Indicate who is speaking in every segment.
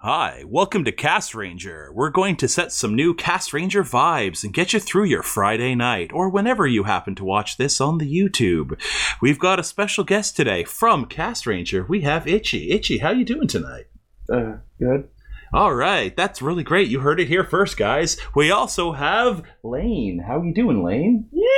Speaker 1: Hi, welcome to Cast Ranger. We're going to set some new Cast Ranger vibes and get you through your Friday night or whenever you happen to watch this on the YouTube. We've got a special guest today from Cast Ranger. We have Itchy. Itchy, how you doing tonight?
Speaker 2: Uh, good.
Speaker 1: All right, that's really great. You heard it here first, guys. We also have Lane. How you doing, Lane? Yeah.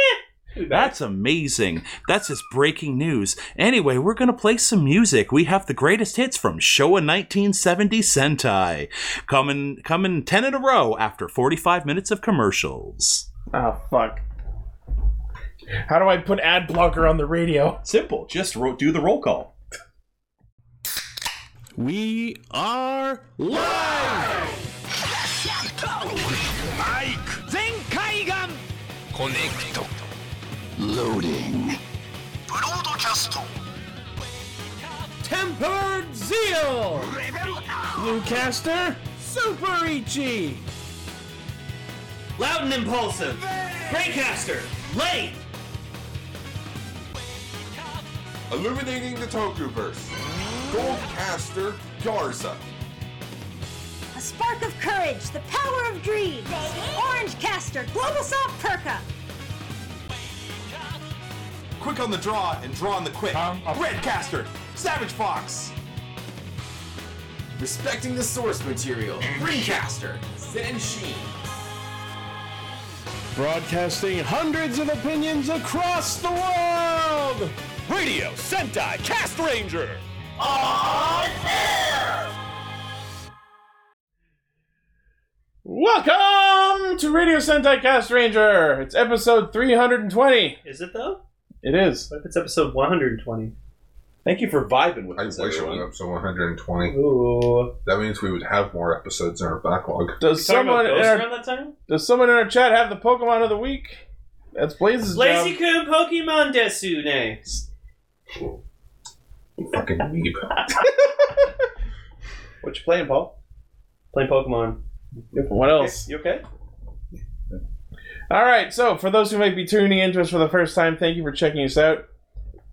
Speaker 1: That's amazing. That's just breaking news. Anyway, we're going to play some music. We have the greatest hits from Showa 1970 Sentai. Coming coming 10 in a row after 45 minutes of commercials.
Speaker 2: Oh, fuck. How do I put ad blocker on the radio?
Speaker 1: Simple. Just ro- do the roll call.
Speaker 3: We are live!
Speaker 4: マイク全海岸コネクト
Speaker 5: Loading.
Speaker 4: ブロードキャスト
Speaker 3: Tempered Zeal! Bluecaster? Super Ichi! Loud and Impulsive! Greycaster! Late!
Speaker 6: Illuminating the Tokuverse. Goldcaster Garza.
Speaker 7: A spark of courage, the power of dreams. Orange Caster, Global Soft Perka.
Speaker 6: Quick on the draw and draw on the quick. Redcaster. Savage Fox.
Speaker 8: Respecting the source material. Greencaster. Senshin.
Speaker 3: Broadcasting hundreds of opinions across the world! Radio Sentai Cast Ranger!
Speaker 2: Welcome to Radio Sentai Cast Ranger. It's episode 320.
Speaker 9: Is it though?
Speaker 2: It is.
Speaker 9: What if it's episode 120?
Speaker 1: Thank you for vibing with
Speaker 10: I
Speaker 1: us,
Speaker 10: wish it was
Speaker 1: everyone.
Speaker 10: episode 120.
Speaker 9: Ooh.
Speaker 10: That means we would have more episodes in our backlog.
Speaker 2: Does someone in
Speaker 9: Ghost
Speaker 2: our,
Speaker 9: around that time?
Speaker 2: does someone in our chat have the Pokemon of the week? That's Blaze's
Speaker 9: Lazy
Speaker 2: job.
Speaker 9: Coon Pokemon Desu next.
Speaker 10: Fucking meep.
Speaker 9: What you playing, Paul? Playing Pokemon.
Speaker 2: What else?
Speaker 9: You okay?
Speaker 2: All right. So for those who might be tuning into us for the first time, thank you for checking us out.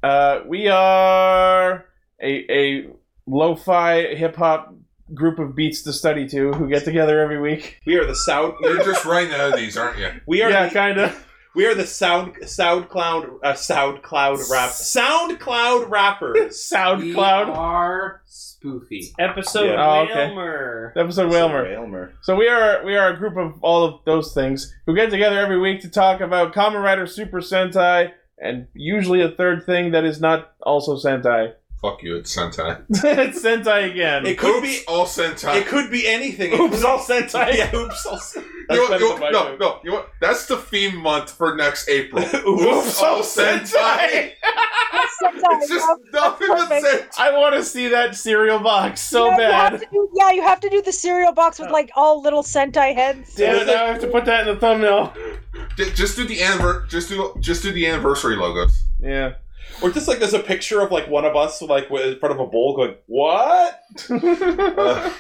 Speaker 2: Uh, we are a a lo-fi hip hop group of beats to study to who get together every week.
Speaker 1: We are the sound
Speaker 10: You're just writing out of these, aren't you?
Speaker 1: we are
Speaker 2: yeah,
Speaker 1: the-
Speaker 2: kind of.
Speaker 1: We are the sound SoundCloud uh, SoundCloud rap SoundCloud rappers.
Speaker 8: We
Speaker 2: SoundCloud
Speaker 8: are spoofy.
Speaker 9: Episode
Speaker 1: Yeah.
Speaker 2: Oh, okay.
Speaker 9: Whalmer.
Speaker 2: episode Whalmer. So we are we are a group of all of those things who get together every week to talk about Kamen Rider Super Sentai and usually a third thing that is not also Sentai.
Speaker 10: Fuck you, it's Sentai.
Speaker 2: it's Sentai again.
Speaker 1: It could
Speaker 10: Oops,
Speaker 1: be
Speaker 10: all Sentai.
Speaker 1: it could be anything.
Speaker 2: Oops, all Sentai.
Speaker 1: Yeah, oops, all Sentai.
Speaker 10: you know, what-
Speaker 2: That's better than
Speaker 10: you know,
Speaker 2: my
Speaker 10: no,
Speaker 2: joke.
Speaker 10: no, you know what? That's the theme month for next April.
Speaker 1: Oops, all
Speaker 10: Sentai. It's just
Speaker 7: Oh
Speaker 10: nothing but Sentai.
Speaker 2: I want to see that cereal box so
Speaker 7: You know, you have
Speaker 2: bad.
Speaker 7: to do- yeah, you have to do the cereal box with like all little Sentai heads.
Speaker 2: Damn it! Now I have to put that in the thumbnail.
Speaker 10: J- Just do the anniver- Just do just do the anniversary logos.
Speaker 2: Yeah.
Speaker 1: Or just like there's a picture of like one of us like with- in front of a bowl going, "What?"
Speaker 10: Uh,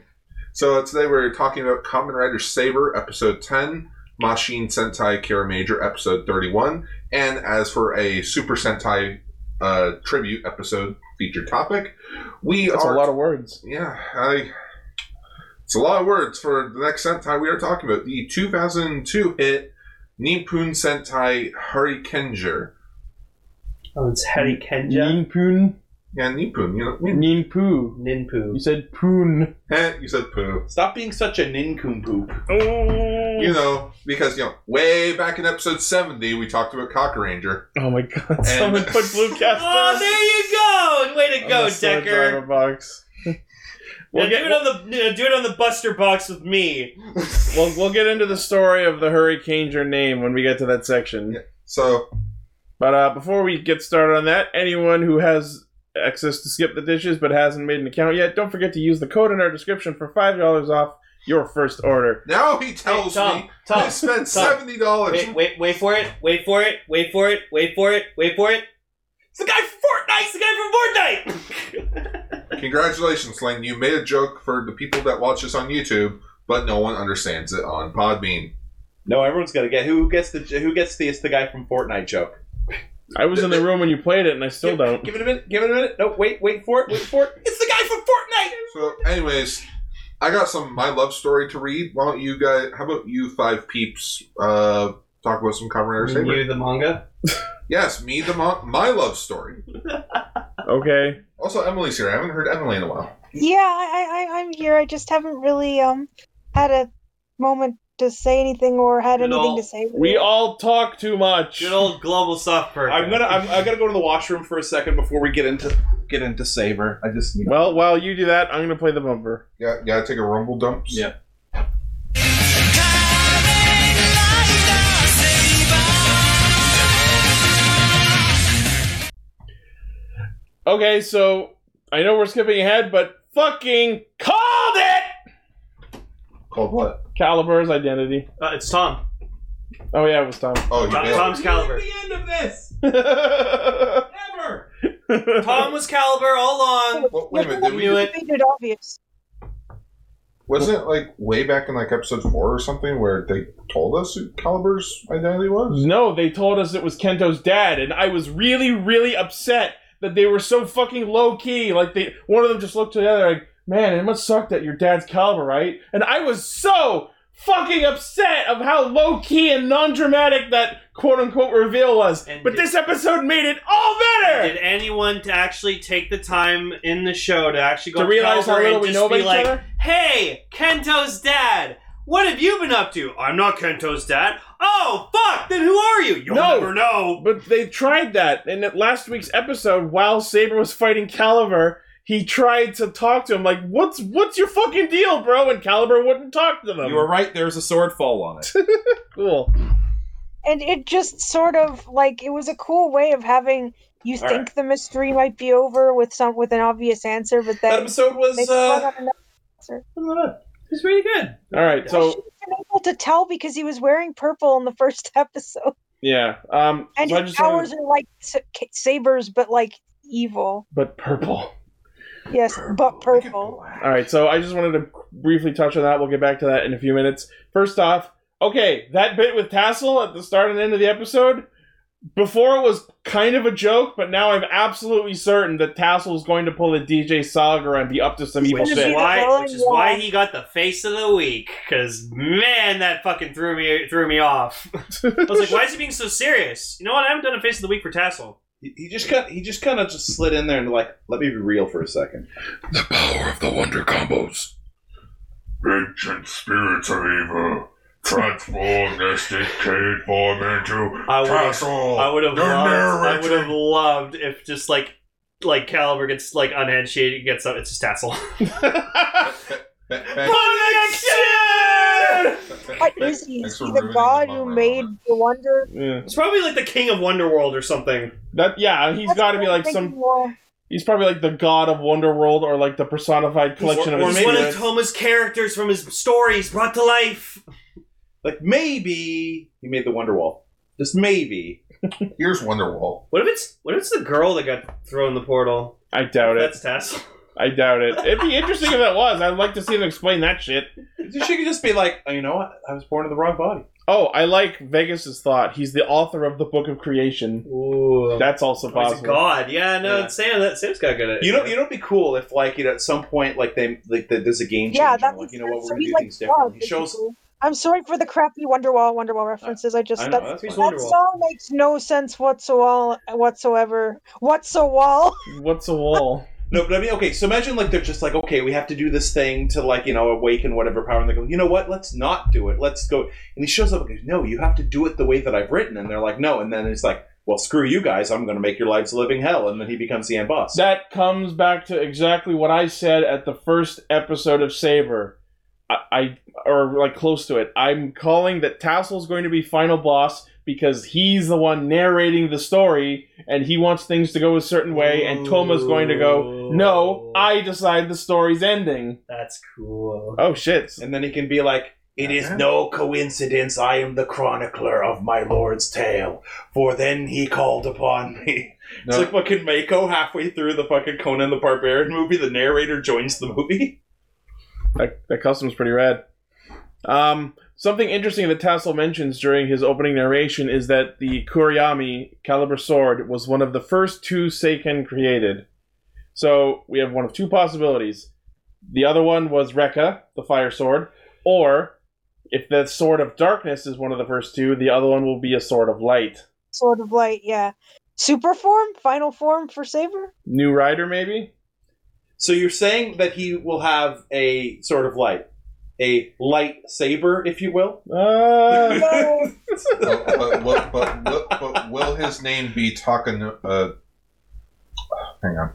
Speaker 10: so today we're talking about Common Rider Saber episode 10, Machine Sentai Kira Major episode 31, and as for a Super Sentai uh, tribute episode feature topic, we
Speaker 2: That's a
Speaker 10: are
Speaker 2: lot of words.
Speaker 10: yeah, I it's a lot of words for the next Sentai we are talking about the 2002 hit Nippon Sentai Hurricaneer.
Speaker 9: Oh, it's Hattie Kenja.
Speaker 2: Ninpoon.
Speaker 10: Yeah, Nippon, you know, we-
Speaker 2: Ninpoo. You
Speaker 9: Ninpoo.
Speaker 2: said poon.
Speaker 10: eh, you said poo.
Speaker 1: Stop being such a nincum poop.
Speaker 2: Oh.
Speaker 10: You know, because you know, way back in episode 70 we talked about Cockeranger.
Speaker 2: Oh my god, someone put blue cast
Speaker 9: Oh, there you go! Way to go, Decker.
Speaker 2: Box.
Speaker 9: Now
Speaker 2: We'll
Speaker 9: do
Speaker 2: get,
Speaker 9: it on the now do it on the Buster box with me.
Speaker 2: we'll, we'll get into the story of the Hurricaneer name when we get to that section.
Speaker 10: Yeah. So
Speaker 2: But uh, before we get started on that, anyone who has access to Skip the Dishes but hasn't made an account yet, don't forget to use the code in our description for $5 off your first order.
Speaker 10: now he tells
Speaker 9: Hey, Tom,
Speaker 10: me
Speaker 9: Tom,
Speaker 10: I spent
Speaker 9: Tom.
Speaker 10: seventy dollars.
Speaker 9: Wait, wait, wait for it, wait for it, wait for it, wait for it, wait for it. It's the guy from Fortnite! It's the guy from Fortnite!
Speaker 10: Congratulations, Lane. You made a joke for the people that watch this on YouTube, but no one understands it on Podbean.
Speaker 1: No, everyone's gonna get who gets the who gets the it's the guy from Fortnite joke.
Speaker 2: I was in the room when you played it and I still
Speaker 1: give,
Speaker 2: don't.
Speaker 1: Give it a minute. Give it a minute. No, wait, wait for it. Wait for it. It's the guy from Fortnite.
Speaker 10: So, anyways, I got some my love story to read. Why don't you guys? How about you five peeps uh, talk about some Kamen Rider Saber?
Speaker 9: You the manga?
Speaker 10: Yes, me the mon- my love story.
Speaker 2: Okay.
Speaker 10: Also, Emily's here. I haven't heard Emily in a while.
Speaker 7: Yeah, I, I, I- I'm here. I just haven't really um had a moment to say anything or had
Speaker 9: Good
Speaker 7: anything
Speaker 9: ol-
Speaker 7: to say.
Speaker 2: We all talk too much.
Speaker 9: Good old global soft burger.
Speaker 1: I'm gonna I'm, I gotta go to the washroom for a second before we get into get into Saber. I just need
Speaker 2: Well, while you do that, I'm gonna play the bumper.
Speaker 10: Yeah, gotta take a rumble dumps.
Speaker 1: Yeah.
Speaker 2: Okay, so I know we're skipping ahead, but fucking called it.
Speaker 10: Called what?
Speaker 2: Caliber's identity.
Speaker 9: Uh, it's Tom.
Speaker 2: Oh yeah, it was Tom.
Speaker 10: Oh,
Speaker 9: Tom Tom's Caliber. The end of this. Never. Tom was Caliber all along.
Speaker 10: wait a minute, did
Speaker 9: You
Speaker 10: we-
Speaker 9: knew it.
Speaker 7: Made it obvious.
Speaker 10: Wasn't it like way back in like episode four or something where they told us who Caliber's identity was?
Speaker 2: No, they told us it was Kento's dad, and I was really, really upset that they were so fucking low key. Like they, one of them just looked to the other like, "Man, it must suck that your dad's Caliber, right?" And I was so fucking upset of how low key and non dramatic that quote unquote reveal was.
Speaker 9: And
Speaker 2: but
Speaker 9: did-
Speaker 2: this episode made it all
Speaker 9: Did
Speaker 2: better.
Speaker 9: anyone to actually take the time in the show to actually go
Speaker 2: To realize how
Speaker 9: Caliber
Speaker 2: little
Speaker 9: and
Speaker 2: we
Speaker 9: just
Speaker 2: know about
Speaker 9: be
Speaker 2: each
Speaker 9: like,
Speaker 2: other?
Speaker 9: "Hey, Kento's dad, what have you been up to?" "I'm not Kento's dad." "Oh, fuck! Then who are you?" "You'll
Speaker 2: No.
Speaker 9: never know."
Speaker 2: But they tried that in that last week's episode. While Saber was fighting Caliber, he tried to talk to him like, "What's what's your fucking deal, bro?" And Caliber wouldn't talk to them.
Speaker 1: You were right. There's a sword fall on it.
Speaker 2: cool.
Speaker 7: And it just sort of like it was a cool way of having you
Speaker 1: All
Speaker 7: think the mystery might be over with some with an obvious answer, but then
Speaker 1: That episode was,
Speaker 7: they still
Speaker 1: uh,
Speaker 7: had another answer.
Speaker 9: It's really good.
Speaker 2: All right, so
Speaker 7: Unable to tell because he was wearing purple in the first episode,
Speaker 2: yeah, um,
Speaker 7: and
Speaker 2: so I
Speaker 7: his
Speaker 2: just wanted-
Speaker 7: powers are like s- ca- sabers, but like evil.
Speaker 2: but purple.
Speaker 7: Yes, but purple.
Speaker 2: All right, so I just wanted to briefly touch on that. We'll get back to that in a few minutes. First off, okay, that bit with Tassel at the start and end of the episode. Before it was kind of a joke, but now I'm absolutely certain that Tassel is going to pull a DJ Saga and be up to some evil
Speaker 9: Which is
Speaker 2: shit.
Speaker 9: why, which is why
Speaker 7: wall.
Speaker 9: he got the face of the week. Because man, that fucking threw me threw me off. I was like, "Why is he being so serious?" You know what? I haven't done a face of the week for Tassel.
Speaker 1: He he just kind he just kind of just slid in there and like let me be real for a second.
Speaker 11: The power of the wonder combos. Ancient spirits of evil. Transform this decayed form into
Speaker 9: I would have,
Speaker 11: castle.
Speaker 9: I would have
Speaker 11: The
Speaker 9: loved, I
Speaker 11: narrator.
Speaker 9: would have loved if just like, like Caliber gets like unhandshaded, and gets up, it's just Tassel.
Speaker 10: Ba- ba-
Speaker 9: Connection!
Speaker 7: What is he? Is
Speaker 10: Thanks for
Speaker 7: he the
Speaker 10: ruining
Speaker 7: god
Speaker 10: the
Speaker 7: who
Speaker 10: Mumra
Speaker 7: made the wonder?
Speaker 2: Yeah,
Speaker 9: It's probably like the king of Wonderworld or something.
Speaker 2: that yeah, he's
Speaker 7: That's
Speaker 2: got to
Speaker 7: what
Speaker 2: be
Speaker 7: I'm
Speaker 2: like
Speaker 7: thinking,
Speaker 2: some.
Speaker 7: well,
Speaker 2: He's probably like the god of Wonderworld or like the personified collection
Speaker 1: or
Speaker 2: of
Speaker 9: He's one of
Speaker 2: spirits.
Speaker 9: Thomas' characters from his stories brought to life.
Speaker 1: Like maybe he made the Wonderwall. Just maybe.
Speaker 10: Here's Wonderwall.
Speaker 9: What if it's what if it's the girl that got thrown in the portal?
Speaker 2: I doubt it.
Speaker 9: That's Tassel.
Speaker 2: I doubt it. It'd be interesting if that was. I'd like to see them explain that shit.
Speaker 1: She could just be like, oh, you know what? I was born in the wrong body.
Speaker 2: Oh, I like Vegas's thought. He's the author of the Book of Creation.
Speaker 9: Ooh.
Speaker 2: That's also
Speaker 9: Oh, he's a
Speaker 2: possible.
Speaker 9: god. Yeah, no,
Speaker 1: Yeah.
Speaker 9: Sam. That Sam's got good. at-
Speaker 1: You know, you know, it'd be cool if, like, you know, at some point, like, they, like, that there's a game change.
Speaker 7: Yeah,
Speaker 1: and,
Speaker 7: that
Speaker 1: like,
Speaker 7: makes
Speaker 1: you know what, we're
Speaker 7: sense. So
Speaker 1: gonna do
Speaker 7: he's like
Speaker 1: things differently.
Speaker 7: God,
Speaker 1: He shows.
Speaker 7: basically. I'm sorry for the crappy Wonderwall Wonderwall references. I just
Speaker 1: I know,
Speaker 7: that,
Speaker 1: that's
Speaker 9: He's
Speaker 1: fine.
Speaker 7: that
Speaker 9: Wonderwall.
Speaker 7: song makes no sense whatsoever. Whatsoever. Whatsoever.
Speaker 2: What's a wall?
Speaker 1: No, but I mean, okay. So imagine, like, they're just like, okay, we have to do this thing to, like, you know, awaken whatever power, and they go, you know what? Let's not do it. Let's go. And he shows up and goes, no, you have to do it the way that I've written. And they're like, no. And then it's like, well, screw you guys. I'm gonna make your lives a living hell. And then he becomes the end boss.
Speaker 2: That comes back to exactly what I said at the first episode of Saber. I, I or like close to it. I'm calling that Tassel's going to be final boss because he's the one narrating the story and he wants things to go a certain way and Toma's going to go, "No, I decide the story's ending."
Speaker 9: That's cool.
Speaker 2: Oh shit.
Speaker 1: and then he can be like, It is no coincidence I am the chronicler of my lord's tale, for then he called upon me.
Speaker 10: No.
Speaker 1: It's like fucking Mako halfway through the fucking Conan the Barbarian movie, the narrator joins the movie.
Speaker 2: That, that custom's pretty rad. Um, something interesting that Tassel mentions during his opening narration is that the Kuriyami caliber sword was one of the first two Seiken created. So we have one of two possibilities. The other one was Rekka, the fire sword, or if the sword of darkness is one of the first two, the other one will be a sword of light.
Speaker 12: Sword of Light, yeah. Super form, final form for Saber.
Speaker 2: New Rider, maybe?
Speaker 13: So you're saying that he will have a sort of light, a light saber, if you will?
Speaker 2: Uh,
Speaker 10: but, but, will- but, will- but will his name be Takanu? Uh, hang on,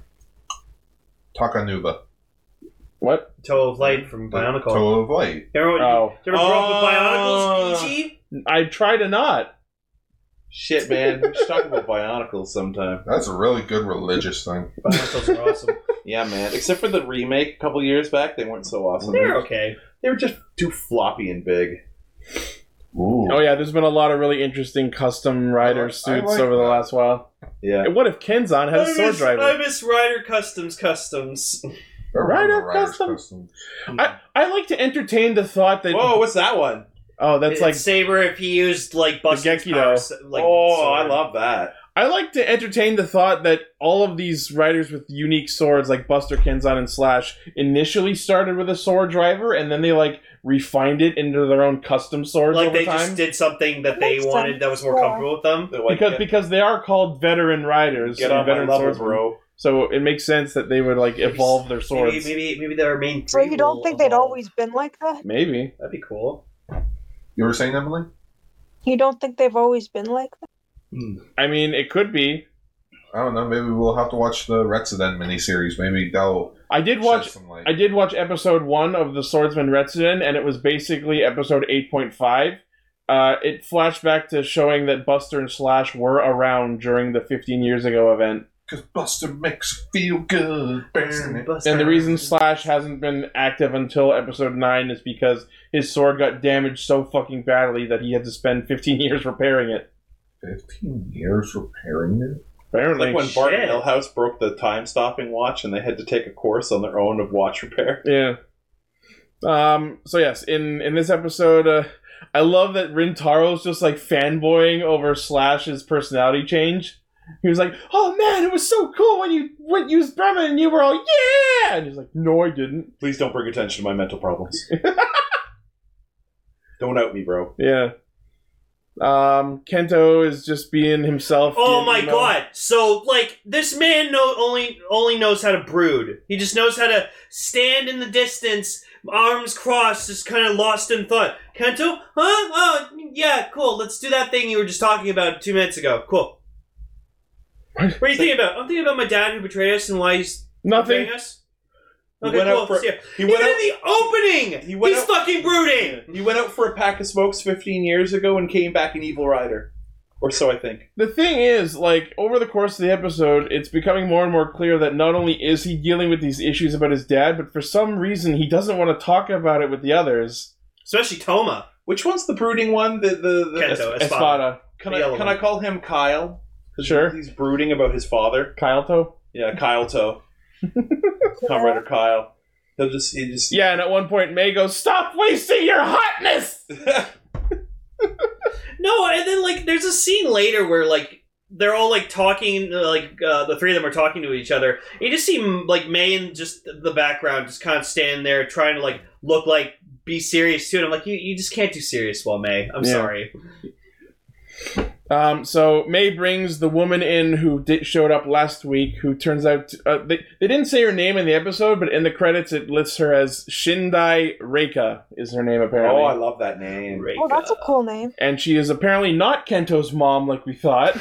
Speaker 10: Takanuba.
Speaker 2: What?
Speaker 9: Toe of Light from Bionicle.
Speaker 10: Toe of Light.
Speaker 9: Remember what
Speaker 2: Oh.
Speaker 9: you, do you remember oh.
Speaker 2: Oh.
Speaker 9: with Bionicles, E.T.?
Speaker 2: I try to not.
Speaker 13: Shit, man. We should talk about Bionicles sometime.
Speaker 10: That's a really good religious thing.
Speaker 9: Bionicles are awesome.
Speaker 13: Yeah, man. Except for the remake a couple years back, they weren't so awesome.
Speaker 9: They're okay.
Speaker 13: They were just too floppy and big.
Speaker 10: Ooh.
Speaker 2: Oh yeah, there's been a lot of really interesting custom rider suits
Speaker 13: like
Speaker 2: over the
Speaker 13: that.
Speaker 2: last while.
Speaker 13: Yeah.
Speaker 2: And what if Kenzan had a
Speaker 9: I
Speaker 2: sword
Speaker 9: miss, I
Speaker 2: driver?
Speaker 9: miss Rider Customs Customs.
Speaker 2: Rider
Speaker 10: Riders
Speaker 2: custom.
Speaker 10: custom.
Speaker 2: I, I like to entertain the thought that.
Speaker 13: Whoa, what's that one?
Speaker 2: Oh, that's like
Speaker 9: Saber if he used like Buster's
Speaker 2: Gekido.
Speaker 9: power, s- like
Speaker 13: oh,
Speaker 9: sword.
Speaker 13: I love that.
Speaker 2: I like to entertain the thought that all of these riders with unique swords, like Buster, Kenzan, and Slash, initially started with a sword driver, and then they like refined it into their own custom swords
Speaker 9: like
Speaker 2: over
Speaker 9: they
Speaker 2: time.
Speaker 9: just did something that they
Speaker 12: Makes
Speaker 9: wanted
Speaker 12: sense,
Speaker 9: that was more
Speaker 12: yeah.
Speaker 9: comfortable with them.
Speaker 13: They're like,
Speaker 2: because
Speaker 13: get,
Speaker 2: because they are called veteran riders,
Speaker 13: get
Speaker 2: and
Speaker 13: on my
Speaker 2: veteran
Speaker 13: level,
Speaker 2: swords,
Speaker 13: bro.
Speaker 2: So it makes sense that they would like evolve their swords.
Speaker 9: Maybe, maybe maybe their main
Speaker 12: So
Speaker 9: three.
Speaker 12: you don't
Speaker 9: will
Speaker 12: think they'd
Speaker 9: evolve.
Speaker 12: always been like that?
Speaker 2: Maybe.
Speaker 9: That'd be cool.
Speaker 10: You were saying Emily?
Speaker 12: You don't think they've always been like that?
Speaker 2: I mean, it could be.
Speaker 10: I don't know. Maybe we'll have to watch the Retsuden miniseries. Maybe that'll
Speaker 2: I did
Speaker 10: shed
Speaker 2: watch.
Speaker 10: some light.
Speaker 2: I did watch episode one of the Swordsman Retsuden, and it was basically episode eight point five. Uh, it flashed back to showing that Buster and Slash were around during the 15 years ago event,
Speaker 10: Because Buster makes you feel good.
Speaker 2: and the reason Slash hasn't been active until episode nine is because his sword got damaged so fucking badly that he had to spend 15 years repairing it.
Speaker 10: 15 years repairing it?
Speaker 2: Apparently,
Speaker 13: Like when Bart
Speaker 9: shit.
Speaker 13: Millhouse broke the time stopping watch and they had to take a course on their own of watch repair.
Speaker 2: Yeah. Um. So yes, in in this episode, uh, I love that Rintaro's just like fanboying over Slash's personality change. He was like, "Oh man, it was so cool when you went used Bremen and you were all yeah," and he's like, "No, I didn't."
Speaker 13: Please don't bring attention to my mental problems. don't out me, bro.
Speaker 2: Yeah. Um. Kento is just being himself.
Speaker 9: Oh
Speaker 2: you
Speaker 9: my
Speaker 2: know?
Speaker 9: god! So like this man no only only knows how to brood. He just knows how to stand in the distance, arms crossed, just kind of lost in thought. Kento, huh? Oh yeah, cool. Let's do that thing you were just talking about two minutes ago. Cool. What, are you thinking about? I'm thinking about my dad who betrayed us and why he's
Speaker 2: Nothing.
Speaker 9: betraying us.
Speaker 13: He
Speaker 9: Okay,
Speaker 13: went
Speaker 9: cool.
Speaker 13: out for-
Speaker 9: See ya.
Speaker 13: he
Speaker 9: Even
Speaker 13: went out-
Speaker 9: in the opening,
Speaker 13: He went
Speaker 9: he's
Speaker 13: out-
Speaker 9: fucking brooding.
Speaker 13: He went out for a pack of smokes 15 years ago and came back an evil rider. Or so I think.
Speaker 2: The thing is, like, over the course of the episode, it's becoming more and more clear that not only is he dealing with these issues about his dad, but for some reason he doesn't want to talk about it with the others.
Speaker 9: Especially Toma.
Speaker 13: Which one's the brooding one? The the, the
Speaker 9: Kento. Oh, Espada.
Speaker 2: Espada.
Speaker 13: Can
Speaker 9: The
Speaker 13: I
Speaker 9: yellow
Speaker 13: can
Speaker 9: one.
Speaker 13: I call him Kyle? 'Cause
Speaker 2: Sure.
Speaker 13: He's brooding about his father.
Speaker 2: Kyoto.
Speaker 13: Yeah, Kyle Toe. Kamen Rider Kyle. He'll just he just
Speaker 2: Yeah, and at one point May goes, Stop wasting your hotness!
Speaker 9: No, and then like there's a scene later where like they're all like talking, uh, like uh, the three of them are talking to each other. You just see mm, like May and just the background just kind of standing there trying to like look like be serious too. And I'm like, you, you just can't do serious while May. I'm
Speaker 2: Yeah.
Speaker 9: sorry.
Speaker 2: Um, so May brings the woman in who di- showed up last week, who turns out uh, they, they didn't say her name in the episode, but in the credits it lists her as Shindai Reika is her name apparently,
Speaker 13: Oh, I love that name.
Speaker 12: Oh, that's a cool name.
Speaker 2: and she is apparently not Kento's mom like we thought,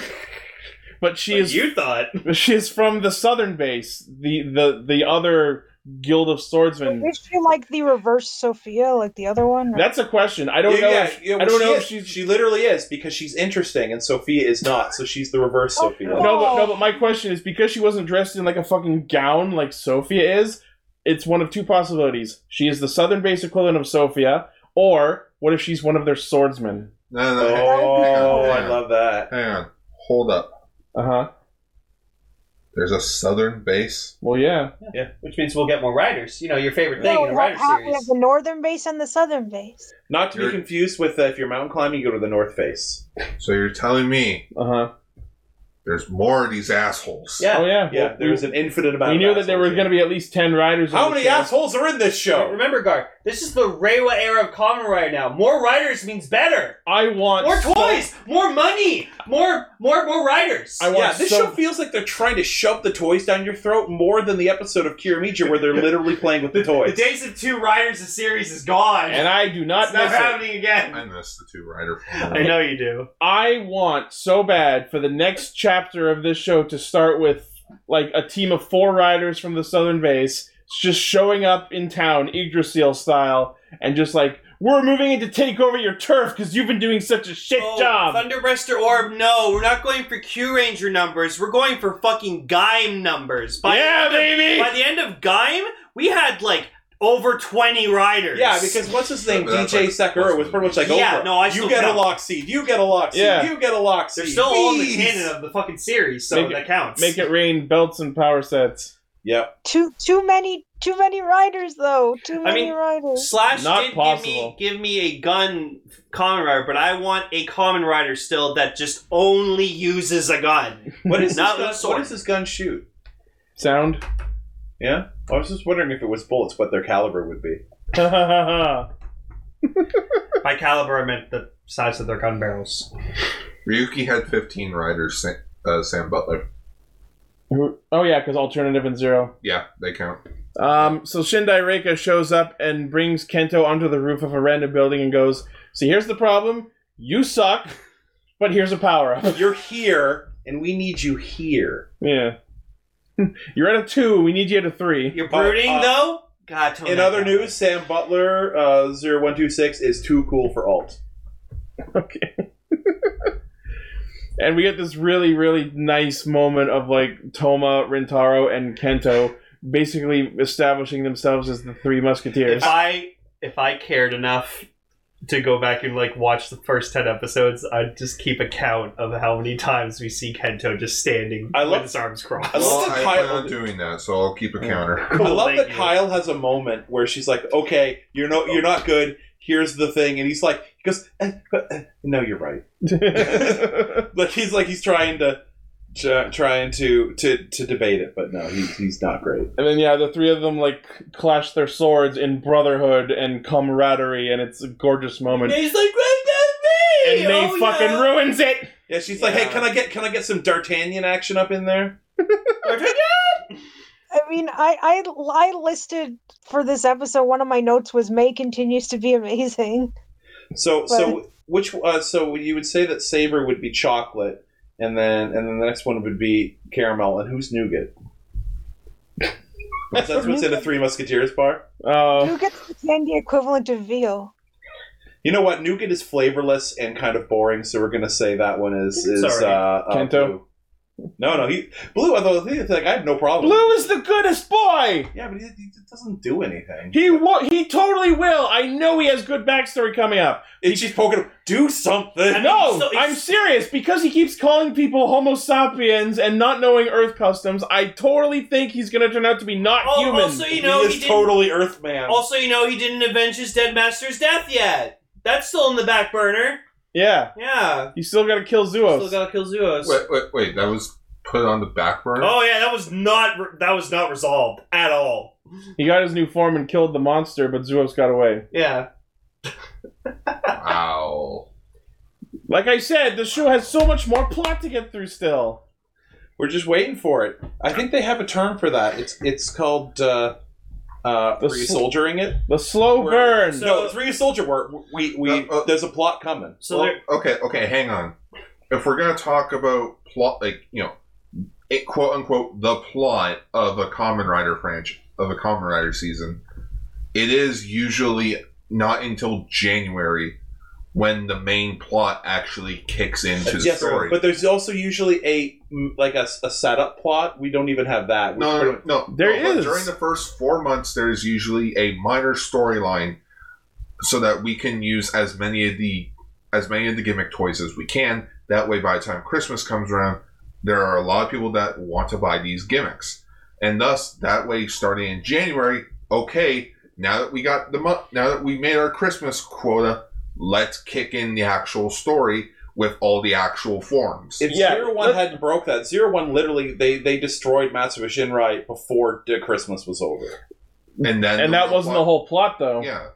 Speaker 2: but she
Speaker 9: Like,
Speaker 2: is
Speaker 9: you thought
Speaker 2: she is from the Southern Base, the the the other Guild of Swordsmen.
Speaker 12: Is she like the reverse Sophia, like the other one? or-
Speaker 2: That's a question. I don't
Speaker 13: Yeah,
Speaker 2: know.
Speaker 13: yeah,
Speaker 2: if,
Speaker 13: yeah,
Speaker 2: I
Speaker 13: well,
Speaker 2: don't
Speaker 13: she
Speaker 2: know
Speaker 13: is-
Speaker 2: if she's
Speaker 13: she literally is because she's interesting and Sophia is not, so she's the reverse
Speaker 12: Oh,
Speaker 13: Sophia.
Speaker 12: no.
Speaker 2: No, but no, but my question is because she wasn't dressed in like a fucking gown like Sophia is. It's one of two possibilities: she is the southern base equivalent of Sophia, or what if she's one of their swordsmen?
Speaker 10: No, no, hang,
Speaker 13: Oh, I love that.
Speaker 10: hang on. Hold up.
Speaker 2: Uh huh.
Speaker 10: There's a southern base.
Speaker 2: Well, yeah.
Speaker 9: yeah, which means we'll get more riders. You know, your favorite thing
Speaker 12: No,
Speaker 9: in a
Speaker 12: we have
Speaker 9: rider
Speaker 12: half- we have
Speaker 9: series.
Speaker 12: the northern base and the southern base.
Speaker 13: Not to be
Speaker 10: You're-
Speaker 13: confused with uh, if you're mountain climbing, you go to the North Face.
Speaker 10: So you're telling me
Speaker 2: Uh huh.
Speaker 10: There's more of these assholes.
Speaker 2: Yeah. Oh, yeah.
Speaker 13: Yeah, there's an infinite amount
Speaker 2: we
Speaker 13: of
Speaker 2: knew that there were going to be at least 10 riders. on
Speaker 13: How
Speaker 2: the
Speaker 13: many
Speaker 2: show.
Speaker 13: assholes are in this show?
Speaker 9: Remember, Gar, this is the Reiwa era of Kamen Rider now. More riders means better.
Speaker 2: I want
Speaker 9: more
Speaker 13: so-
Speaker 9: toys, more money, more more more riders.
Speaker 13: yeah, this show feels like they're trying to shove the toys down your throat more than the episode of Kiramichi where they're literally playing with the
Speaker 4: The
Speaker 13: toys.
Speaker 4: days of two riders, the series is gone.
Speaker 2: And I do not
Speaker 4: It's never
Speaker 2: miss it.
Speaker 4: happening again.
Speaker 10: I miss the two rider.
Speaker 2: I know
Speaker 9: you do.
Speaker 2: I want so bad for the next chapter of this show to start with like a team of four riders from the Southern Base just showing up in town, Yggdrasil style, and just like we're moving in to take over your turf because you've been doing such a shit
Speaker 9: Oh,
Speaker 2: job.
Speaker 9: Thunderbreaster Orb, no, we're not going for Q Ranger numbers. We're going for fucking Gaim numbers. By
Speaker 2: Yeah,
Speaker 9: the end
Speaker 2: baby!
Speaker 9: Of, by the end of Gaim, we had like over 20 riders.
Speaker 13: Yeah, because what's his name? DJ Sakura was pretty much like,
Speaker 9: Yeah,
Speaker 13: Oprah.
Speaker 9: no, I
Speaker 13: you
Speaker 9: still
Speaker 13: get
Speaker 9: count.
Speaker 13: a lock seed, you get a lock seed,
Speaker 2: Yeah.
Speaker 13: you get a lock seed.
Speaker 9: They're still all in the
Speaker 13: Please.
Speaker 9: canon of the fucking series, so
Speaker 2: Make it-
Speaker 9: that counts.
Speaker 2: Make it rain belts and power sets.
Speaker 13: Yep.
Speaker 12: Too too many too many riders though. Too
Speaker 9: I
Speaker 12: many
Speaker 9: mean,
Speaker 12: riders.
Speaker 9: Slash
Speaker 2: Not
Speaker 9: did
Speaker 2: possible.
Speaker 9: give me give me a gun common rider, but I want a common rider still that just only uses a gun.
Speaker 13: What is, this
Speaker 9: not a
Speaker 13: gun, what
Speaker 9: sword.
Speaker 13: does this gun shoot?
Speaker 2: Sound.
Speaker 13: Yeah? I was just wondering if it was bullets, what their caliber would be.
Speaker 9: By caliber, I meant the size of their gun barrels.
Speaker 10: Ryuki had 15 riders, Sam, uh, Sam Butler.
Speaker 2: Who- Oh yeah, because alternative and zero.
Speaker 10: Yeah, they count.
Speaker 2: Um, so Shindai Reika shows up and brings Kento onto the roof of a random building and goes, "See, here's the problem. You suck, but here's a power up.
Speaker 13: You're here, and we need you here.
Speaker 2: Yeah, you're at a two. We need you at a three.
Speaker 9: You're brooding
Speaker 13: uh,
Speaker 9: though. God, tone
Speaker 13: In
Speaker 9: that
Speaker 13: other
Speaker 9: down.
Speaker 13: news, Sam Butler uh, 0126 is too cool for alt.
Speaker 2: And we get this really, really nice moment of like Toma, Rintaro, and Kento basically establishing themselves as the three musketeers.
Speaker 9: if I if I cared enough to go back and like watch the first ten episodes, I'd just keep a count of how many times we see Kento just standing
Speaker 13: I love-
Speaker 9: with his arms crossed.
Speaker 13: I love
Speaker 10: Well,
Speaker 13: the
Speaker 10: I plan
Speaker 13: title.
Speaker 10: on doing that, so I'll keep a counter.
Speaker 13: I love
Speaker 9: Thank
Speaker 13: that
Speaker 9: you.
Speaker 13: Kyle has a moment where she's like, "Okay, you're no, you're not good. Here's the thing," and he's like, he goes, "Eh, but, eh, "No, you're right." Like he's like he's trying to tr- trying to to to debate it, but no, he's he's not great.
Speaker 2: And then yeah, the three of them like clash their swords in brotherhood and camaraderie, and it's a gorgeous moment.
Speaker 9: He's like, "Look at me!"
Speaker 2: And May
Speaker 9: Oh,
Speaker 2: fucking
Speaker 9: yeah.
Speaker 2: ruins it.
Speaker 13: Yeah, she's like, "Hey, can I get can I get some D'Artagnan action up in there?"
Speaker 12: I mean, I, I I listed for this episode one of my notes was May continues to be amazing.
Speaker 13: So so which uh, so you would say that Saber would be chocolate, and then and then the next one would be caramel, and who's nougat? That's what's in a Three Musketeers bar.
Speaker 2: Oh,
Speaker 12: Who gets the candy equivalent to veal?
Speaker 13: You know what? Nougat is flavorless and kind of boring, so we're gonna say that one is is
Speaker 2: Sorry.
Speaker 13: uh, uh,
Speaker 2: Kento?
Speaker 13: Blue. No, no, he blue. Although he's like, I have no problem.
Speaker 2: Blue is the goodest boy.
Speaker 13: Yeah, but he, he doesn't do anything.
Speaker 2: He will. He totally will. I know he has good backstory coming up.
Speaker 13: It's just poking him. Do something.
Speaker 9: I mean,
Speaker 2: no,
Speaker 9: so
Speaker 2: I'm
Speaker 9: it's-
Speaker 2: serious because he keeps calling people Homo sapiens and not knowing Earth customs. I totally think he's gonna turn out to be not
Speaker 13: Oh,
Speaker 9: Al-
Speaker 2: human.
Speaker 9: Also, you know,
Speaker 13: he
Speaker 9: he,
Speaker 13: is
Speaker 9: didn't,
Speaker 13: totally Earthman.
Speaker 9: also, you know, he didn't avenge his dead master's death yet. That's still in the back burner.
Speaker 2: yeah,
Speaker 9: Yeah,
Speaker 2: you still gotta kill
Speaker 9: still
Speaker 2: Zuos.
Speaker 9: gotta kill Zuos.
Speaker 10: Wait, wait, wait. That was put on the back burner?
Speaker 9: Oh yeah, that was not re- that was not resolved at all.
Speaker 2: he got his new form and killed the monster, but Zuos got away.
Speaker 9: Yeah,
Speaker 10: Wow.
Speaker 2: Like I said, this show has so much more plot to get through still.
Speaker 13: We're just waiting for it. I think they have a term for that. It's it's called uh, uh,
Speaker 2: The
Speaker 13: re
Speaker 2: sl-
Speaker 13: soldiering it.
Speaker 2: The slow burn.
Speaker 9: So-
Speaker 13: no, it's re soldier. We're, we we
Speaker 10: Uh, uh,
Speaker 13: there's a plot coming.
Speaker 9: so
Speaker 10: Well,
Speaker 9: there,
Speaker 10: okay, okay, hang on. If we're gonna talk about plot, like you know, it, quote unquote, the plot of a Common Rider franchise of a Common Rider season, it is usually not until January when the main plot actually kicks into the
Speaker 13: Yes,
Speaker 10: story.
Speaker 13: but there's also usually a mm, like a, s- a setup plot. We don't even have that. We
Speaker 10: no,
Speaker 13: pretty
Speaker 10: no,
Speaker 13: much-
Speaker 10: no, no.
Speaker 2: There
Speaker 10: no, but
Speaker 2: is.
Speaker 10: during the first four months. There is usually a minor storyline, so that we can use as many of the as many of the gimmick toys as we can. That way, by the time Christmas comes around, there are a lot of people that want to buy these gimmicks, and thus that way, starting in January, okay, now that we got the month, now that we made our Christmas quota, let's kick in the actual story with all the actual forms.
Speaker 13: If Zero One hadn't broke that, Zero One literally they they destroyed Master Shinrai before the Christmas was over.
Speaker 10: And then
Speaker 2: and that wasn't the whole plot, though.
Speaker 10: Yeah.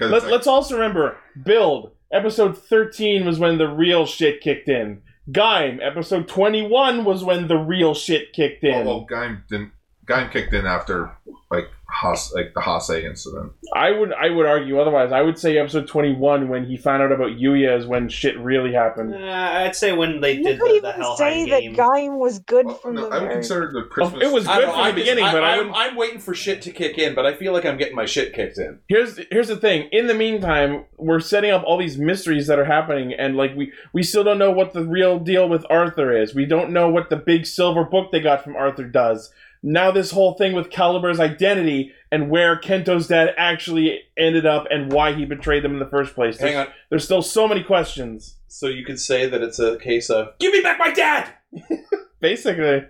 Speaker 2: Let, let's also remember Build, episode 13 was when the real shit kicked in. Gaim, episode 21 was when the real shit kicked in.
Speaker 13: Oh,
Speaker 10: well, Gaim didn't. Gaim kicked in after like Hase, like the Hase incident.
Speaker 2: I would I would argue otherwise. I would say episode 21 when he found out about Yuya is when shit really happened.
Speaker 9: Uh, I'd say when they did
Speaker 12: You
Speaker 9: the, the
Speaker 12: can
Speaker 9: Hellheim
Speaker 12: say that
Speaker 9: game.
Speaker 12: Gaim was good from the very
Speaker 10: the
Speaker 2: Christmas- it was
Speaker 13: I
Speaker 2: good from
Speaker 13: don't know,
Speaker 2: the
Speaker 13: I'm just-
Speaker 2: beginning,
Speaker 13: I,
Speaker 2: but I
Speaker 13: I'm-
Speaker 2: wouldn't-
Speaker 13: I'm waiting for shit to kick in, but I feel like I'm getting my shit kicked in.
Speaker 2: Here's here's the thing. In the meantime, we're setting up all these mysteries that are happening, and like we we still don't know what the real deal with Arthur is. We don't know what the big silver book they got from Arthur does. Now this whole thing with Calibur's identity and where Kento's dad actually ended up and why he betrayed them in the first place.
Speaker 13: Hang
Speaker 2: There's-
Speaker 13: on.
Speaker 2: There's still so many questions.
Speaker 13: So you could say that it's a case of
Speaker 2: Give me back my dad! Basically.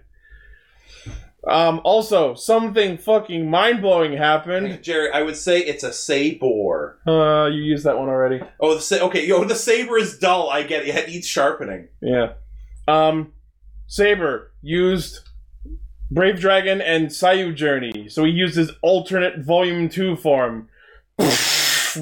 Speaker 2: Um, also, something fucking mind blowing happened.
Speaker 13: Jerry. I would say it's a saber.
Speaker 2: Uh, you used that one already.
Speaker 13: Oh, the sa- okay. Yo, the saber is dull. I get it. It needs sharpening.
Speaker 2: Yeah. Um, Saber used Brave Dragon and Sayu Journey, so he used his alternate Volume 2 form.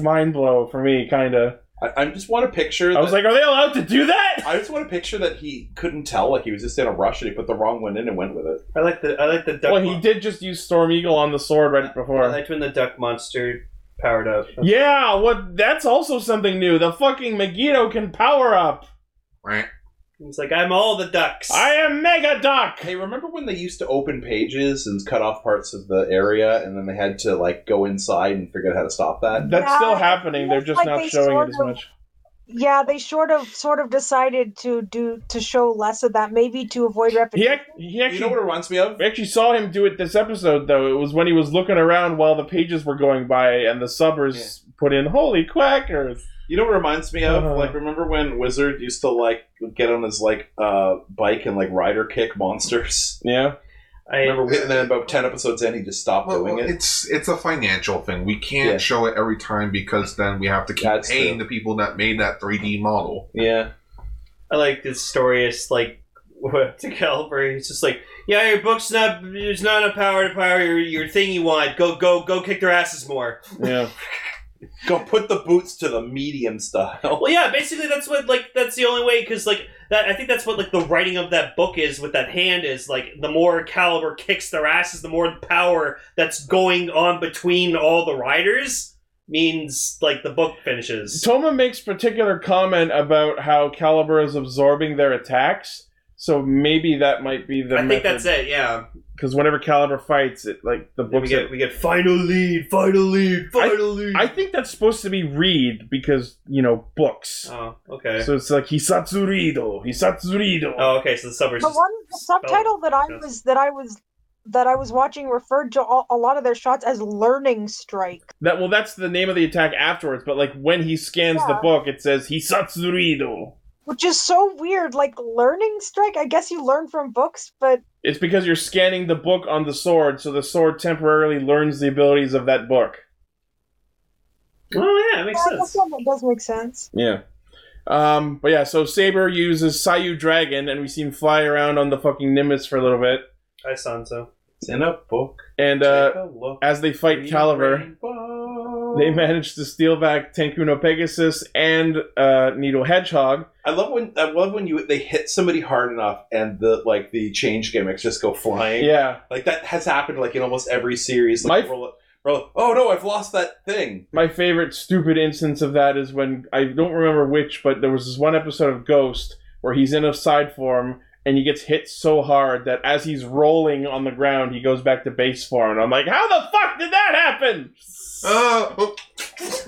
Speaker 2: Mind blow for me, kinda.
Speaker 13: I, I just want to picture.
Speaker 2: I was like, are they allowed to do that?
Speaker 13: I just want to picture that he couldn't tell. Like he was just in a rush and he put the wrong one in and went with it.
Speaker 9: I like the I like the duck.
Speaker 2: Well, he did just use Storm Eagle on the sword right
Speaker 9: I
Speaker 2: before.
Speaker 9: liked when the duck monster powered up.
Speaker 2: Yeah, what? That's also something new. The fucking Megiddo can power up.
Speaker 9: It's like I'm all the ducks.
Speaker 2: I am Mega Duck.
Speaker 13: Hey, remember when they used to open pages and cut off parts of the area, and then they had to like go inside and figure out how to stop that?
Speaker 2: That's still happening. They're just
Speaker 12: like
Speaker 2: not
Speaker 12: they
Speaker 2: showing
Speaker 12: sort
Speaker 2: it as
Speaker 12: of-
Speaker 2: much.
Speaker 12: Yeah, they sort of sort of decided to do to show less of that, maybe to avoid
Speaker 2: He,
Speaker 12: repetition.
Speaker 2: ac- he actually.
Speaker 13: know what it reminds me of?
Speaker 2: We actually saw him do it this episode, though. It was when he was looking around while the pages were going by and the subbers put in, holy quackers.
Speaker 13: You know what it reminds me of?
Speaker 2: Uh-huh.
Speaker 13: Like, remember when Wizard used to like get on his like uh, bike and like rider kick monsters?
Speaker 2: Yeah.
Speaker 9: I
Speaker 13: remember we- and then about ten episodes in, he just stopped
Speaker 10: Well,
Speaker 13: doing it.
Speaker 10: it's it's a financial thing. We can't
Speaker 13: Yeah.
Speaker 10: show it every time because then we have to keep
Speaker 13: That's
Speaker 10: paying
Speaker 13: true.
Speaker 10: the people that made that 3D model.
Speaker 13: Yeah.
Speaker 9: I like this story. It's like to Calvary. It's just like, yeah, your book's not. There's not enough power to power your, your thing you want. Go go go kick their asses more.
Speaker 2: Yeah.
Speaker 13: Go put the boots to the medium style.
Speaker 9: Well, yeah, basically that's what like that's the only way because like that I think that's what like the writing of that book is with that hand is like the more Caliber kicks their asses, the more power that's going on between all the riders means like the book finishes.
Speaker 2: Toma makes particular comment about how Caliber is absorbing their attacks, so maybe that might be the
Speaker 9: I think that's it. Yeah,
Speaker 2: Because whenever Caliber fights, it like the
Speaker 9: we
Speaker 2: books.
Speaker 9: get we get final lead, final lead, final lead.
Speaker 2: I think that's supposed to be read because you know books.
Speaker 9: Oh, okay.
Speaker 2: So it's like hisatsurido, hisatsurido.
Speaker 9: Oh, okay. So the suburbs.
Speaker 12: the one the subtitle that I was that I was that I was watching referred to all, a lot of their shots as learning strike.
Speaker 2: That well, that's the name of the attack afterwards. But like when he scans the
Speaker 12: Yeah.
Speaker 2: book, it says hisatsurido.
Speaker 12: Which is so weird, like learning strike. I guess you learn from books, but
Speaker 2: It's because you're scanning the book on the sword, so the sword temporarily learns the abilities of that book.
Speaker 9: Oh yeah, it makes
Speaker 12: Yeah, I guess that does make sense.
Speaker 2: Yeah. Um, but yeah, so Saber uses Sayu Dragon, and we see him fly around on the fucking Nimbus for a little bit.
Speaker 9: I sound so.
Speaker 13: It's in a book.
Speaker 2: And
Speaker 13: Take
Speaker 2: uh,
Speaker 13: a look.
Speaker 2: as they fight Caliver,
Speaker 13: Rainbow.
Speaker 2: they manage to steal back Tenkuno Pegasus and uh, Needle Hedgehog.
Speaker 13: I love when I love when you they hit somebody hard enough and the like the change gimmicks just go flying.
Speaker 2: Yeah.
Speaker 13: like that has happened like in almost every series. Like
Speaker 2: My-
Speaker 13: roll, roll, oh no, I've lost that thing.
Speaker 2: My favorite stupid instance of that is when I don't remember which, but there was this one episode of Ghost where he's in a side form and he gets hit so hard that as he's rolling on the ground, he goes back to base form. And I'm like, how the fuck did that happen?
Speaker 10: Oh,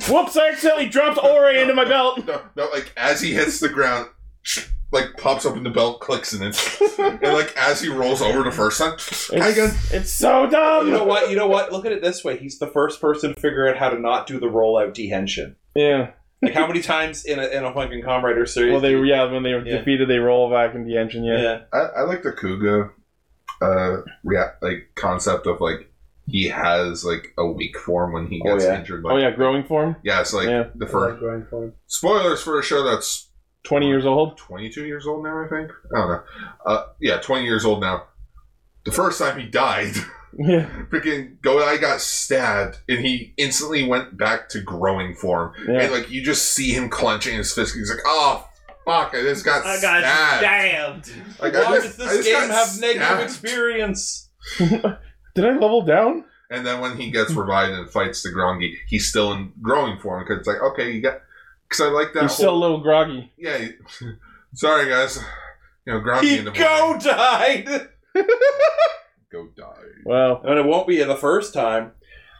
Speaker 2: Whoops, I accidentally dropped Ori into my belt.
Speaker 10: No, no, like as he hits the ground, like pops open the belt, clicks, and it's and like as he rolls over the first time, Kaigan.
Speaker 2: It's so dumb.
Speaker 13: You know what? You know what? Look at it this way: he's the first person to figure out how to not do the rollout dehension.
Speaker 2: Yeah.
Speaker 13: Like how many times in a in a fucking Com Rider series?
Speaker 2: Well, they yeah when they were
Speaker 13: Yeah.
Speaker 2: defeated, they roll back in the engine. Yeah.
Speaker 13: yeah.
Speaker 10: I, I like the Kuga, uh, rea- like concept of like he has like a weak form when he
Speaker 2: Oh
Speaker 10: gets
Speaker 2: yeah.
Speaker 10: injured. Like,
Speaker 2: Oh yeah, growing form.
Speaker 10: yeah, it's like
Speaker 2: Yeah.
Speaker 10: the first spoilers for a show that's
Speaker 2: 20 years old?
Speaker 10: 22 years old now, I think. I don't know. Uh, yeah, 20 years old now. The first time he died,
Speaker 2: Yeah.
Speaker 10: freaking Godai got stabbed, and he instantly went back to growing form.
Speaker 2: Yeah.
Speaker 10: And like you just see him clenching his fist. He's like, "Oh fuck, I just got
Speaker 9: I got
Speaker 10: stabbed."
Speaker 9: damned.
Speaker 10: Like, I
Speaker 13: Why
Speaker 10: just-
Speaker 13: does
Speaker 10: I
Speaker 13: this
Speaker 10: just
Speaker 13: game
Speaker 10: got
Speaker 13: have negative
Speaker 10: stabbed.
Speaker 13: experience?
Speaker 2: Did I level down?
Speaker 10: And then when he
Speaker 2: Hmm.
Speaker 10: gets revived and fights the Grongi, he's still in growing form because it's like, okay, you got. Because I like that.
Speaker 2: He's still a little groggy.
Speaker 10: Yeah. you- Sorry, guys. You know, Grongi in the morning.
Speaker 13: died.
Speaker 10: Go die.
Speaker 2: Well,
Speaker 13: and it won't be the first time.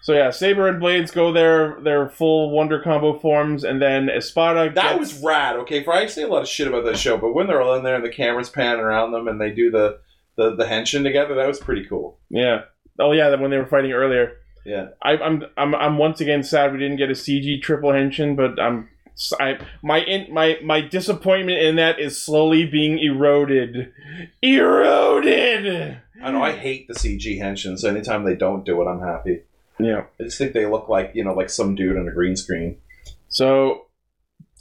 Speaker 2: So yeah, Saber and Blades go their their full Wonder Combo forms, and then Espada.
Speaker 13: That
Speaker 2: gets-
Speaker 13: was rad. Okay, for I say a lot of shit about that show, but when they're all in there and the cameras panning around them and they do the the, the henshin together, that was pretty cool.
Speaker 2: yeah. Oh yeah, that when they were fighting earlier.
Speaker 13: Yeah.
Speaker 2: I, I'm I'm I'm once again sad we didn't get a CG triple henshin, but I'm I my in, my my disappointment in that is slowly being eroded, eroded.
Speaker 13: I know I hate the CG henshin, so anytime they don't do it, I'm happy.
Speaker 2: Yeah.
Speaker 13: I just think they look like you know like some dude on a green screen.
Speaker 2: So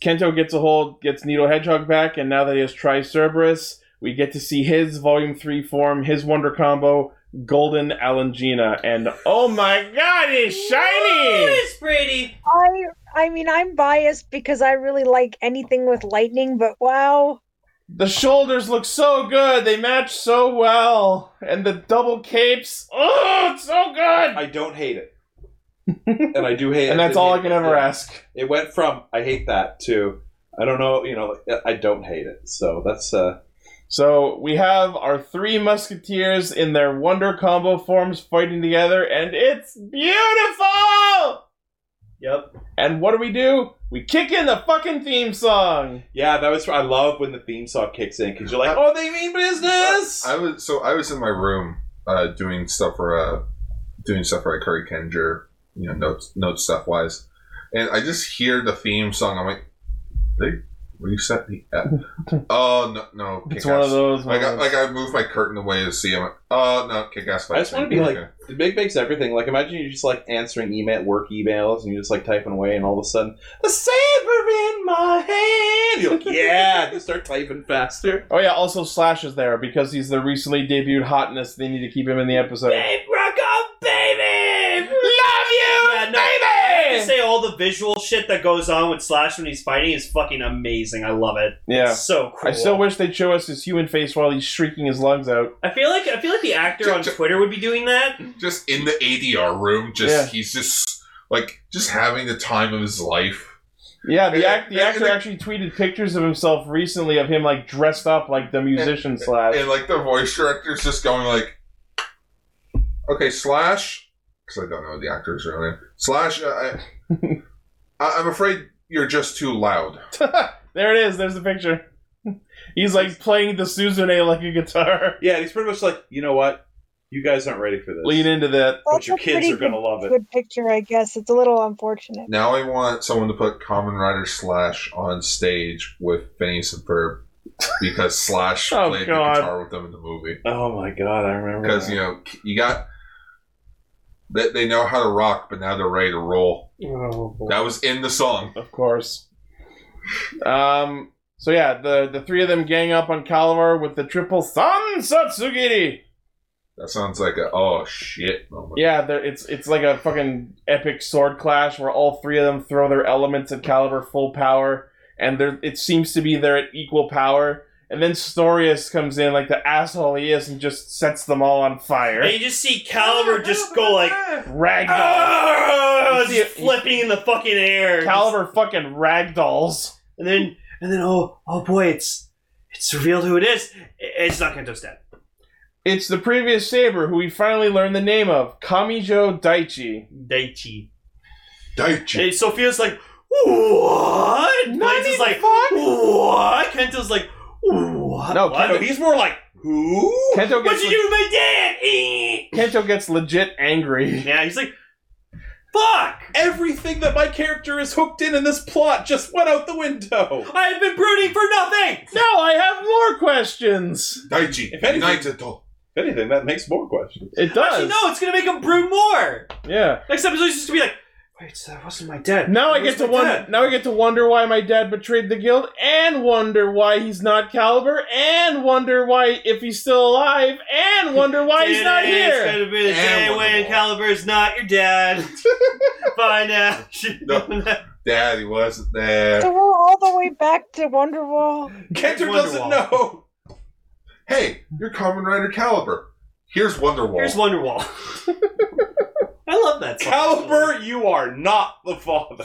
Speaker 2: Kento gets a hold, gets Needle Hedgehog back, and now that he has Tri Cerberus, we get to see his Volume 3 form, his Wonder Combo, Golden Alangina. And oh my god, it's shiny!
Speaker 9: It's pretty.
Speaker 12: I I mean I'm biased because I really like anything with lightning, but wow.
Speaker 2: The shoulders look so good, they match so well. And the double capes, oh, it's so good! I
Speaker 13: don't hate it. and I do hate.
Speaker 2: And that's
Speaker 13: did
Speaker 2: all I
Speaker 13: hate
Speaker 2: can
Speaker 13: it.
Speaker 2: ever
Speaker 13: Yeah.
Speaker 2: ask.
Speaker 13: It went from I hate that to I don't know, you know, like, I don't hate it. So that's uh
Speaker 2: So we have our three musketeers in their Wonder Combo forms fighting together, and it's beautiful!
Speaker 9: Yep.
Speaker 2: And what do we do? We kick in the fucking theme song.
Speaker 13: yeah, that was I love when the theme song kicks in because you're like,
Speaker 2: Uh,
Speaker 13: oh, they mean business.
Speaker 10: I was so I was in my room uh, doing stuff for uh, doing stuff for like Curry Kenger, you know, notes note stuff wise, and I just hear the theme song. I'm like, they reset the app. oh no, no,
Speaker 2: It's
Speaker 10: kick-ass.
Speaker 2: one of those
Speaker 10: Like I,
Speaker 2: moments.
Speaker 10: like I move my curtain away to see him. like, Oh no, kick ass.
Speaker 13: I just want to be like, Big makes everything. Like, imagine you're just like answering email, work emails, and you're just like typing away, and all of a sudden, the saber in my hand. You're like, yeah, just start typing faster.
Speaker 2: Oh yeah, also Slash is there because he's the recently debuted hotness. They need to keep him in the episode.
Speaker 9: Rock on, baby! Love you, yeah, no, I have to say all the visual shit that goes on with Slash when he's fighting is fucking amazing. I love it.
Speaker 2: Yeah,
Speaker 9: It's so cool.
Speaker 2: I still wish they'd show us his human face while he's shrieking his lungs out.
Speaker 9: I feel like I feel like the actor on Twitter would be doing that.
Speaker 10: just in the ADR room. Just
Speaker 2: Yeah.
Speaker 10: he's just like just having the time of his life.
Speaker 2: Yeah, the act the actor actually tweeted pictures of himself recently of him like dressed up like the musician Slash.
Speaker 10: and like the voice director's just going like, okay, Slash, because I don't know the actor's real name. Slash, uh, I, I, I'm afraid you're just too loud.
Speaker 2: there it is. There's the picture. He's like playing the Suzune like a guitar.
Speaker 13: Yeah, and he's pretty much like, you know what? You guys aren't ready for this.
Speaker 2: Lean into that.
Speaker 13: But your
Speaker 12: That's a
Speaker 13: kids
Speaker 12: pretty
Speaker 13: are gonna love it.
Speaker 12: Good picture, I guess. It's a little unfortunate.
Speaker 10: Now I want someone to put Common Rider Slash on stage with Phineas and Ferb because Slash
Speaker 2: Oh,
Speaker 10: played
Speaker 2: God.
Speaker 10: the guitar with them in the movie.
Speaker 13: Oh my god, I remember.
Speaker 10: Because
Speaker 13: that.
Speaker 10: you know you got that they know how to rock, but now they're ready to roll.
Speaker 2: Oh, boy.
Speaker 10: That was in the song.
Speaker 2: Of course. Um. So yeah, the the three of them gang up on Calamar with the triple San Satsugiri.
Speaker 10: That sounds like a oh shit moment.
Speaker 2: Yeah, they're- it's it's like a fucking epic sword clash where all three of them throw their elements at Caliber full power, and they're, it seems to be they're at equal power. And then Storius comes in like the asshole he is and just sets them all on fire.
Speaker 9: And you just see Caliber just go like
Speaker 2: Ragdoll.
Speaker 9: "Ah!"
Speaker 2: You see
Speaker 9: just
Speaker 2: it-
Speaker 9: flipping in the fucking air.
Speaker 2: Caliber fucking ragdolls.
Speaker 9: And then and then oh oh boy, it's it's revealed who it is. I- It's not Kento's dad.
Speaker 2: It's the previous saber who we finally learned the name of, Kamijo Daichi.
Speaker 9: Daichi.
Speaker 10: Daichi.
Speaker 9: And Sophia's like, what? Blades is like, what? Kento's like, what?
Speaker 2: No,
Speaker 9: What?
Speaker 2: Kento-
Speaker 9: he's more like, who?
Speaker 2: Kento
Speaker 9: What'd
Speaker 2: gets
Speaker 9: you
Speaker 2: le-
Speaker 9: do to my dad? Eh.
Speaker 2: Kento gets legit angry.
Speaker 9: Yeah, he's like, fuck!
Speaker 13: Everything that my character is hooked in in this plot just went out the window.
Speaker 9: I have been brooding for nothing!
Speaker 2: Now I have more questions.
Speaker 10: Daichi,
Speaker 13: If anything-
Speaker 10: unite it all.
Speaker 13: If anything, that makes more questions.
Speaker 2: It does.
Speaker 9: Actually, no, it's gonna make him brood more!
Speaker 2: Yeah.
Speaker 9: Next episode, he's just gonna be like, Wait, so that wasn't my dad.
Speaker 2: Now I
Speaker 9: Where's
Speaker 2: get to
Speaker 9: my
Speaker 2: wonder.
Speaker 9: dad?
Speaker 2: Now I get to wonder why my dad betrayed the guild, and wonder why he's not Caliber, and wonder why if he's still alive, and wonder why he's not
Speaker 9: Today
Speaker 2: here.
Speaker 9: It's gonna be the day when Caliber's not your dad. Find out.
Speaker 10: Daddy wasn't there.
Speaker 12: So we're all the way back to Wonderwall.
Speaker 10: Kenter doesn't know. Hey, you're Common Rider Caliber. Here's Wonderwall. Here's
Speaker 9: Wonderwall. I love that.
Speaker 13: Caliber, you are not the father.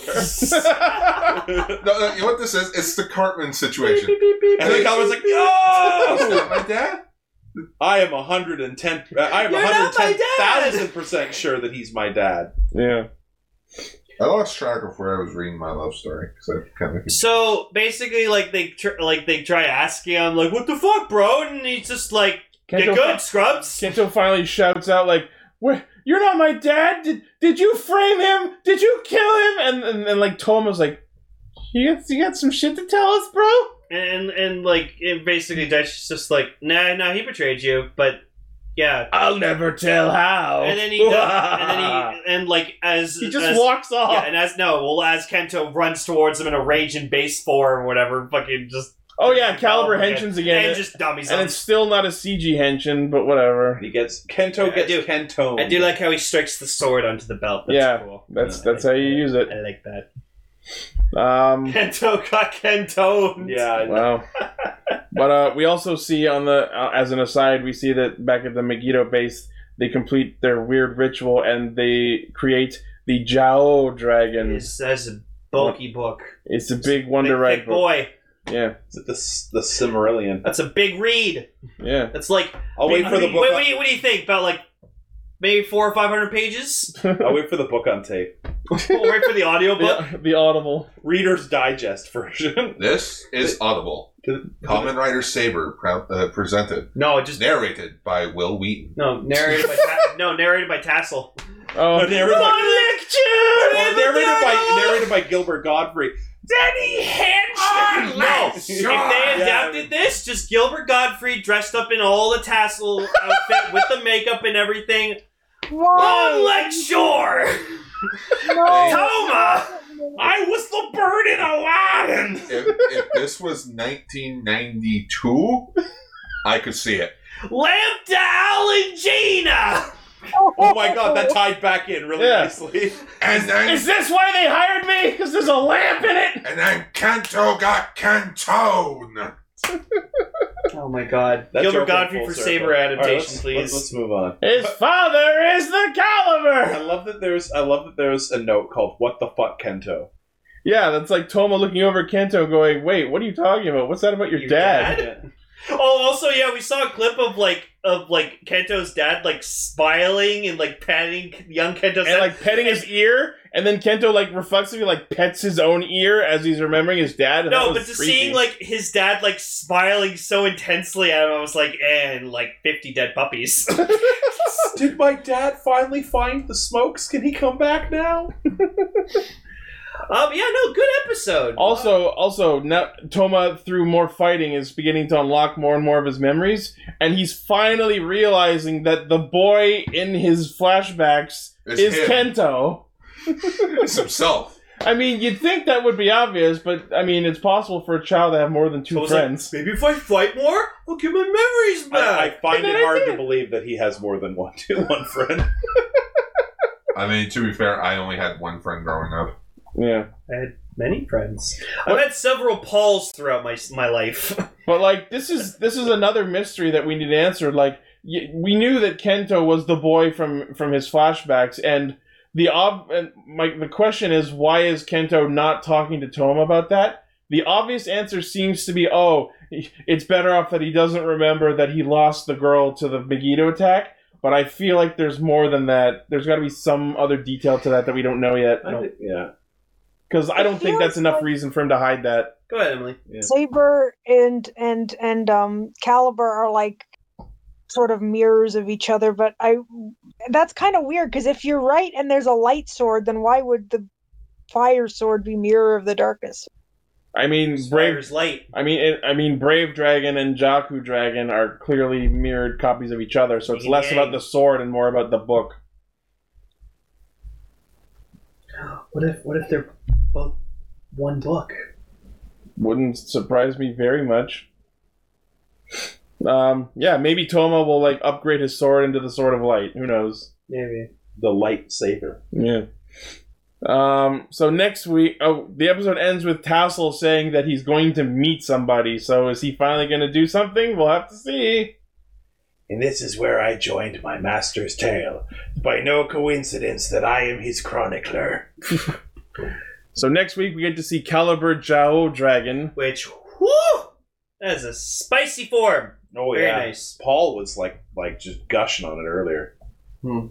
Speaker 10: no, no, you know what this is? It's the Cartman situation.
Speaker 13: And then Calvin's like,
Speaker 10: no! my dad?
Speaker 13: I am 110 I am
Speaker 10: You're not my dad!
Speaker 13: 110,000% sure that he's my dad.
Speaker 2: Yeah.
Speaker 10: I lost track of where I was reading my love story because I kind of
Speaker 9: So basically, like they tr- like they try asking him, like, "What the fuck, bro?" And he's just like, "Get
Speaker 2: Kento
Speaker 9: good,
Speaker 2: fi-
Speaker 9: scrubs."
Speaker 2: Kento finally shouts out like, "Where? You're not my dad. Did did you frame him? Did you kill him?" And and, and like Toma's like, "You got, you got some shit to tell us, bro."
Speaker 9: And and like and basically, Dutch's just like, nah, nah, he betrayed you, but yeah,
Speaker 2: I'll never tell how.
Speaker 9: And then he, does, and then he, and like as
Speaker 2: Oh. He just
Speaker 9: as-
Speaker 2: walks off.
Speaker 9: Yeah, and as no, well, as Kento runs towards him in a rage in base form, or whatever, fucking just.
Speaker 2: Oh yeah, Caliber Henshin's again,
Speaker 9: and just dummies
Speaker 2: and
Speaker 9: him.
Speaker 2: it's still not a CG Henshin, but whatever.
Speaker 13: He gets Kento
Speaker 9: I do.
Speaker 13: Kento.
Speaker 9: I do like how he strikes the sword onto the belt. That's
Speaker 2: yeah,
Speaker 9: cool.
Speaker 2: that's that's how you use it. I
Speaker 9: like that.
Speaker 2: Um,
Speaker 9: Kento got Kento.
Speaker 13: Yeah.
Speaker 2: wow. but uh, we also see on the uh, as an aside, we see that back at the Megiddo base, they complete their weird ritual and they create the Jao dragon.
Speaker 9: It's, that's a bulky book.
Speaker 2: It's a big wonder
Speaker 9: Big-
Speaker 2: right
Speaker 9: big boy.
Speaker 2: Yeah,
Speaker 13: the the Cimmerillion.
Speaker 9: That's a big read.
Speaker 2: Yeah,
Speaker 9: That's like.
Speaker 13: I'll wait for the book.
Speaker 9: Wait, what, do you, what do you think? About like maybe four or five hundred pages.
Speaker 13: I'll wait for the book on tape.
Speaker 9: We'll wait for the audiobook.
Speaker 2: The, the Audible
Speaker 13: Reader's Digest version.
Speaker 10: This is Audible. Common Rider Saber pro- uh, presented.
Speaker 9: No, just
Speaker 10: narrated by Will Wheaton.
Speaker 9: No, narrated by Ta- no, narrated by Tassel.
Speaker 2: Oh,
Speaker 13: narrated by,
Speaker 9: lecture!
Speaker 13: oh, narrated by narrated by Gilbert Godfrey.
Speaker 9: Danny Hansen! No! If they adapted this, just Gilbert Godfrey dressed up in all the tassel outfit with the makeup and everything. Long lecture! Toma!
Speaker 13: I was the bird in Aladdin.
Speaker 10: if, if this was 1992, I could see it.
Speaker 9: Lambda Alan Gina!
Speaker 13: Oh my god, that tied back in really nicely.
Speaker 10: And then,
Speaker 2: Is this why they hired me? Because there's a lamp in it.
Speaker 10: and then Kanto got Kantone.
Speaker 9: Oh my god.
Speaker 13: That
Speaker 9: Gilbert
Speaker 13: joke went
Speaker 9: Godfrey
Speaker 13: full
Speaker 9: for
Speaker 13: circle.
Speaker 9: Saber
Speaker 13: All right,
Speaker 9: adaptation,
Speaker 13: let's- Let's,
Speaker 9: please.
Speaker 13: let's move on.
Speaker 2: His father is the
Speaker 13: I
Speaker 2: Caliber.
Speaker 13: love that there's I love that there's a note called "What the fuck, Kento."
Speaker 2: Yeah, that's like Toma looking over at Kanto, going, "Wait, what are you talking about? What's that about your, dad?"
Speaker 9: Oh, also, yeah, we saw a clip of like of like Kento's dad like smiling and like patting young Kento's
Speaker 2: And like petting his ear, and then Kento like reflexively like pets his own ear as he's remembering his dad. and that
Speaker 9: No,
Speaker 2: was
Speaker 9: but just
Speaker 2: creepy.
Speaker 9: seeing like his dad like smiling so intensely at him, I was like, eh, and like fifty dead puppies.
Speaker 13: Did my dad finally find the smokes? Can he come back now?
Speaker 9: um, yeah, no, good episode.
Speaker 2: Also, also now Toma through more fighting is beginning to unlock more and more of his memories, and he's finally realizing that the boy in his flashbacks
Speaker 10: It's
Speaker 2: is
Speaker 10: him.
Speaker 2: Kento.
Speaker 10: It's himself.
Speaker 2: I mean, you'd think that would be obvious, but I mean, it's possible for a child to have more than two friends.
Speaker 9: Maybe if I fight more, I'll get my memories back.
Speaker 13: I, I find
Speaker 2: And then
Speaker 13: it
Speaker 2: I
Speaker 13: hard to
Speaker 2: did.
Speaker 13: believe that he has more than one one friend.
Speaker 10: I mean, to be fair, I only had one friend growing up.
Speaker 2: Yeah.
Speaker 9: I had many friends. I've had several Pauls throughout my my life.
Speaker 2: But like, this is this is another mystery that we need answered. Like, y- we knew that Kento was the boy from from his flashbacks, and the ob and like the question is why is Kento not talking to Toma about that? The obvious answer seems to be, oh, it's better off that he doesn't remember that he lost the girl to the Megiddo attack. But I feel like there's more than that. There's got to be some other detail to that that we don't know yet.
Speaker 13: yeah.
Speaker 2: Because I don't think that's enough reason for him to hide that.
Speaker 9: Go ahead, Emily.
Speaker 12: Saber and and and um Caliber are like sort of mirrors of each other, but I that's kind of weird because if you're right and there's a light sword, then why would the fire sword be mirror of the darkness?
Speaker 2: I mean, Brave
Speaker 9: Light.
Speaker 2: I mean, it, I mean, Brave Dragon and Jaku Dragon are clearly mirrored copies of each other, so it's less about the sword and more about the book.
Speaker 14: What if what if they're both one book?
Speaker 2: Wouldn't surprise me very much. Um, yeah, maybe Toma will like upgrade his sword into the sword of light. Who knows?
Speaker 14: Maybe.
Speaker 13: The lightsaber.
Speaker 2: Yeah. Um, so next week, oh, the episode ends with Tassel saying that he's going to meet somebody. So is he finally going to do something? We'll have to see.
Speaker 15: And this is where I joined my master's tale. By no coincidence that I am his chronicler.
Speaker 2: So next week we get to see Caliber Jao Dragon,
Speaker 9: which whoo, that is a spicy form.
Speaker 13: Oh
Speaker 9: Very
Speaker 13: yeah,
Speaker 9: nice.
Speaker 13: Paul was like like just gushing on it earlier.
Speaker 2: Hmm.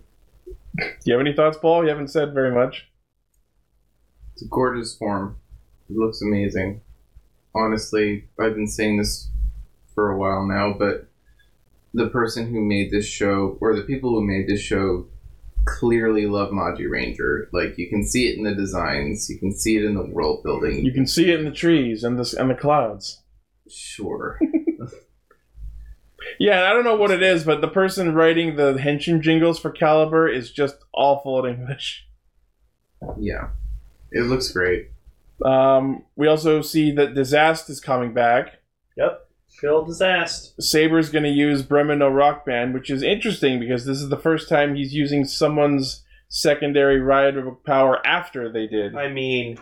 Speaker 2: Do you have any thoughts, Paul? You haven't said very much.
Speaker 16: It's a gorgeous form. It looks amazing. Honestly, I've been saying this for a while now, but the person who made this show, or the people who made this show, clearly love Maji Ranger. Like, you can see it in the designs, you can see it in the world building.
Speaker 2: You can see it in the trees and the and the clouds.
Speaker 16: Sure.
Speaker 2: Yeah, and I don't know what it is, but the person writing the henshin jingles for Caliber is just awful at English.
Speaker 16: Yeah. It looks great.
Speaker 2: Um, we also see that Disaster is coming back.
Speaker 9: Yep. Good old disaster.
Speaker 2: Saber's going to use Bremeno Rock Band, which is interesting because this is the first time he's using someone's secondary ride power after they did.
Speaker 9: I mean,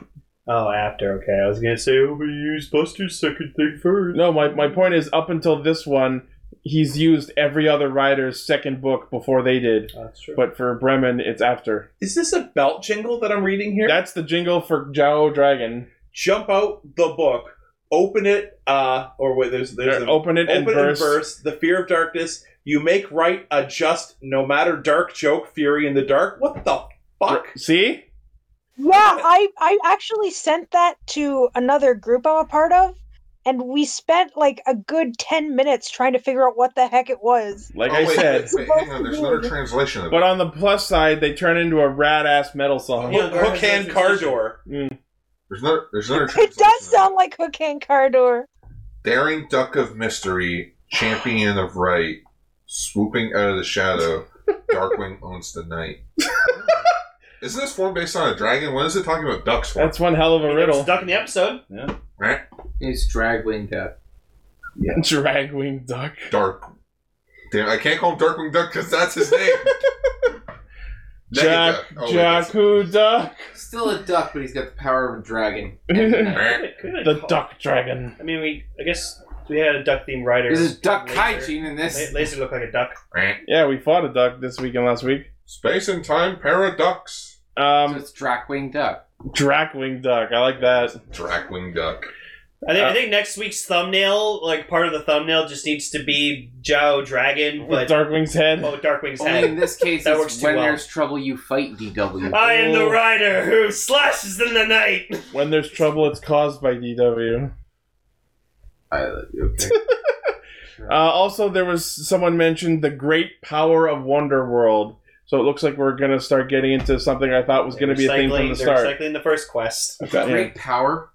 Speaker 9: oh, after, okay. I was going to say, oh, we used Buster's second thing first.
Speaker 2: No, my, my point is, up until this one, he's used every other rider's second book before they did.
Speaker 9: That's true.
Speaker 2: But for Bremen, it's after.
Speaker 13: Is this a belt jingle that I'm reading here?
Speaker 2: That's the jingle for Jao Dragon.
Speaker 13: Jump out the book, open it, uh, or wait, there's there's
Speaker 2: Or open it and burst.
Speaker 13: The fear of darkness. You make right a just no matter dark joke fury in the dark. What the fuck?
Speaker 2: See?
Speaker 12: Yeah, I, I actually sent that to another group I'm a part of, and we spent like a good 10 minutes trying to figure out what the heck it was.
Speaker 2: Like
Speaker 10: Oh,
Speaker 2: I
Speaker 10: wait,
Speaker 2: said.
Speaker 10: wait, wait, hang on. There's another translation of it.
Speaker 2: But on the plus side, they turn into a rad ass metal song. Mm.
Speaker 13: Hook- hook and car door.
Speaker 10: There's another. There's another.
Speaker 12: It does sound like Hook and Cardor.
Speaker 10: Daring duck of mystery, champion of right, swooping out of the shadow, Darkwing owns the night. Isn't this form based on a dragon? When is it talking about ducks for?
Speaker 2: That's one hell of a riddle.
Speaker 9: Duck in the episode.
Speaker 13: Yeah.
Speaker 10: Right?
Speaker 16: It's Dragwing Death.
Speaker 13: Yeah.
Speaker 2: Dragwing Duck.
Speaker 10: Dark. Damn, I can't call him Darkwing Duck because that's his name.
Speaker 2: Jack,
Speaker 16: Oh, wait,
Speaker 2: Jack, who duck?
Speaker 16: Still a duck, but he's got the power of a dragon.
Speaker 2: The duck dragon.
Speaker 9: I mean, we, I guess we had a duck themed rider.
Speaker 16: This is duck
Speaker 9: Laser-
Speaker 16: hygiene in this.
Speaker 9: La- Laser looked like a duck.
Speaker 2: Yeah, we fought a duck this week and last week.
Speaker 10: Space and time paradox.
Speaker 2: Um,
Speaker 16: it's Dracwing Duck.
Speaker 2: Dracwing Duck. I like that.
Speaker 10: Dracwing Duck.
Speaker 9: I think, I think next week's thumbnail, like part of the thumbnail, just needs to be Joe Dragon, but
Speaker 2: Darkwing's head.
Speaker 9: Oh, Darkwing's
Speaker 16: Only
Speaker 9: head.
Speaker 16: in this case,
Speaker 9: that
Speaker 16: it's
Speaker 9: works too
Speaker 16: when
Speaker 9: well.
Speaker 16: there's trouble, you fight DW.
Speaker 9: I am the rider who slashes in the night.
Speaker 2: When there's trouble, it's caused by DW.
Speaker 16: okay.
Speaker 2: Uh, also, there was someone mentioned the great power of Wonder World. So it looks like we're gonna start getting into something I thought was gonna be a thing from the
Speaker 9: Recycling- they're
Speaker 2: start.
Speaker 9: Recycling the first quest.
Speaker 16: Great power.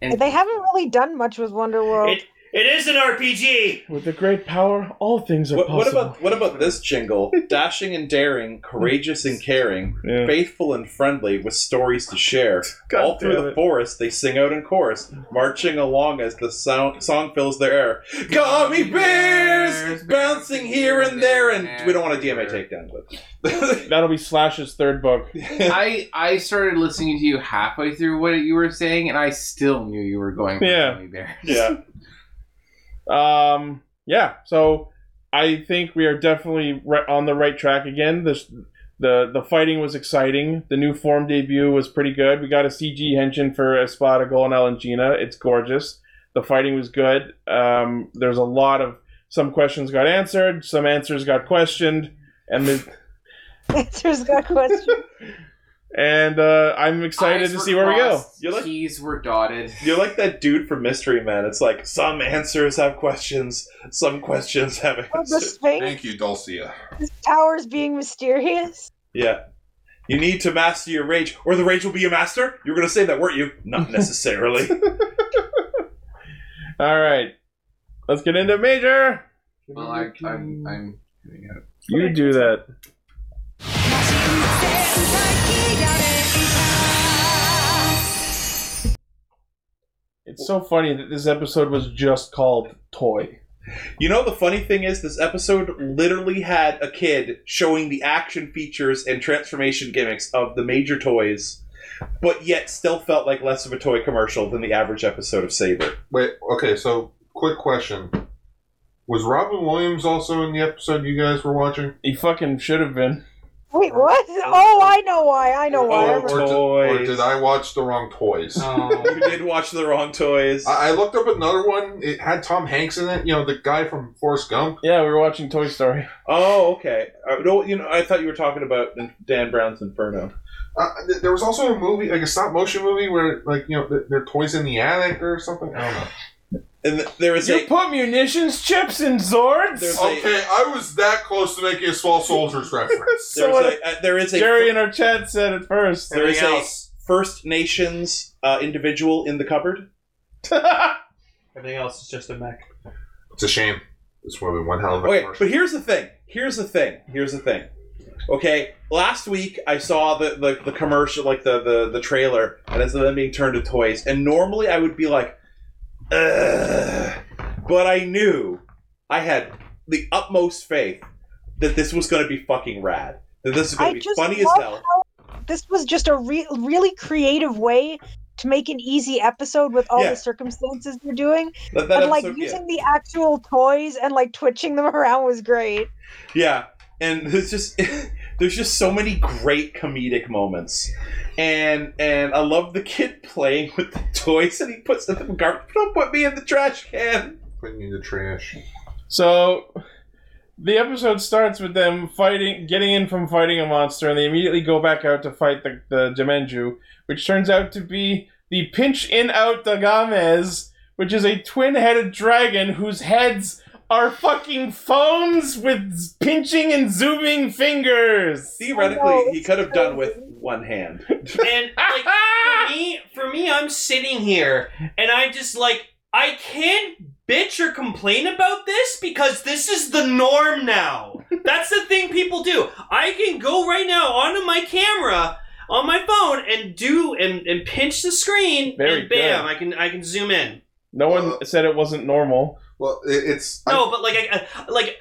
Speaker 16: And
Speaker 12: They haven't really done much with Wonderworld.
Speaker 9: It is an RPG.
Speaker 2: With the great power, all things are
Speaker 13: What,
Speaker 2: possible.
Speaker 13: what about what about this jingle? Dashing and daring, courageous and caring,
Speaker 2: Yeah.
Speaker 13: faithful and friendly, with stories to share. All through
Speaker 2: damn
Speaker 13: the
Speaker 2: it.
Speaker 13: forest, they sing out in chorus, marching along as the sound, song fills their air. Gummy bears bouncing here and there, and we don't want a DMA takedown, but
Speaker 2: That'll be Slash's third book.
Speaker 16: I I started listening to you halfway through what you were saying, and I still knew you were going for
Speaker 2: Yeah.
Speaker 16: gummy bears.
Speaker 2: Yeah. Um. Yeah. So I think we are definitely right on the right track again. This the the fighting was exciting. The new form debut was pretty good. We got a CG henshin for Espada Golnell and Gina. It's gorgeous. The fighting was good. Um. There's a lot of some questions got answered. Some answers got questioned. And the,
Speaker 12: Answers got question.
Speaker 2: and uh, I'm excited
Speaker 16: Eyes
Speaker 2: to
Speaker 16: were
Speaker 2: see where we go.
Speaker 16: crossed, T's were dotted.
Speaker 13: you're like that dude from Mystery Man. It's like some answers have questions, some questions have
Speaker 12: Oh, the
Speaker 13: answers.
Speaker 12: Sphinx
Speaker 10: Thank you, Dulcia.
Speaker 12: Towers being mysterious.
Speaker 13: Yeah. You need to master your rage, or the rage will be your master. You were going to say that, weren't you? Not necessarily.
Speaker 2: All right. Let's get into major.
Speaker 16: Well, I,
Speaker 2: Mm.
Speaker 16: I'm I'm coming out.
Speaker 2: You do that. It's so funny that this episode was just called Toy.
Speaker 13: You know, the funny thing is, this episode literally had a kid showing the action features and transformation gimmicks of the major toys, but yet still felt like less of a toy commercial than the average episode of Saber.
Speaker 10: Wait, okay, so quick question. Was Robin Williams also in the episode you guys were watching?
Speaker 2: He fucking should have been.
Speaker 12: Wait, what? Oh, I know why. I know
Speaker 13: Oh,
Speaker 12: why. I
Speaker 10: Or,
Speaker 12: remember.
Speaker 10: or did, or did I watch the wrong toys?
Speaker 9: Uh-huh.
Speaker 14: Um,
Speaker 13: you did watch the wrong toys.
Speaker 10: I, I looked up another one. It had Tom Hanks in it. You know, the guy from Forrest Gump.
Speaker 2: Yeah, we were watching Toy Story.
Speaker 13: Oh, okay. Uh, no, you know, I thought you were talking about Dan Brown's Inferno.
Speaker 10: Uh, th- there was also a movie, like a stop motion movie, where like you know th- they're toys in the attic or something. I don't know.
Speaker 13: And th- there was
Speaker 2: You
Speaker 13: a
Speaker 2: put munitions, chips, and Zords?
Speaker 10: Okay, I was that close to making a small soldiers reference.
Speaker 13: there was a, uh, there is a
Speaker 2: Jerry in our chat said it first.
Speaker 13: there is a First Nations uh, individual in the cupboard.
Speaker 14: Everything else is just a mech.
Speaker 10: It's a shame. This movie, one hell of a
Speaker 13: Okay,
Speaker 10: commercial.
Speaker 13: but here's the thing. Here's the thing. Here's the thing. Okay, last week I saw the, the, the commercial, like the, the, the trailer, and it's them being turned to toys. And normally I would be like, Ugh. but I knew I had the utmost faith that this was going to be fucking rad. That this is going
Speaker 12: I
Speaker 13: to be
Speaker 12: just
Speaker 13: funny as
Speaker 12: love
Speaker 13: hell.
Speaker 12: how This was just a re- really creative way to make an easy episode with all
Speaker 13: Yeah.
Speaker 12: the circumstances you're doing.
Speaker 13: That- that
Speaker 12: and like
Speaker 13: episode- yeah.
Speaker 12: using the actual toys and like twitching them around was great.
Speaker 13: Yeah, and there's just there's just so many great comedic moments, and and I love the kid playing with the toys, and he puts them in the garbage. Don't put me in the trash can.
Speaker 10: Putting me in the trash.
Speaker 2: So the episode starts with them fighting, getting in from fighting a monster, and they immediately go back out to fight the, the Jemenju, which turns out to be the Pinch In Out Dagames, which is a twin headed dragon whose heads are fucking phones with pinching and zooming fingers.
Speaker 13: Theoretically, he could have done with one hand.
Speaker 9: And like for me, for me, I'm sitting here and I just like I can't bitch or complain about this because this is the norm now. That's the thing people do. I can go right now onto my camera on my phone and do and, and pinch the screen
Speaker 2: Very
Speaker 9: and bam,
Speaker 2: good.
Speaker 9: I can I can zoom in.
Speaker 2: No one said it wasn't normal.
Speaker 10: Well, it, it's
Speaker 9: No, but like I, I- like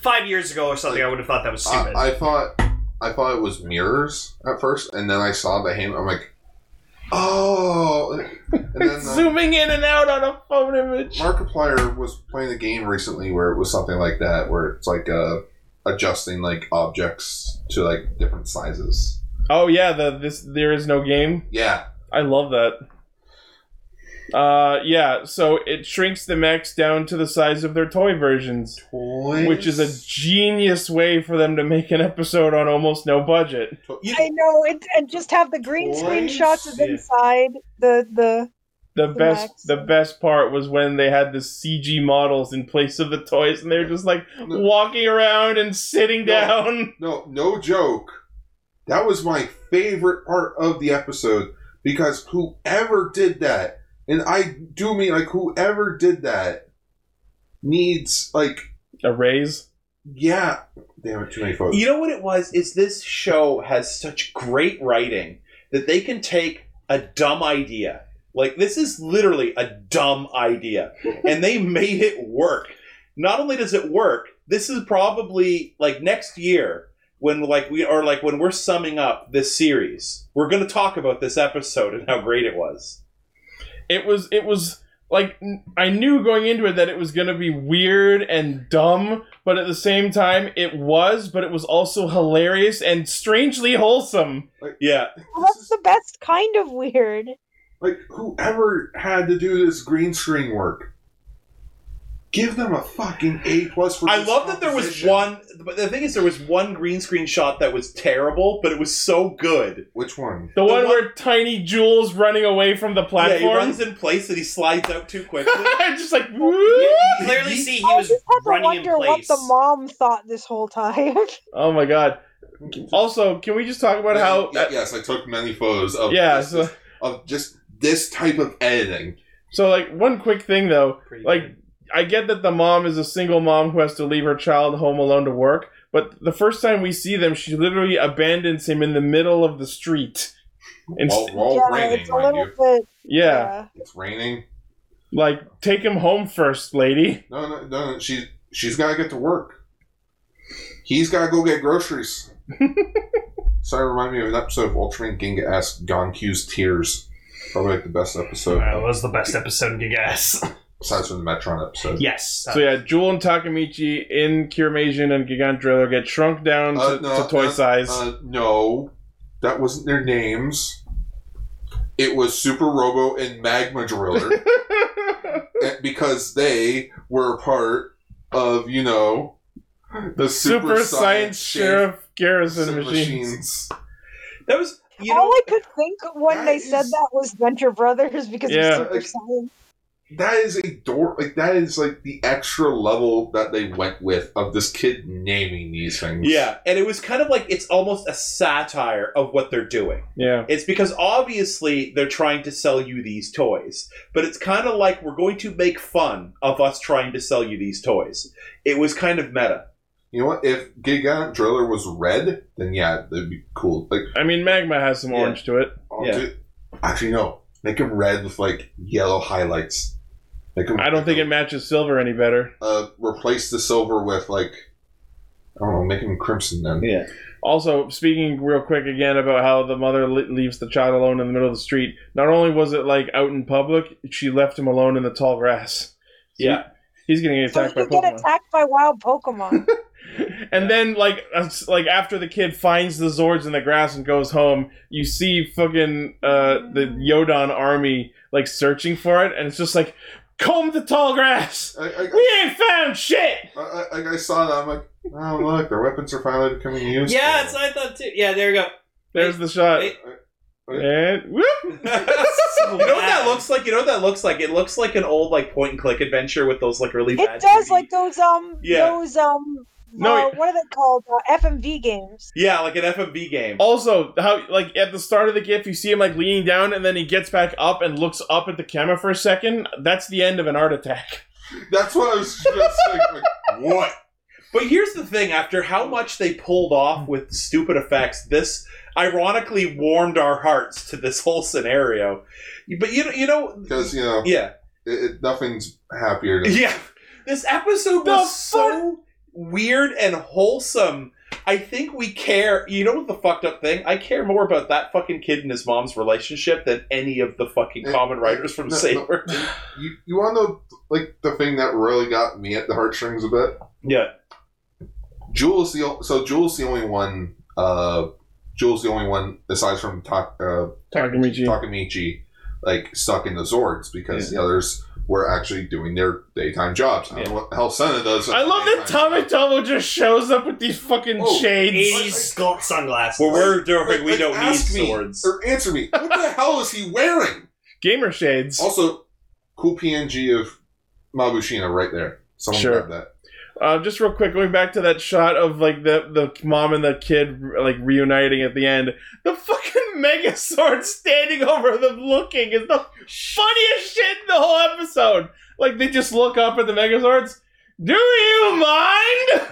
Speaker 9: five years ago or something, I would have thought that was stupid.
Speaker 10: I, I thought I thought it was mirrors at first, and then I saw the hand. I'm like, oh. And then uh,
Speaker 2: zooming in and out on a phone image.
Speaker 10: Markiplier was playing a game recently where it was something like that, where it's like uh, adjusting like objects to like different sizes.
Speaker 2: Oh yeah, the this there is no game.
Speaker 10: Yeah.
Speaker 2: I love that. Uh yeah, so it shrinks the mechs down to the size of their toy versions.
Speaker 10: Toys?
Speaker 2: Which is a genius way for them to make an episode on almost no budget.
Speaker 12: I know, it, and just have the green screen
Speaker 2: Toys?
Speaker 12: shots of
Speaker 2: Yeah.
Speaker 12: inside the the.
Speaker 2: The
Speaker 12: The
Speaker 2: best
Speaker 12: mechs.
Speaker 2: the best part was when they had the CG models in place of the toys and they were just like walking around and sitting down.
Speaker 10: No, no joke. That was my favorite part of the episode because whoever did that, and I do mean like whoever did that, needs like
Speaker 2: a raise.
Speaker 10: Yeah, damn it, too many photos.
Speaker 13: You know what it was? Is this show has such great writing that they can take a dumb idea. Like this is literally a dumb idea, and they made it work. Not only does it work, this is probably like next year when like we are like when we're summing up this series, we're going to talk about this episode and how great it was.
Speaker 2: it was it was like n- I knew going into it that it was gonna be weird and dumb, but at the same time it was, but it was also hilarious and strangely wholesome.
Speaker 13: Yeah.
Speaker 12: Well, that's the best kind of weird.
Speaker 10: Like whoever had to do this green screen work, give them a fucking A plus for.
Speaker 13: I
Speaker 10: this
Speaker 13: love that there was one. But the thing is, there was one green screen shot that was terrible, but it was so good.
Speaker 10: Which one?
Speaker 2: The, one, where Tiny Jules running away from the platform.
Speaker 13: Yeah, he runs in place and he slides out too quickly.
Speaker 2: just like
Speaker 9: clearly see he
Speaker 12: I
Speaker 9: was
Speaker 12: just had to
Speaker 9: running in
Speaker 12: wonder what
Speaker 9: place.
Speaker 12: the mom thought this whole time.
Speaker 2: Oh my god. Also, can we just talk about how uh,
Speaker 10: Yeah, yes, I took many photos of.
Speaker 2: Yeah,
Speaker 10: this-
Speaker 2: so-
Speaker 10: of just this type of editing.
Speaker 2: So, like, one quick thing though, like, I get that the mom is a single mom who has to leave her child home alone to work, but the first time we see them, she literally abandons him in the middle of the street. And-
Speaker 10: While, while
Speaker 12: yeah,
Speaker 10: raining,
Speaker 12: it's a
Speaker 10: mind
Speaker 12: little
Speaker 10: you.
Speaker 12: bit.
Speaker 2: Yeah.
Speaker 10: It's raining.
Speaker 2: Like, take him home first, lady.
Speaker 10: No, no, no. no. She, she's got to get to work. He's got to go get groceries. Sorry, remind me of an episode of Ultraman Ginga S. Gonkyu's Tears. Probably like the best episode.
Speaker 14: That was the best episode in Gigas.
Speaker 10: Besides from the Metron episode.
Speaker 14: Yes.
Speaker 2: So yeah, Jewel and Takamichi in Kiramasion and Gigantrillo get shrunk down
Speaker 10: Uh,
Speaker 2: to,
Speaker 10: no,
Speaker 2: to toy
Speaker 10: uh,
Speaker 2: size.
Speaker 10: uh, no, that wasn't their names. It was Super Robo and Magma Driller. Eh, because they were part of, you know, the Super, Science Sheriff
Speaker 2: Sheriff Garrison
Speaker 10: Machines.
Speaker 2: Machines.
Speaker 14: That was
Speaker 12: all I could think when they said that was Venture Brothers because
Speaker 10: Yeah.
Speaker 12: of Super Saiyan.
Speaker 10: That is a door. Like that is like the extra level that they went with of this kid naming these things.
Speaker 13: Yeah, and it was kind of like it's almost a satire of what they're doing.
Speaker 2: Yeah.
Speaker 13: It's because obviously they're trying to sell you these toys, but it's kind of like we're going to make fun of us trying to sell you these toys. It was kind of meta.
Speaker 10: You know what? If Gigant Driller was red, then yeah, that'd be cool. Like
Speaker 2: I mean, Magma has some orange to it.
Speaker 10: Yeah. actually, no. Make him red with like yellow highlights. Make him.
Speaker 2: I don't think it matches silver any better.
Speaker 10: Uh, replace the silver with like. I don't know. Make him crimson then.
Speaker 13: Yeah.
Speaker 2: Also, speaking real quick again about how the mother le- leaves the child alone in the middle of the street. Not only was it like out in public, she left him alone in the tall grass.
Speaker 13: Yeah.
Speaker 2: He's getting
Speaker 12: So
Speaker 2: attacked by
Speaker 12: you get
Speaker 2: Pokemon.
Speaker 12: attacked by wild Pokemon.
Speaker 2: And then, like, us- like after the kid finds the Zords in the grass and goes home, you see fucking uh, the Yodan army like searching for it, and it's just like, comb the tall grass. we ain't found shit.
Speaker 10: I, I, like, I saw that. I'm like, oh look, their weapons are finally becoming useful.
Speaker 9: Yeah, that's what I thought too. Yeah, there we go.
Speaker 2: There's the shot. And whoop.
Speaker 13: you know what that looks like? You know what that looks like? It looks like an old like point and click adventure with those like really bad.
Speaker 12: it does like those um
Speaker 13: Yeah.
Speaker 12: those um
Speaker 13: No,
Speaker 12: uh, what are they called uh, FMV games?
Speaker 13: Yeah, like an FMV game.
Speaker 2: Also, how like at the start of the gif, you see him like leaning down, and then he gets back up and looks up at the camera for a second. That's the end of an art attack.
Speaker 10: That's what I was just like, what?
Speaker 13: But here's the thing: after how much they pulled off with stupid effects, this ironically warmed our hearts to this whole scenario. But you know, you know,
Speaker 10: Because you know,
Speaker 13: yeah,
Speaker 10: it, it, nothing's happier. Than
Speaker 13: yeah, this episode was so weird and wholesome. I think we care. You know what the fucked up thing? I care more about that fucking kid and his mom's relationship than any of the fucking common writers from
Speaker 10: No, no.
Speaker 13: Sailor.
Speaker 10: You you want to know like the thing that really got me at the heartstrings a bit?
Speaker 13: Yeah.
Speaker 10: Jules the o- so Jules the only one. Uh, Jules the only one aside from Ta- uh,
Speaker 2: Takamichi.
Speaker 10: Takamichi, like stuck in the Zords because the others were actually doing their daytime jobs. I don't know what the hell Senna does.
Speaker 2: I love that Tommy Tomo just shows up with these fucking shades.
Speaker 9: 80s skull sunglasses.
Speaker 13: Well, we're doing. We
Speaker 10: Like,
Speaker 13: don't need
Speaker 10: ask me
Speaker 13: swords.
Speaker 10: or answer me. What the hell is he wearing?
Speaker 2: Gamer shades.
Speaker 10: Also, cool PNG of Mabushina right there. Someone
Speaker 2: Sure.
Speaker 10: grab that.
Speaker 2: Uh, just real quick, going back to that shot of like the the mom and the kid like reuniting at the end. The fucking Megazord standing over them looking is the funniest shit in the whole episode. Like they just look up at the Megazords. Do you mind?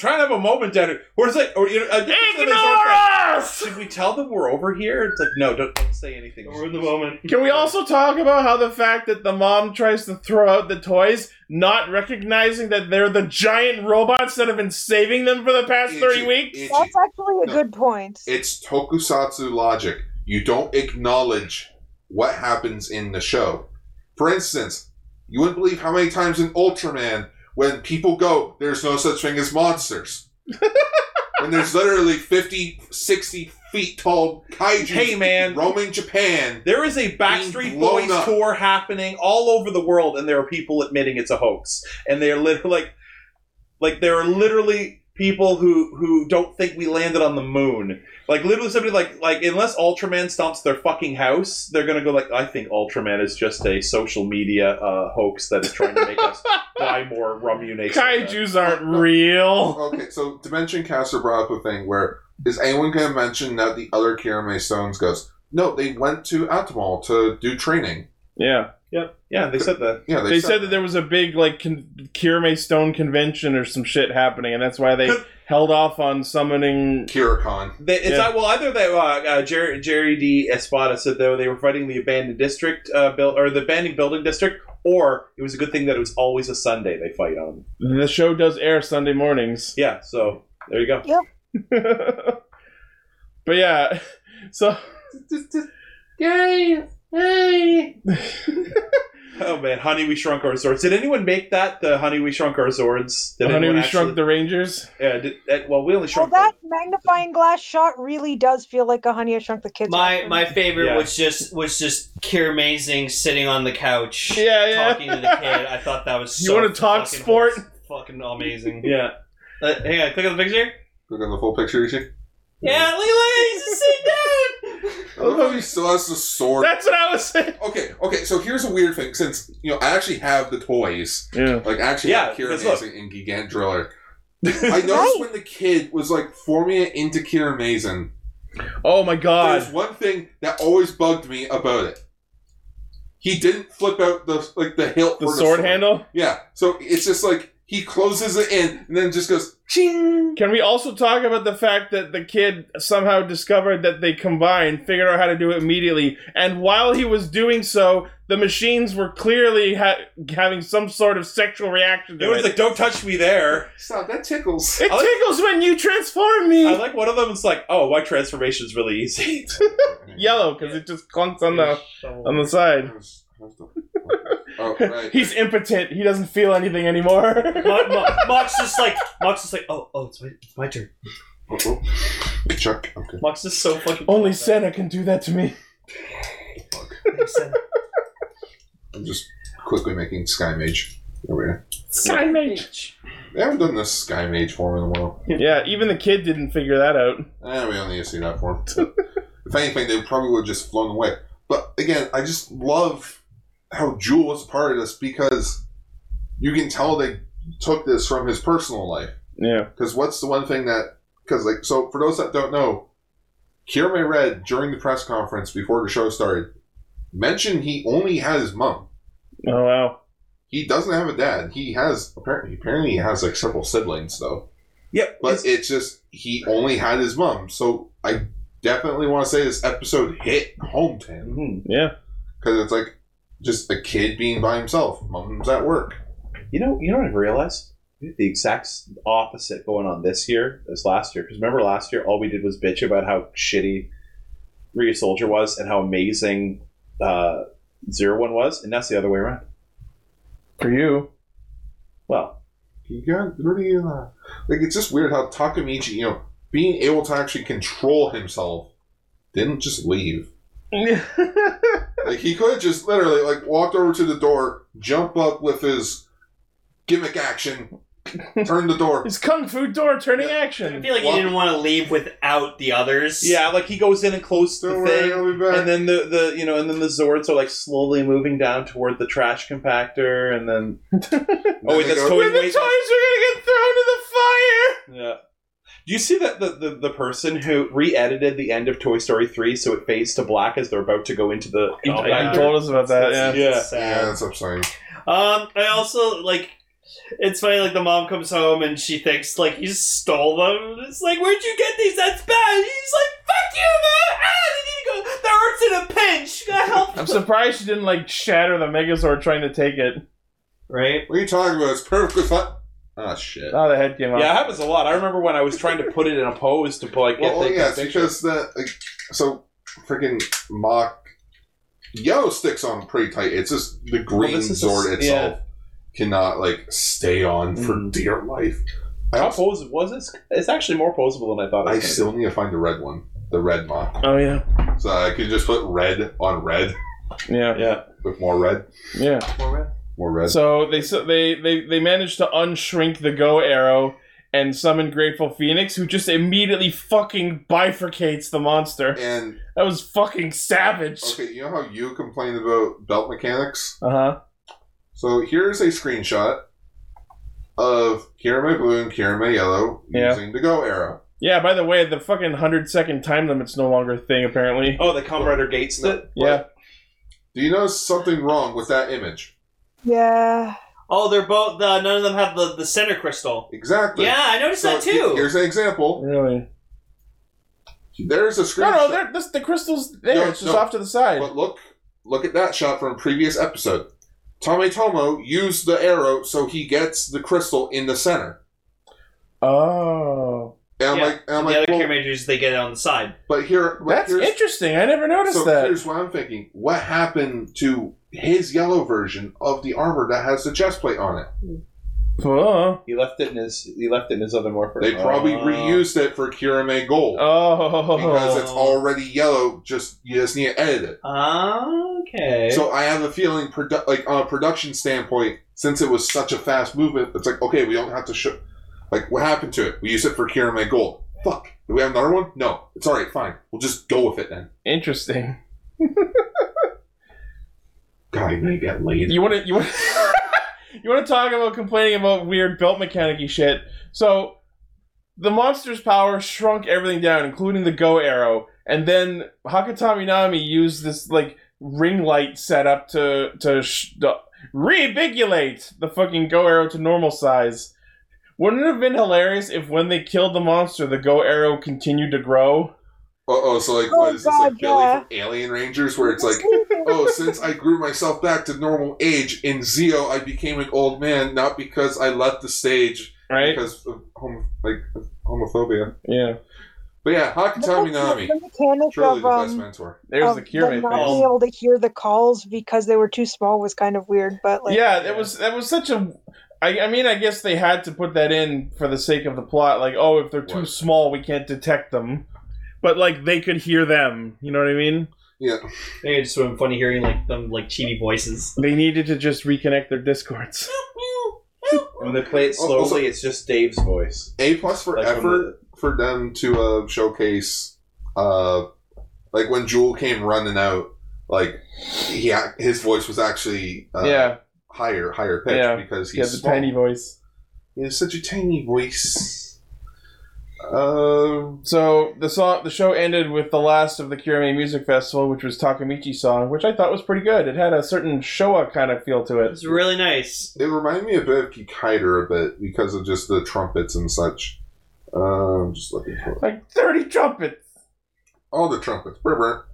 Speaker 13: Try and have a moment down here. Or it's like, or you know, uh,
Speaker 2: Ignore us!
Speaker 13: Should we tell them we're over here? It's like, no, don't, don't say anything. We're in the moment.
Speaker 2: Can we also talk about how the fact that the mom tries to throw out the toys, not recognizing that they're the giant robots that have been saving them for the past three weeks?
Speaker 12: That's actually a good point.
Speaker 10: It's tokusatsu logic. You don't acknowledge what happens in the show. For instance, you wouldn't believe how many times in Ultraman, when people go, there's no such thing as monsters. when there's literally 50, 60 feet tall kaiju
Speaker 13: Hey, man.
Speaker 10: roaming Japan.
Speaker 13: There is a Backstreet
Speaker 10: Being blown
Speaker 13: Boys
Speaker 10: up.
Speaker 13: tour happening all over the world, and there are people admitting it's a hoax, and they're literally like, like there are literally people who who don't think we landed on the moon. Like literally, somebody like like unless Ultraman stomps their fucking house, they're gonna go like, I think Ultraman is just a social media uh, hoax that is trying to make us buy more Rumunation.
Speaker 2: Kaijus aren't real.
Speaker 10: Okay, so Dimension Caster brought up a thing where is anyone going to mention that the other Kirame Stones goes, no, they went to Atomol to do training.
Speaker 2: Yeah.
Speaker 9: Yep.
Speaker 13: Yeah, they said that.
Speaker 2: they, said, that there was a big like con- Kirame Stone convention or some shit happening, and that's why they held off on summoning
Speaker 10: Kiricon.
Speaker 13: They, it's
Speaker 2: Yeah.
Speaker 13: not- well either they uh, uh, Jerry, Jerry D. Espada said though they were fighting the abandoned district uh, build or the abandoned building district, or it was a good thing that it was always a Sunday they fight on.
Speaker 2: The show does air Sunday mornings.
Speaker 13: Yeah, so there you go.
Speaker 12: Yep.
Speaker 2: but yeah, so
Speaker 13: Yay! Yay! oh man, Honey, we shrunk our swords. Did anyone make that the Honey, we shrunk our swords? Did
Speaker 2: Honey,
Speaker 13: anyone
Speaker 2: we shrunk the Rangers.
Speaker 13: Yeah. Did, uh, well, we only
Speaker 12: Well,
Speaker 13: shrunk.
Speaker 12: that magnifying glass shot really does feel like a Honey I Shrunk the Kids.
Speaker 9: My
Speaker 12: reference.
Speaker 9: my favorite
Speaker 13: Yeah.
Speaker 9: was just was just Kier Amazing sitting on the couch,
Speaker 2: Yeah, yeah.
Speaker 9: talking to the kid. I thought that was
Speaker 2: You
Speaker 9: so
Speaker 2: wanna talk
Speaker 9: fucking-
Speaker 2: sport?
Speaker 9: Fucking amazing.
Speaker 13: yeah.
Speaker 9: Uh, hang on, click on the picture.
Speaker 10: Look on the full picture, you see?
Speaker 9: Yeah, look, look, he's just sitting down.
Speaker 10: I love how he still has the sword.
Speaker 2: That's what I was saying.
Speaker 10: Okay, okay. So here's a weird thing. Since you know, I actually have the toys.
Speaker 2: Yeah.
Speaker 10: Like I actually,
Speaker 13: Yeah,
Speaker 10: have Kira
Speaker 13: because look.
Speaker 10: Mason and Gigant Driller. I noticed when the kid was like forming it into Kira Mason.
Speaker 2: Oh my god!
Speaker 10: There's one thing that always bugged me about it. He didn't flip out the like the hilt,
Speaker 2: The
Speaker 10: for
Speaker 2: sword handle?
Speaker 10: Yeah. So it's just like he closes it in and then just goes ching.
Speaker 2: Can we also talk about the fact that the kid somehow discovered that they combine, figured out how to do it immediately, and while he was doing so, the machines were clearly ha- having some sort of sexual reaction to it.
Speaker 13: It was like, "Don't touch me there."
Speaker 10: Stop! That tickles.
Speaker 2: It tickles when you transform me.
Speaker 13: I like one of them. It's like, oh, why transformation's really easy.
Speaker 2: Yellow because it just clunks on the on the side.
Speaker 10: Oh, right.
Speaker 2: He's impotent. He doesn't feel anything anymore.
Speaker 9: Mo- Mo- Mox just like Mox just like oh oh it's my, it's my turn.
Speaker 10: Mm-hmm. Chuck.
Speaker 9: Mox is so fucking.
Speaker 2: Only Santa can do that to me.
Speaker 10: I'm just quickly making Sky Mage. There we are.
Speaker 2: Sky Mage.
Speaker 10: They haven't done this Sky Mage form in a while.
Speaker 2: Yeah, even the kid didn't figure that out.
Speaker 10: Eh, we don't need to see that form. if anything, they probably would have just flown away. But again, I just love how Jewel was a part of this because you can tell they took this from his personal life.
Speaker 2: Yeah.
Speaker 10: Because what's the one thing that. Because, like, so for those that don't know, Kirame Red, during the press conference before the show started, mentioned he only had his mom.
Speaker 2: Oh, wow.
Speaker 10: He doesn't have a dad. He has, apparently, apparently he has, like, several siblings, though.
Speaker 13: Yep.
Speaker 10: But it's, just he only had his mom. So I definitely want to say this episode hit home to
Speaker 13: Mm-hmm.
Speaker 10: him.
Speaker 13: Hmm.
Speaker 2: Yeah.
Speaker 10: Because it's like just a kid being by himself. Mom's at work.
Speaker 13: You know, you know what I realized? We had the exact opposite going on this year as last year. Because remember last year, all we did was bitch about how shitty Rhea Soldier was and how amazing uh, Zero One was, and that's the other way around.
Speaker 2: For you.
Speaker 13: Well,
Speaker 10: You got really uh, like it's just weird how Takamichi, you know, being able to actually control himself, didn't just leave. Like he could have just literally like walked over to the door, jump up with his gimmick action, turn the door.
Speaker 2: It's kung fu door turning action.
Speaker 9: I feel like he didn't want to leave without the others.
Speaker 13: yeah, like he goes in and closes the
Speaker 9: Don't worry,
Speaker 13: thing,
Speaker 9: I'll be back.
Speaker 13: and then the, the you know, and then the Zords are like slowly moving down toward the trash compactor, and then oh wait,
Speaker 2: They
Speaker 13: that's
Speaker 2: go, We're
Speaker 13: totally
Speaker 2: the toys are gonna get thrown in the fire.
Speaker 13: Yeah. Do you see that the, the, the person who re edited the end of Toy Story 3 so it fades to black as they're about to go into the. Oh,
Speaker 2: yeah. You told us about that. Yeah.
Speaker 13: Yeah.
Speaker 10: Yeah, that's upsetting.
Speaker 9: Um, I also like. It's funny. Like the mom comes home and she thinks like he stole them. It's like where'd you get these? That's bad. And he's like fuck you, man. Ah, they need to go. That hurts in a pinch. You gotta help.
Speaker 2: I'm surprised she didn't like shatter the Megazord trying to take it.
Speaker 9: Right?
Speaker 10: What are you talking about? It's perfectly fine. Ah, shit.
Speaker 2: Oh, the head came off.
Speaker 13: Yeah, it happens a lot. I remember when I was trying to put it in a pose to like get
Speaker 10: Well,
Speaker 13: the
Speaker 10: yeah, it's because that like, so freaking mock yellow sticks on pretty tight. It's just the green
Speaker 13: this is a-
Speaker 10: sword itself
Speaker 13: yeah. Mm-hmm.
Speaker 10: cannot like stay on for dear life. I
Speaker 13: How
Speaker 10: also,
Speaker 13: posable was this? It's actually more posable than I thought. It was
Speaker 10: I
Speaker 13: gonna be.
Speaker 10: still need to find the red one, the red mock,
Speaker 2: Oh yeah.
Speaker 10: so I could just put red on red
Speaker 2: Yeah.
Speaker 13: Yeah.
Speaker 10: with more red,
Speaker 2: Yeah.
Speaker 10: more red.
Speaker 2: So they so they they they managed to unshrink the Go Arrow and summon Grateful Phoenix, who just immediately fucking bifurcates the monster.
Speaker 10: And
Speaker 2: that was fucking savage.
Speaker 10: okay, you know how you complained about belt mechanics?
Speaker 2: Uh huh.
Speaker 10: So here's a screenshot of Kirame Blue and Kirame Yellow
Speaker 2: Yeah.
Speaker 10: using the Go arrow.
Speaker 2: Yeah. By the way, the
Speaker 10: Oh,
Speaker 2: fucking hundred second time limit's no longer a thing apparently.
Speaker 13: Oh, the Comrade Gates did?
Speaker 2: Yeah.
Speaker 10: Do you notice something wrong with that image?
Speaker 12: Yeah.
Speaker 9: Oh, they're both. The, none of them have the, the center crystal.
Speaker 10: Exactly.
Speaker 9: Yeah, I noticed
Speaker 10: So
Speaker 9: that too.
Speaker 10: Here's an example.
Speaker 2: Really?
Speaker 10: There's a
Speaker 2: No,
Speaker 10: screenshot.
Speaker 2: no, they're- this, the crystal's there.
Speaker 10: No,
Speaker 2: it's just
Speaker 10: no.
Speaker 2: off to the side.
Speaker 10: But look, look at that shot from a previous episode. Tommy Tomo used the arrow so he gets the crystal in the center.
Speaker 2: Oh.
Speaker 10: And I'm
Speaker 9: Yeah.
Speaker 10: like, and I'm
Speaker 9: the
Speaker 10: like,
Speaker 9: other
Speaker 10: well,
Speaker 9: care majors, they get it on the side.
Speaker 10: but here, but
Speaker 2: That's
Speaker 10: here's-
Speaker 2: interesting. I never noticed
Speaker 10: so
Speaker 2: that.
Speaker 10: here's what I'm thinking: What happened to his yellow version of the armor that has the chest plate on it?
Speaker 2: Oh.
Speaker 13: He left it in his. He left it in his other morpher.
Speaker 10: They probably
Speaker 13: Oh.
Speaker 10: reused it for Kirame Gold
Speaker 2: Oh.
Speaker 10: because it's already yellow. Just you just need to edit it.
Speaker 9: Okay.
Speaker 10: So I have a feeling, produ- like on a production standpoint, since it was such a fast movement, it's like okay, we don't have to show. Like, what happened to it? We use it for Kirame Gold. Fuck. Do we have another one? No. It's all right. Fine. We'll just go with it then.
Speaker 2: Interesting.
Speaker 10: God, you're gonna get laid.
Speaker 2: You want to you want you want to talk about complaining about weird belt mechanic shit? So the monster's power shrunk everything down, including the go arrow, and then Hakatami Nami used this like ring light setup to to, sh- to rebigulate the fucking go arrow to normal size. Wouldn't it have been hilarious if when they killed the monster, the go arrow continued to grow?
Speaker 10: Uh oh. So like, what is this like Billy from Alien Rangers, where it's like, oh, since I grew myself back to normal age in Zeo, I became an old man, not because I left the stage,
Speaker 2: right?
Speaker 10: Because of homo- like homophobia.
Speaker 2: Yeah.
Speaker 10: But yeah, Hakatami Nami,
Speaker 12: The mechanic
Speaker 10: truly
Speaker 12: of,
Speaker 10: the best
Speaker 12: um,
Speaker 10: mentor.
Speaker 2: There's
Speaker 12: of
Speaker 2: the Kirame thing.
Speaker 12: them not being able to hear the calls because they were too small was kind of weird, but like
Speaker 2: yeah, that was that was such a. I, I mean, I guess they had to put that in for the sake of the plot. Like, oh, if they're too small, we can't detect them. But like, they could hear them. You know what I mean?
Speaker 10: Yeah.
Speaker 9: Maybe it's sort of funny hearing like them like chibi voices.
Speaker 2: They needed to just reconnect their discords.
Speaker 13: When they play it slowly,
Speaker 10: Also-
Speaker 13: it's just Dave's voice.
Speaker 10: A plus for
Speaker 13: Like,
Speaker 10: effort for them to uh, showcase, uh, like when Jewel came running out, like he ac- his voice was actually uh,
Speaker 2: Yeah.
Speaker 10: higher higher pitch
Speaker 2: Yeah.
Speaker 10: because
Speaker 2: He had
Speaker 10: he's
Speaker 2: the
Speaker 10: small.
Speaker 2: tiny voice.
Speaker 10: He has such a tiny voice. Um,
Speaker 2: so the song, the show ended with the last of the Kirame Music Festival, which was Takamichi song, which I thought was pretty good. It had a certain Showa kind of feel to it.
Speaker 9: It's really nice.
Speaker 10: It reminded me a bit of Kikaider a bit because of just the trumpets and such. Uh, I'm just looking for
Speaker 2: Like thirty trumpets.
Speaker 10: all the trumpets. Brr, brr.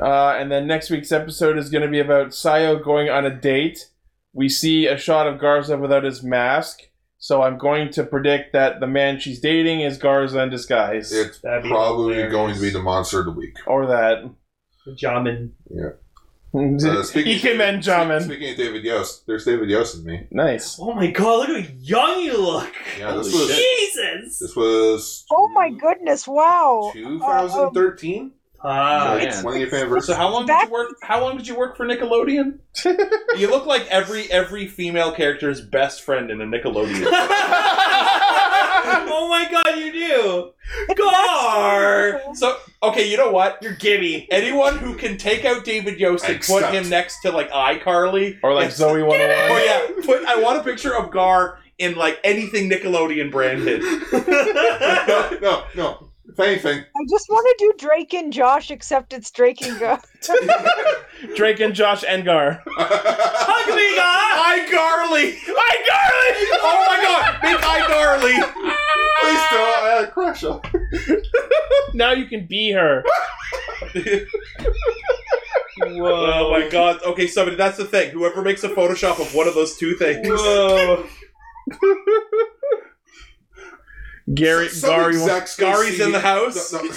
Speaker 2: Uh, and then next week's episode is going to be about Sayo going on a date. We see a shot of Garza without his mask, so I'm going to predict that the man she's dating is Garza in disguise.
Speaker 10: It's probably going to be the monster of the week.
Speaker 2: or that.
Speaker 9: Jamin.
Speaker 10: Yeah. Uh, speaking-
Speaker 2: Ikemen Jamin.
Speaker 10: Speaking of David Yost, there's David Yost and me.
Speaker 2: Nice.
Speaker 9: Oh my god, look how young you look.
Speaker 10: Yeah, this
Speaker 9: Holy
Speaker 10: was
Speaker 9: Jesus.
Speaker 10: this was
Speaker 12: Oh my goodness, wow.
Speaker 10: 2013.
Speaker 9: Ah,
Speaker 10: Like,
Speaker 13: Uh, man.
Speaker 10: 20th anniversary.
Speaker 13: So how long did you work? How long did you work for Nickelodeon? you look like every every female character's best friend in a Nickelodeon.
Speaker 9: oh my god, you do. Gar.
Speaker 13: so okay, you know what?
Speaker 9: You're Gibby.
Speaker 13: Anyone who can take out David Yost and put
Speaker 2: Except-
Speaker 13: him next to like iCarly
Speaker 2: Or like
Speaker 13: it's-
Speaker 2: Zoe 101.
Speaker 13: Oh yeah, put I want a picture of Gar in like anything Nickelodeon branded.
Speaker 10: no, no, no. If anything,
Speaker 12: I just want to do Drake and Josh, except it's Drake and Josh.
Speaker 2: Drake and Josh Engar.
Speaker 9: Hug me, Gar.
Speaker 13: iCarly.
Speaker 2: iCarly.
Speaker 13: Oh my god, make iCarly.
Speaker 10: please don't. I had a uh, crush on.
Speaker 2: now you can be her.
Speaker 13: Oh my god. Okay, somebody, that's the thing. Whoever makes a Photoshop of one of those two things.
Speaker 2: Whoa. Gary,
Speaker 10: Some
Speaker 2: Gary,
Speaker 10: exec's gonna
Speaker 13: Gary's
Speaker 10: see
Speaker 13: in the
Speaker 10: me-
Speaker 13: house.
Speaker 10: no, no.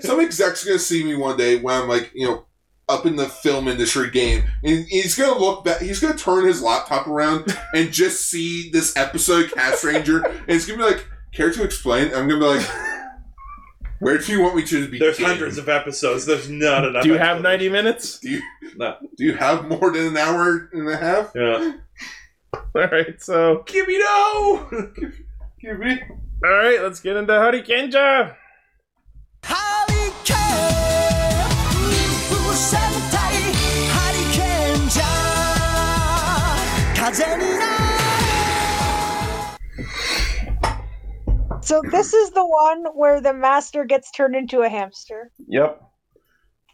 Speaker 10: Some exec's gonna see me one day when I'm like, you know, up in the film industry game, and he's gonna look back. He's gonna turn his laptop around and just see this episode of Cast Ranger, and it's gonna be like, care to explain? I'm gonna be like, where do you want me to be?
Speaker 13: There's hundreds of episodes. There's not enough.
Speaker 2: do you have 90 minutes?
Speaker 10: Do you,
Speaker 13: No.
Speaker 10: do you have more than an hour and a half?
Speaker 13: Yeah.
Speaker 2: All right, so
Speaker 13: Give me no.
Speaker 10: Give me.
Speaker 2: All right, let's get into Hari Kenja.
Speaker 4: 風対ハリケーンじゃ風にな
Speaker 12: So this is the one where the master gets turned into a hamster.
Speaker 2: Yep.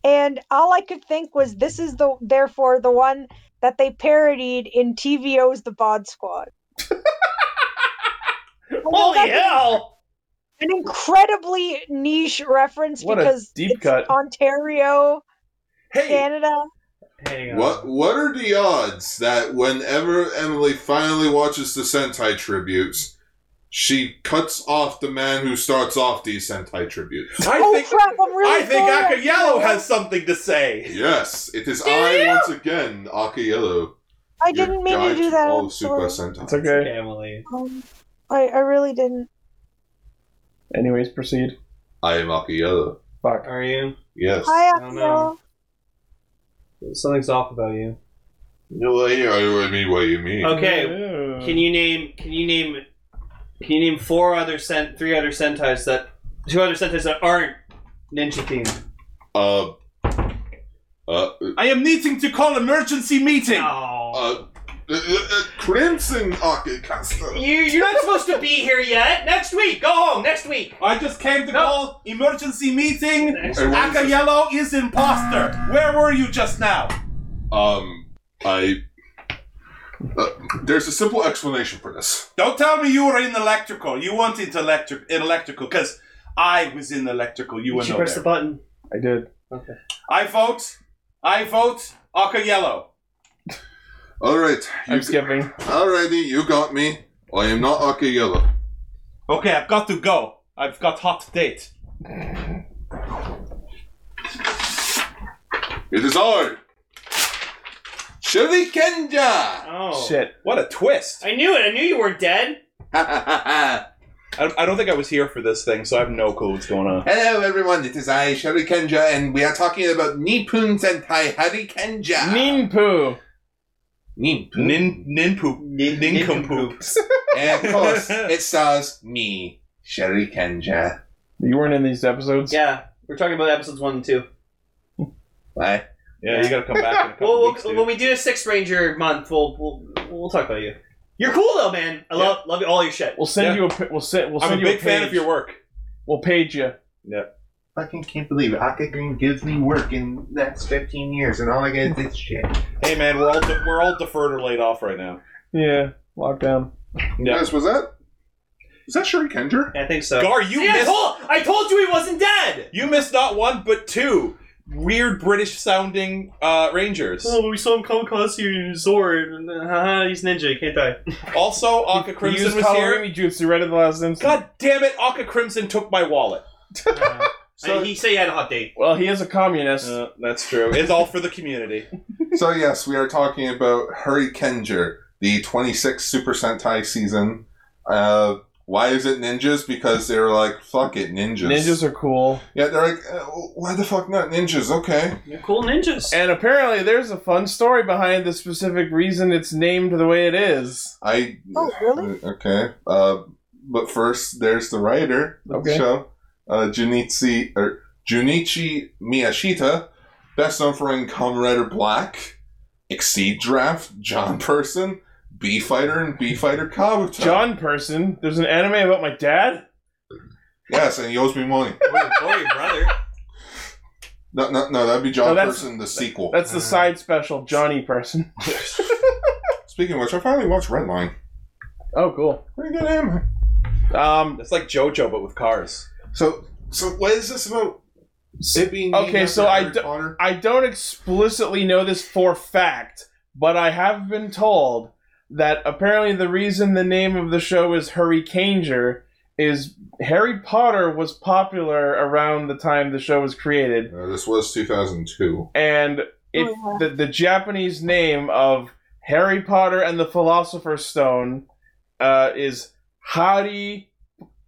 Speaker 12: And all I could think was this is the therefore the one that they parodied in TVO's The Bod Squad.
Speaker 9: Holy hell!
Speaker 12: An incredibly niche reference
Speaker 2: What a
Speaker 12: because
Speaker 2: deep
Speaker 12: it's
Speaker 2: cut.
Speaker 12: Ontario, Canada.
Speaker 10: What What are the odds that whenever Emily finally watches the Sentai tributes, she cuts off the man who starts off these Sentai tributes?
Speaker 13: I
Speaker 12: oh
Speaker 13: think-
Speaker 12: crap! I'm really
Speaker 13: I think
Speaker 12: sorry.
Speaker 13: Aka Yellow has something to say.
Speaker 10: Yes, it is
Speaker 12: Do
Speaker 10: I
Speaker 12: you?
Speaker 10: once again, Aki Yellow.
Speaker 12: I didn't mean to do that.
Speaker 10: All
Speaker 12: I'm
Speaker 10: of Super
Speaker 12: sorry.
Speaker 10: Sentai.
Speaker 2: It's okay.
Speaker 9: Emily.
Speaker 12: Um, I I really didn't.
Speaker 2: Anyways, proceed.
Speaker 10: I am Aki Yellow.
Speaker 2: Fuck.
Speaker 14: Are you?
Speaker 10: Yes.
Speaker 12: Hi,
Speaker 14: I don't know. Something's off about you.
Speaker 10: No, well, yeah, I mean, what do you mean?
Speaker 2: Uh,
Speaker 9: Okay. Can you name? Can you name? Can you name four other sent? Three other sentais that? Two other sentais that aren't ninja themed.
Speaker 10: Uh, uh,
Speaker 6: I am needing to call emergency meeting.
Speaker 10: uh, uh, uh, Crimson Aki Custom.
Speaker 9: You you're not supposed to be here yet. Next week, go home. Next week.
Speaker 6: I just came to call emergency meeting.
Speaker 10: And what is
Speaker 6: Aka
Speaker 10: this?
Speaker 6: Yellow is imposter. Where were you just now?
Speaker 10: Um, I. Uh, there's a simple explanation for this.
Speaker 6: Don't tell me you were in electrical. You weren't into electric in electrical because I was in electrical. You were
Speaker 9: She
Speaker 6: no
Speaker 9: pressed the
Speaker 6: there.
Speaker 9: button.
Speaker 2: I did.
Speaker 9: Okay.
Speaker 6: I vote. I vote. Aka Yellow.
Speaker 10: All right, you
Speaker 2: I'm skipping.
Speaker 10: Alrighty, you got me. I am not Aki Yellow.
Speaker 6: Okay, I've got to go. I've got hot date.
Speaker 10: It is I, Shurikenja.
Speaker 9: Oh
Speaker 2: Shit.
Speaker 13: What a twist.
Speaker 9: I knew it. I knew you weren't dead.
Speaker 10: I,
Speaker 13: I don't think I was here for this thing, so I have no clue what's going on.
Speaker 10: Hello, everyone. It is I, Shurikenja, and we are talking about Nippon Sentai Harikenja.
Speaker 2: Ninpu.
Speaker 10: Ninpu.
Speaker 13: Nin ninpoop. Nincompoops.
Speaker 10: and of course, it stars me, Shurikenja.
Speaker 2: You weren't in these episodes.
Speaker 9: Yeah, we're talking about episodes one and two.
Speaker 10: Why?
Speaker 13: Yeah, you gotta come back in a couple
Speaker 9: Well,
Speaker 13: weeks,
Speaker 9: we'll
Speaker 13: dude.
Speaker 9: when we do a Sixth Ranger month, we'll we'll, we'll talk about you. You're cool though, man. I love love all your shit.
Speaker 2: We'll send you a. pi- We'll send. We'll
Speaker 13: I'm
Speaker 2: send
Speaker 13: a
Speaker 2: you
Speaker 13: big
Speaker 2: a
Speaker 13: fan of
Speaker 2: page.
Speaker 13: your work.
Speaker 2: We'll page you.
Speaker 13: Yeah.
Speaker 10: Fucking can't believe Aka Green gives me work in the next 15 years, and all I get is this shit.
Speaker 13: Hey man, we're all de- we're all deferred or laid off right now.
Speaker 2: Yeah. Lockdown.
Speaker 13: Yeah.
Speaker 10: was that? Is that Shurikenja?
Speaker 9: I think so.
Speaker 13: Gar, you
Speaker 9: See, I
Speaker 13: missed-
Speaker 9: told I told you he wasn't dead.
Speaker 13: You missed not one but two weird British sounding uh, Rangers.
Speaker 9: Oh, we saw him come across you in sword. and, uh, haha, he's ninja. He can't die.
Speaker 13: Also, Aka
Speaker 2: He
Speaker 13: Crimson
Speaker 2: used
Speaker 13: was here.
Speaker 2: Kalarimi Jutsu right at the last instant.
Speaker 13: God damn it, Aka Crimson took my wallet.
Speaker 9: So, Uh, he said he had a hot date.
Speaker 2: Well, he is a communist.
Speaker 13: Uh, that's true. It's all for the community.
Speaker 10: so yes, we are talking about Hurricaneger, the 26th Super Sentai season. Uh, why is it ninjas? Because they were like, fuck it, ninjas.
Speaker 2: Ninjas are cool.
Speaker 10: yeah, they're like, uh, why the fuck not ninjas? Okay.
Speaker 9: You're cool ninjas.
Speaker 2: And apparently, there's a fun story behind the specific reason it's named the way it is.
Speaker 10: I
Speaker 12: Oh really?
Speaker 10: okay. Uh, but first, there's the writer of the
Speaker 2: Okay.
Speaker 10: show, uh, Junichi or Junichi Miyashita, best known for in Kamen Rider Black, Exceed Draft, John Person, B Fighter, and B Fighter Kabuto.
Speaker 2: John Person. There's an anime about my dad.
Speaker 10: Yes, and he owes me money.
Speaker 9: brother.
Speaker 10: No, no, no, that'd be John
Speaker 2: No, that's-
Speaker 10: Person, the sequel.
Speaker 2: That's the side special, Johnny Person.
Speaker 10: Speaking of which, I finally watched Redline.
Speaker 2: Oh, cool.
Speaker 10: Pretty good anime.
Speaker 2: Um.
Speaker 13: It's like JoJo, but with cars.
Speaker 10: So, so what is this about? It being
Speaker 2: Okay,
Speaker 10: named
Speaker 2: so
Speaker 10: after
Speaker 2: I
Speaker 10: Harry
Speaker 2: do-
Speaker 10: Potter?
Speaker 2: I don't explicitly know this for fact, but I have been told that apparently the reason the name of the show is Hurricaneger is Harry Potter was popular around the time the show was created,
Speaker 10: Uh, this was 2002.
Speaker 2: and it
Speaker 12: Oh,
Speaker 2: the, the Japanese name of Harry Potter and the Philosopher's Stone uh, is Hari,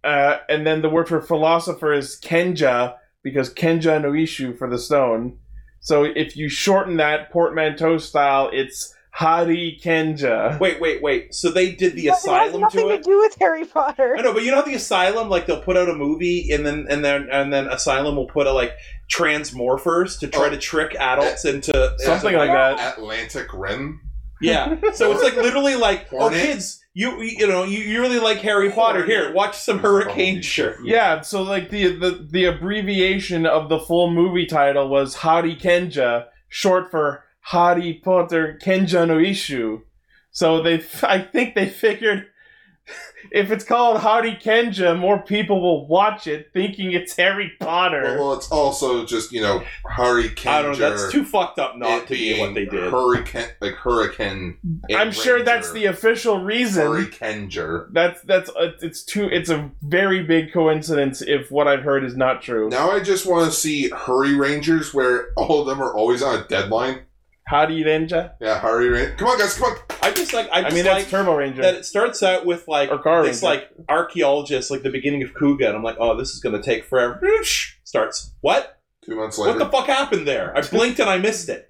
Speaker 2: uh, and then the word for philosopher is Kenja because Kenja no Ishu for the stone. So if you shorten that portmanteau style, it's Hari Kenja.
Speaker 13: Wait, wait, wait. So they did the
Speaker 12: But it has
Speaker 13: asylum
Speaker 12: nothing
Speaker 13: to
Speaker 12: to,
Speaker 13: it?
Speaker 12: do with Harry Potter.
Speaker 13: I know, but you know how the asylum, like they'll put out a movie, and then and then and then asylum will put out like
Speaker 10: Oh.
Speaker 13: transmorphers to try to trick adults into
Speaker 2: Something
Speaker 13: into-
Speaker 2: like that.
Speaker 10: Atlantic Rim.
Speaker 13: Yeah. So it's like literally like,
Speaker 2: Hornet?
Speaker 13: oh kids, you you know you, you really like Harry Potter. Here, watch some Hurricane Shirt.
Speaker 2: Yeah, so like the, the the abbreviation of the full movie title was Hari Kenja, short for Hari Potter Kenja no Issue. So they, I think they figured if it's called Hari Kenja, more people will watch it, thinking it's Harry Potter.
Speaker 10: Well, it's also just you know hurricane.
Speaker 2: I don't know, that's too
Speaker 13: fucked up not
Speaker 10: to be what they did. Hurricane, like hurricane.
Speaker 2: I'm sure that's the official reason.
Speaker 10: Hurricaneger.
Speaker 2: That's that's uh, it's too. It's a very big coincidence if what I've heard is not true.
Speaker 10: Now I just want to see Hurry Rangers where all of them are always on a deadline.
Speaker 2: Howdy Ranger.
Speaker 10: Yeah, Hurry Ranger. Come on, guys, come on.
Speaker 13: I just like I,
Speaker 10: I
Speaker 13: just
Speaker 10: mean,
Speaker 13: like
Speaker 10: that's Turbo
Speaker 2: Ranger.
Speaker 13: That it starts out with like
Speaker 2: Car
Speaker 13: this
Speaker 2: Ranger.
Speaker 13: like archaeologist, like the beginning of Kuga, and I'm like, oh, this is gonna take forever. Starts what?
Speaker 10: Two months
Speaker 13: What
Speaker 10: later.
Speaker 13: the fuck happened there? I blinked and I missed it.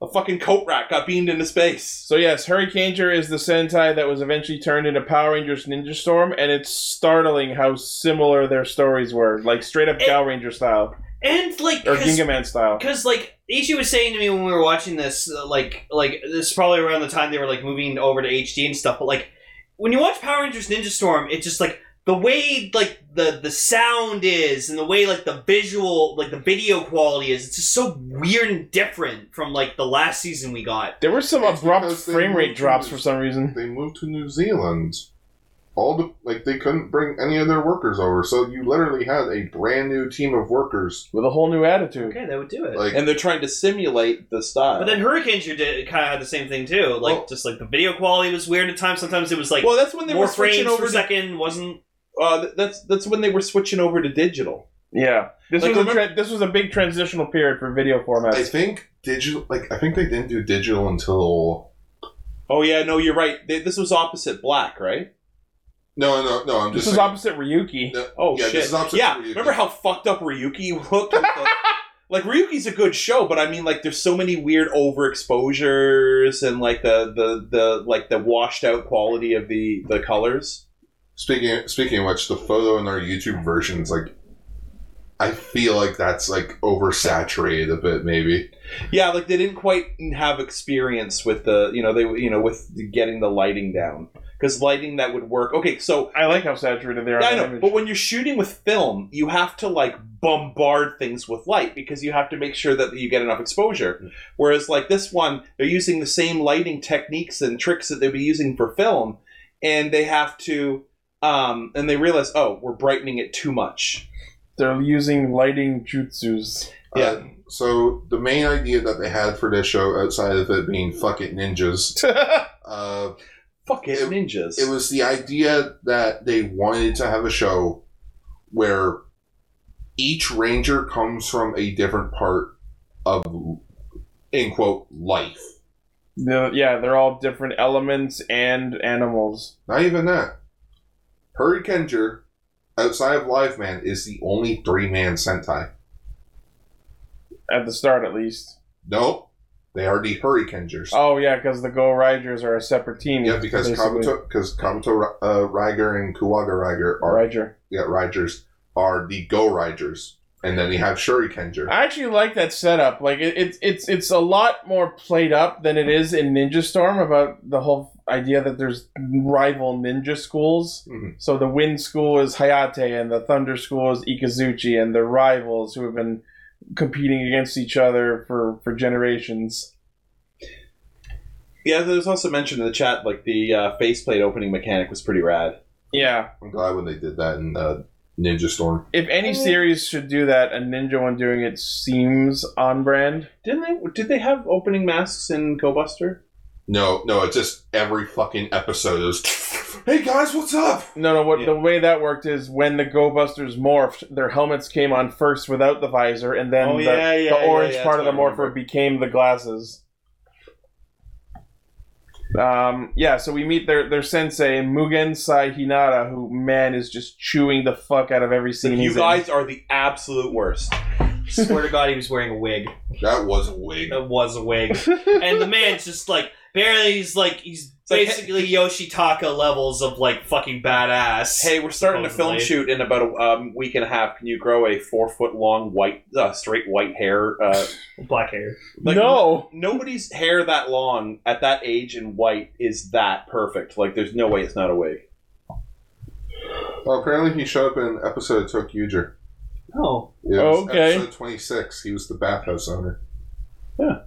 Speaker 13: A fucking coat rack got beamed into space.
Speaker 2: So yes, Hurricaneger is the Sentai that was eventually turned into Power Rangers Ninja Storm, and it's startling how similar their stories were, like straight up Gal Ranger style
Speaker 9: And like,
Speaker 2: or
Speaker 9: 'cause-
Speaker 2: Gingaman style.
Speaker 9: Because like Ichi was saying to me when we were watching this, uh, like like this is probably around the time they were like moving over to HD and stuff. But like when you watch Power Rangers Ninja Storm, it's just like the way like the the sound is and the way like the visual like the video quality is. It's just so weird and different from like the last season we got.
Speaker 2: There were some abrupt
Speaker 10: because they
Speaker 2: frame rate
Speaker 10: moved
Speaker 2: drops
Speaker 10: to-
Speaker 2: for some reason.
Speaker 10: They moved to New Zealand. All the like they couldn't bring any of their workers over, so you literally had a brand new team of workers
Speaker 2: with a whole new attitude.
Speaker 9: Okay, that would do it.
Speaker 10: Like-
Speaker 13: and they're trying to simulate the style.
Speaker 9: but then Hurricane Ju- did kind of had the same thing too. Like just like the video quality was weird at times. Sometimes it was like
Speaker 13: well, that's when they
Speaker 9: more
Speaker 13: were switching
Speaker 9: frames
Speaker 13: over
Speaker 9: per
Speaker 13: to-
Speaker 9: second wasn't.
Speaker 13: Uh, th- that's that's when they were switching over to digital.
Speaker 2: Yeah, this
Speaker 13: Like,
Speaker 2: was a
Speaker 13: remember-
Speaker 2: tra- this was a big transitional period for video formats.
Speaker 10: I think digital, like I think they didn't do digital until.
Speaker 13: Oh yeah, no, you're right. They, this was opposite Black, right?
Speaker 10: No, no, no. I'm
Speaker 2: this
Speaker 10: just.
Speaker 2: was
Speaker 10: saying-
Speaker 2: opposite Ryuki.
Speaker 13: Oh
Speaker 10: yeah,
Speaker 13: shit!
Speaker 10: this is opposite
Speaker 13: yeah,
Speaker 10: Ryuki.
Speaker 13: remember how fucked up Ryuki looked? With the- like Ryuki's a good show, but I mean, like, there's so many weird overexposures and like the the the like the washed out quality of the the colors.
Speaker 10: speaking speaking of which, the photo in our YouTube version is like. I feel like that's like oversaturated a bit, maybe.
Speaker 13: Yeah, like they didn't quite have experience with the you know they you know with getting the lighting down because lighting that would work. Okay, so
Speaker 2: I like how saturated they are.
Speaker 13: I
Speaker 2: on
Speaker 13: know,
Speaker 2: the image.
Speaker 13: but when you're shooting with film, you have to like bombard things with light because you have to make sure that you get enough exposure. Whereas like this one, they're using the same lighting techniques and tricks that they'd be using for film, and they have to um and they realize, oh, we're brightening it too much.
Speaker 2: They're using lighting jutsus. Uh,
Speaker 10: Yeah. so the main idea that they had for this show, outside of it being "fuck it ninjas," uh,
Speaker 13: fuck it, ninjas.
Speaker 10: It was the idea that they wanted to have a show where each ranger comes from a different part of in quote life.
Speaker 2: The- yeah, they're all different elements and animals.
Speaker 10: Not even that. Hurry Kenger, outside of Live Man, is the only three man Sentai.
Speaker 2: At the start, at least.
Speaker 10: Nope. They are the Hurry Kengers.
Speaker 2: Oh yeah, because the Go Riders are a separate team.
Speaker 10: Yeah, because
Speaker 2: basically.
Speaker 10: Kabuto, because Kabuto uh, Riger and Kuwaga Riger are
Speaker 2: Riger.
Speaker 10: Yeah, Rigers are the Go Rigers, and then you have Shuri Kenger.
Speaker 2: I actually like that setup. Like it, it's it's it's a lot more played up than it is in Ninja Storm about the whole idea that there's rival ninja schools.
Speaker 10: Mm-hmm.
Speaker 2: So the Wind School is Hayate, and the Thunder School is Ikazuchi, and they're rivals who have been competing against each other for for generations.
Speaker 13: Yeah, there's also mentioned in the chat like the uh, faceplate opening mechanic was pretty rad.
Speaker 2: Yeah.
Speaker 10: I'm glad when they did that in uh, Ninja Storm.
Speaker 2: If any series should do that, a ninja one doing it seems on brand.
Speaker 13: Didn't they? Did they have opening masks in Go Buster?
Speaker 10: No, no, it's just every fucking episode is.
Speaker 2: Hey
Speaker 10: guys, what's up?
Speaker 2: No, no. What the way that worked is when the Go Busters morphed, their helmets came on first without the visor, and then
Speaker 13: Oh,
Speaker 2: the,
Speaker 13: yeah,
Speaker 2: the
Speaker 13: yeah, yeah,
Speaker 2: orange
Speaker 13: yeah,
Speaker 2: part of
Speaker 13: that's
Speaker 2: the
Speaker 13: what I
Speaker 2: morpher became the glasses. Um, yeah, so we meet their their sensei Mugen Sai Hinata, who man is just chewing the fuck out of every scene.
Speaker 13: You
Speaker 2: he's in.
Speaker 13: guys are the absolute worst.
Speaker 9: Swear to God, he was wearing a wig.
Speaker 10: That was a wig.
Speaker 9: That was a wig. and the man's just like, Barely, he's like he's basically Yoshitaka levels of like fucking badass.
Speaker 13: Hey, we're starting a film shoot in about a um, week and a half. Can you grow a four foot long white, uh, straight white hair? Uh,
Speaker 9: Black hair.
Speaker 2: no,
Speaker 13: nobody's hair that long at that age and white is that perfect. Like, there's no way it's not a wig.
Speaker 10: Well, apparently he showed up in episode Tokyuger.
Speaker 14: Oh.
Speaker 10: It
Speaker 2: Oh,
Speaker 10: was
Speaker 2: okay.
Speaker 10: Episode 26. He was the bathhouse owner.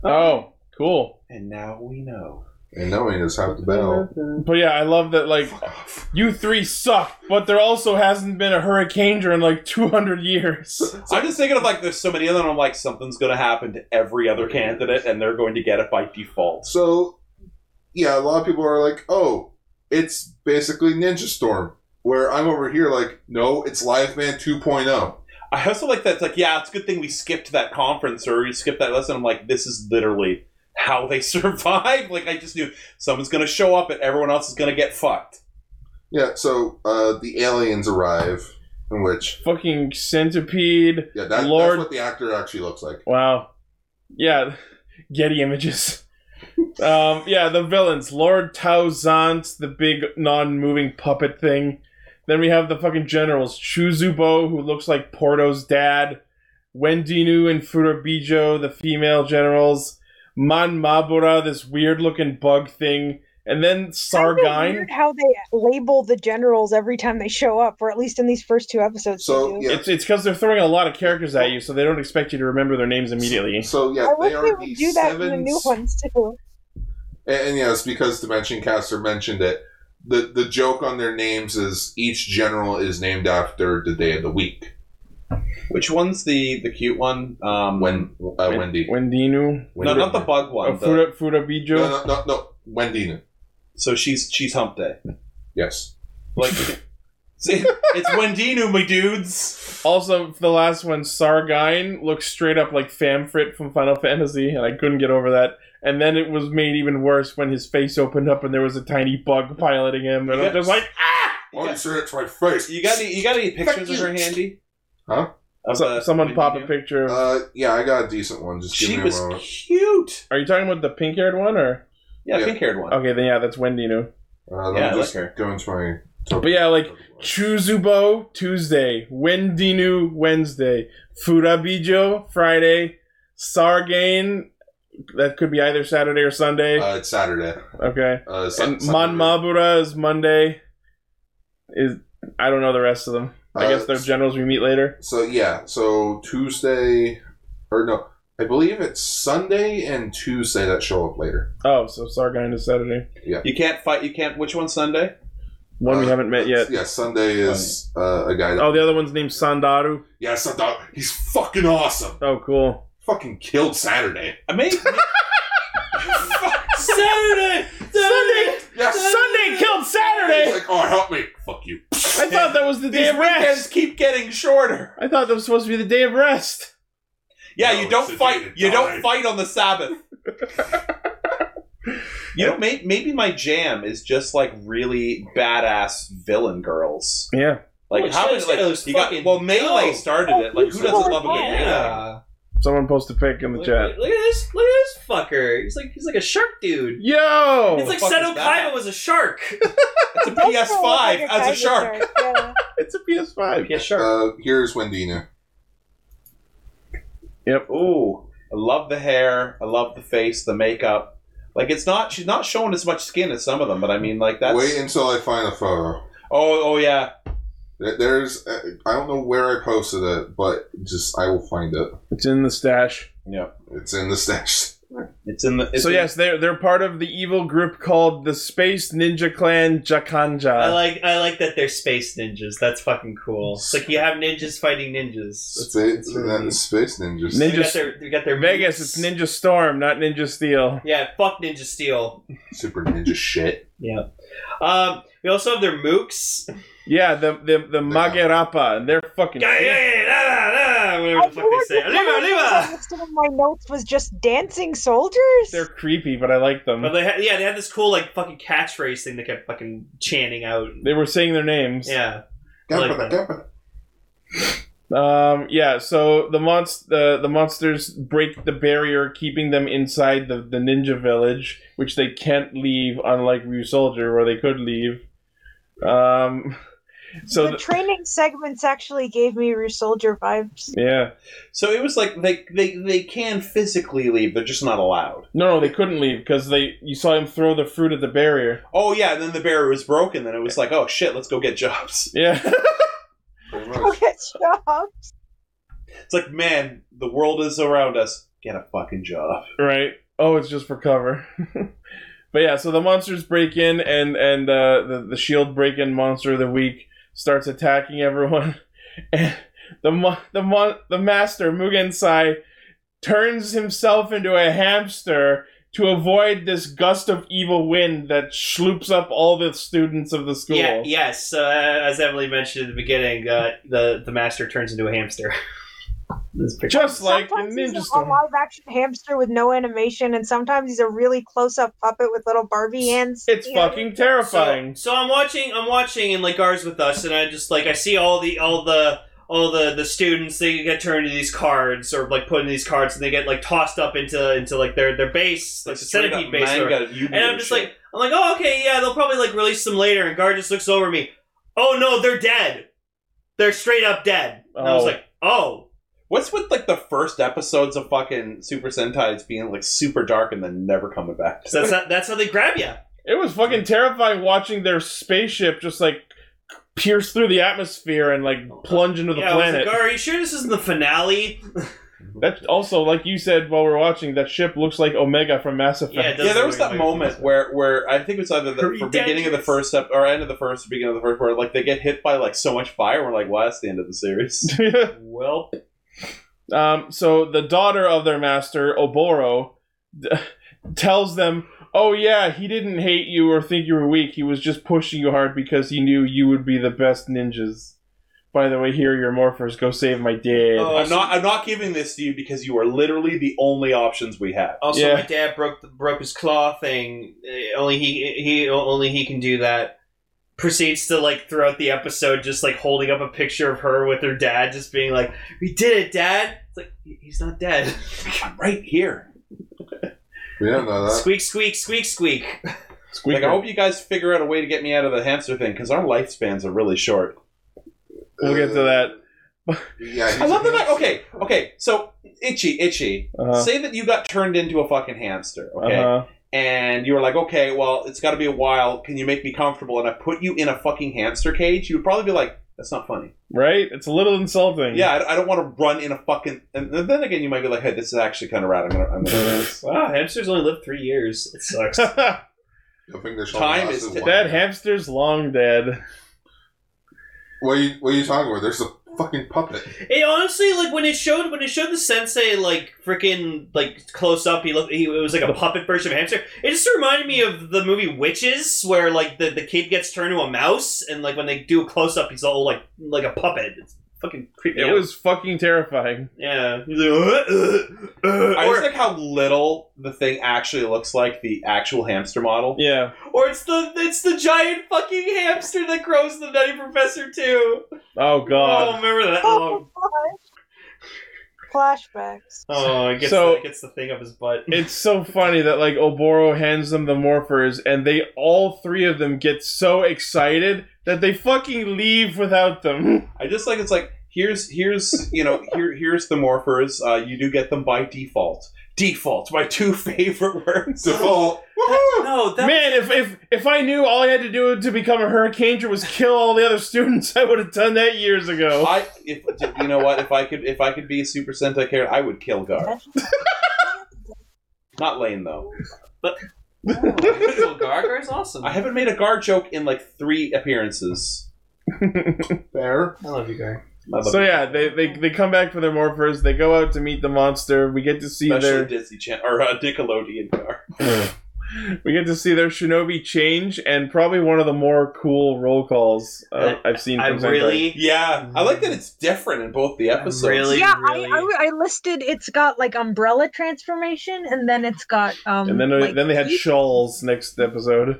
Speaker 2: Oh, cool.
Speaker 13: And now we know.
Speaker 10: And knowing is half the battle.
Speaker 2: But yeah, I love that. Like, you three suck, but there also hasn't been a hurricane during like 200 years.
Speaker 13: I'm just thinking of like, there's so many of them. I'm like, something's going to happen to every other candidate, and they're going to get it by default.
Speaker 10: So, yeah, a lot of people are like, oh, it's basically Ninja Storm. Where I'm over here like, no, it's Live Man oh." 2.0.
Speaker 13: I also like that. It's like, yeah, it's a good thing we skipped that conference or we skipped that lesson. I'm like, this is literally how they survive. Like, I just knew someone's going to show up and everyone else is going to get fucked.
Speaker 10: Yeah, so uh, the aliens arrive, in which
Speaker 2: Fucking centipede.
Speaker 10: yeah, that,
Speaker 2: Lord.
Speaker 10: that's what the actor actually looks like.
Speaker 2: Wow. Yeah, Getty images. um, yeah, the villains. Lord Tauzant, the big non moving puppet thing. Then we have the fucking generals. Chuzubo, who looks like Porto's dad. Wendinu and Furabijo, the female generals. Man Mabura, this weird looking bug thing. And then
Speaker 12: It's
Speaker 2: Sargine.
Speaker 12: weird how they label the generals every time they show up, or at least in these first two episodes. they do.
Speaker 2: it's it's because they're throwing a lot of characters at you, so they don't expect you to remember their names immediately.
Speaker 10: So yeah,
Speaker 12: I wish
Speaker 10: they
Speaker 12: they
Speaker 10: are
Speaker 12: would
Speaker 10: the
Speaker 12: do that in the new
Speaker 10: sevens-
Speaker 12: ones too.
Speaker 10: And, and yes, because Dimension Caster mentioned it, the the joke on their names is each general is named after the day of the week.
Speaker 13: Which one's the the cute one? Um,
Speaker 10: when uh, Wendy.
Speaker 2: Wendinu.
Speaker 13: no, not the bug
Speaker 2: Oh,
Speaker 13: one. the-
Speaker 2: Fura, Furabijo.
Speaker 10: No, no, no, no, Wendy.
Speaker 13: so she's she's Hump Day.
Speaker 10: Yes.
Speaker 13: Like, see, it's Wendinu, my dudes.
Speaker 2: Also, for the last one, Sargine looks straight up like Famfrit from Final Fantasy, and I couldn't get over that. And then it was made even worse when his face opened up and there was a tiny bug piloting him, and I'm just like,
Speaker 10: Answer Oh, it to my face.
Speaker 13: You got any? ah! You got any pictures of her handy?
Speaker 10: Huh?
Speaker 13: Of,
Speaker 2: So-
Speaker 13: uh,
Speaker 2: someone pop a picture. Of,
Speaker 10: Uh, yeah, I got a decent one. Just give
Speaker 13: She
Speaker 10: me a
Speaker 13: was
Speaker 10: moment.
Speaker 13: cute.
Speaker 2: are you talking about the pink haired one or?
Speaker 13: Yeah, pink haired one.
Speaker 2: Okay, then yeah, that's Wendy new.
Speaker 10: Uh,
Speaker 13: Yeah, I
Speaker 10: let me just
Speaker 13: like her.
Speaker 10: go into my.
Speaker 2: But yeah, like Chuzubo Tuesday, Wendy new Wednesday, Furabijo Friday, Sargane that could be either Saturday or Sunday.
Speaker 10: Uh, it's Saturday.
Speaker 2: okay.
Speaker 10: Uh, Sun-
Speaker 2: And
Speaker 10: Sunday.
Speaker 2: Man Mabura is Monday. Is I don't know the rest of them. I
Speaker 10: Uh,
Speaker 2: guess they're generals we meet later.
Speaker 10: So yeah, so Tuesday or no, I believe it's Sunday and Tuesday that show up later.
Speaker 2: Oh, so Sargon is Saturday.
Speaker 10: Yeah.
Speaker 13: You can't fight. You can't. Which one's Sunday?
Speaker 2: One
Speaker 9: Uh,
Speaker 2: we haven't met yet.
Speaker 10: Uh, Yeah, Sunday is uh, a guy that
Speaker 2: Oh, the other one's named Sandaru.
Speaker 10: Yeah, Sandaru. He's fucking awesome.
Speaker 2: Oh, cool.
Speaker 10: Fucking killed Saturday.
Speaker 13: I mean,
Speaker 9: Saturday,
Speaker 2: Sunday,
Speaker 10: yeah,
Speaker 2: Sunday killed Saturday.
Speaker 10: He's like, oh, help me. Fuck you.
Speaker 2: I thought that was the day
Speaker 13: these
Speaker 2: of
Speaker 13: weekends
Speaker 2: rest.
Speaker 13: keep getting shorter.
Speaker 2: I thought that was supposed to be the day of rest.
Speaker 13: Yeah,
Speaker 10: No,
Speaker 13: you don't
Speaker 10: it's a day
Speaker 13: fight.
Speaker 10: to
Speaker 13: You
Speaker 10: die.
Speaker 13: don't fight on the Sabbath. you know, may, maybe my jam is just like really badass villain girls.
Speaker 2: Yeah.
Speaker 13: Like
Speaker 9: Well,
Speaker 13: how
Speaker 9: she
Speaker 13: is
Speaker 9: was-
Speaker 13: like
Speaker 9: it was
Speaker 13: you got
Speaker 9: fucking
Speaker 13: well melee
Speaker 9: dope.
Speaker 13: started it. Like who doesn't love a good melee?
Speaker 9: Oh, Yeah.
Speaker 2: Someone post a pic in the
Speaker 9: Look,
Speaker 2: chat.
Speaker 9: look- look at this! Look at this fucker! He's like he's like a shark dude.
Speaker 2: Yo.
Speaker 9: it's like
Speaker 13: fuck is
Speaker 9: Seto
Speaker 13: that?
Speaker 9: Kaiba was a shark.
Speaker 13: It's a PS5 as a shark.
Speaker 12: Yeah.
Speaker 2: It's a PS5.
Speaker 9: yeah, shark.
Speaker 10: Uh, here's Wendina.
Speaker 2: Yep.
Speaker 13: Ooh, I love the hair. I love the face, the makeup. Like it's not she's not showing as much skin as some of them, but I mean like that's
Speaker 10: Wait until I find a photo.
Speaker 13: oh oh yeah.
Speaker 10: There- There's, uh, I don't know where I posted it, but just I will find it.
Speaker 2: It's in the stash.
Speaker 13: Yeah.
Speaker 10: It's in the stash.
Speaker 13: It's in the it's
Speaker 2: so
Speaker 13: in-
Speaker 2: yes, they're they're part of the evil group called the Space Ninja Clan Jakanja.
Speaker 9: I like I like that they're space ninjas. That's fucking cool. It's like you have ninjas fighting ninjas.
Speaker 10: Space, then space ninjas.
Speaker 9: They
Speaker 2: Nin-
Speaker 9: got
Speaker 2: Ninjas-
Speaker 9: their they got their
Speaker 2: Vegas, it's Ninja Storm, not Ninja Steel.
Speaker 9: Yeah, fuck Ninja Steel.
Speaker 10: Super ninja shit.
Speaker 9: Yeah. Um, we also have their mooks.
Speaker 2: Yeah, the the the Magerapa, and they're fucking.
Speaker 9: Yeah, yeah, yeah, da, da, da, Whatever the fuck they say. Arriba, arriba.
Speaker 12: Most of my notes was just dancing soldiers.
Speaker 2: They're creepy, but I like them.
Speaker 9: But they had, yeah, they had this cool like fucking catchphrase thing they kept fucking chanting out.
Speaker 2: They were saying their names.
Speaker 9: Yeah. I
Speaker 10: Gabba
Speaker 9: like that.
Speaker 10: gabba.
Speaker 2: Um, yeah, so the monst- uh, the monsters break the barrier, keeping them inside the, the ninja village, which they can't leave, unlike Ryu Soldier, where they could leave. Um, so
Speaker 12: the
Speaker 2: th-
Speaker 12: training segments actually gave me Rue Soldier vibes.
Speaker 2: yeah.
Speaker 13: So it was like they they they can physically leave, they're just not allowed.
Speaker 2: No, no, they couldn't leave because they you saw him throw the fruit at the barrier.
Speaker 13: Oh yeah, and then the barrier was broken. Then it was like, oh shit, let's go get jobs.
Speaker 2: Yeah.
Speaker 12: Good job.
Speaker 13: It's like, man, the world is around us. Get a fucking job.
Speaker 2: Right. Oh, it's just for cover. but yeah, so the monsters break in, and and uh, the the shield break in monster of the week starts attacking everyone, and the mo- the mo- the master Mugen Sai turns himself into a hamster to avoid this gust of evil wind that sloops up all the students of the school.
Speaker 9: Yeah, yes. Uh, as Emily mentioned at the beginning, uh, the the master turns into a hamster.
Speaker 2: Just like
Speaker 12: Sometimes
Speaker 2: in Ninja
Speaker 12: he's a
Speaker 2: Storm.
Speaker 12: live action hamster with no animation, and sometimes he's a really close up puppet with little Barbie hands.
Speaker 2: It's
Speaker 12: you know.
Speaker 2: terrifying.
Speaker 9: So, so I'm watching. I'm watching, and like ours with us, and I just like I see all the all the all the the students they get turned into these cards or like put in these cards, and they get like tossed up into into like their their base, like the
Speaker 13: straight
Speaker 9: centipede
Speaker 13: up
Speaker 9: base. or-
Speaker 13: manga, you
Speaker 9: and I'm
Speaker 13: do
Speaker 9: just
Speaker 13: shit.
Speaker 9: like I'm like, oh okay, yeah, they'll probably like release them later. And guard just looks over at me. Oh no, they're dead. They're straight up dead. And I was
Speaker 13: Oh.
Speaker 9: like, oh.
Speaker 13: What's with like the first episodes of fucking Super Sentai's being like super dark and then never coming back?
Speaker 9: So that's how, that's how they grab you.
Speaker 2: It was fucking terrifying watching their spaceship just like pierce through the atmosphere and like plunge into the
Speaker 9: Yeah, I was
Speaker 2: planet.
Speaker 9: like, are you sure this isn't the finale?
Speaker 2: That also, like you said while we are watching, that ship looks like Omega from Mass Effect.
Speaker 13: Yeah, there was that moment where, where I think it was either the for beginning of the first step or end of the first or beginning of the first where like they get hit by like so much fire. We're like, well, that's the end of the series.
Speaker 9: well,
Speaker 2: um, so the daughter of their master, Oboro, d- tells them, "Oh yeah, he didn't hate you or think you were weak. He was just pushing you hard because he knew you would be the best ninjas." By the way, here are your morphers. Go save my dad.
Speaker 13: I'm not I'm not giving this to you because you are literally the only options we have. Oh,
Speaker 9: Also, my dad broke the, broke his claw thing. Eh, Only he he only he can do that. Proceeds to like throughout the episode, just like holding up a picture of her with her dad, just being like, "We did it, Dad." It's like "He- he's not dead. I'm
Speaker 13: right here.
Speaker 10: We don't know that.
Speaker 9: Squeak, squeak, squeak, squeak.
Speaker 13: Like, I hope you guys figure out a way to get me out of the hamster thing because our lifespans are really short.
Speaker 2: We'll get to that.
Speaker 10: yeah,
Speaker 13: I love the fact. Okay, okay. So itchy, itchy.
Speaker 2: Uh-huh.
Speaker 13: Say that you got turned into a fucking hamster, okay?
Speaker 2: Uh-huh.
Speaker 13: And you were like, okay, well, it's got to be a while. Can you make me comfortable? And I put you in a fucking hamster cage. You would probably be like, that's not funny.
Speaker 2: right? It's a little insulting.
Speaker 13: Yeah, I, I don't want to run in a fucking. And then again, you might be like, hey, this is actually kind of rad. I'm gonna. I'm gonna
Speaker 9: Wow, hamsters only live three years. It sucks.
Speaker 13: Time is t-
Speaker 2: that hamster's long dead.
Speaker 10: What are you What are you talking about? There's a fucking puppet.
Speaker 9: It honestly, like when it showed when it showed the sensei like freaking like close up, he looked he it was like a puppet version of a hamster. It just reminded me of the movie Witches, where like the, the kid gets turned to a mouse, and like when they do a close up, he's all like like a puppet. It's fucking creepy.
Speaker 2: It
Speaker 9: out.
Speaker 2: was fucking terrifying.
Speaker 9: yeah. He's like, "Uh, Mm-hmm.
Speaker 13: I just like how little the thing actually looks like the actual hamster model.
Speaker 2: Yeah.
Speaker 9: or it's the it's the giant fucking hamster that grows the Nutty Professor too.
Speaker 2: Oh
Speaker 9: Oh,
Speaker 2: god.
Speaker 9: remember that? Oh,
Speaker 12: Flashbacks.
Speaker 9: oh it gets
Speaker 2: So-
Speaker 9: it gets the thing up his butt.
Speaker 2: It's so funny that like Oboro hands them the morphers and they all three of them get so excited that they fucking leave without them.
Speaker 13: I just like it's like here's here's you know here here's the morphers. Uh, you do get them by default. Default, my two favorite words.
Speaker 10: Default.
Speaker 9: no, that
Speaker 2: Man, if, if if I knew all I had to do to become a hurricaneer was kill all the other students, I would have done that years ago.
Speaker 13: I if you know what if I could if I could be a Super Sentai character, I would kill Gar. Not Lane though.
Speaker 9: Gargar is awesome.
Speaker 13: I haven't made a Gar joke in like three appearances.
Speaker 10: Fair.
Speaker 9: I love you, Gar.
Speaker 2: So yeah, they, they they come back for their morphers. They go out to meet the monster. We get to see
Speaker 13: Especially
Speaker 2: their
Speaker 13: Disney Channel or uh, Nickelodeon Gar.
Speaker 2: we get to see their shinobi change and probably one of the more cool roll calls uh, I've seen.
Speaker 9: I
Speaker 2: from Sentai.
Speaker 9: really-
Speaker 13: Yeah, I like that it's different in both the episodes.
Speaker 9: really,
Speaker 12: yeah, I, I, I listed. It's got like umbrella transformation, and then it's got um.
Speaker 2: and then uh,
Speaker 12: like,
Speaker 2: then they had shawls next episode.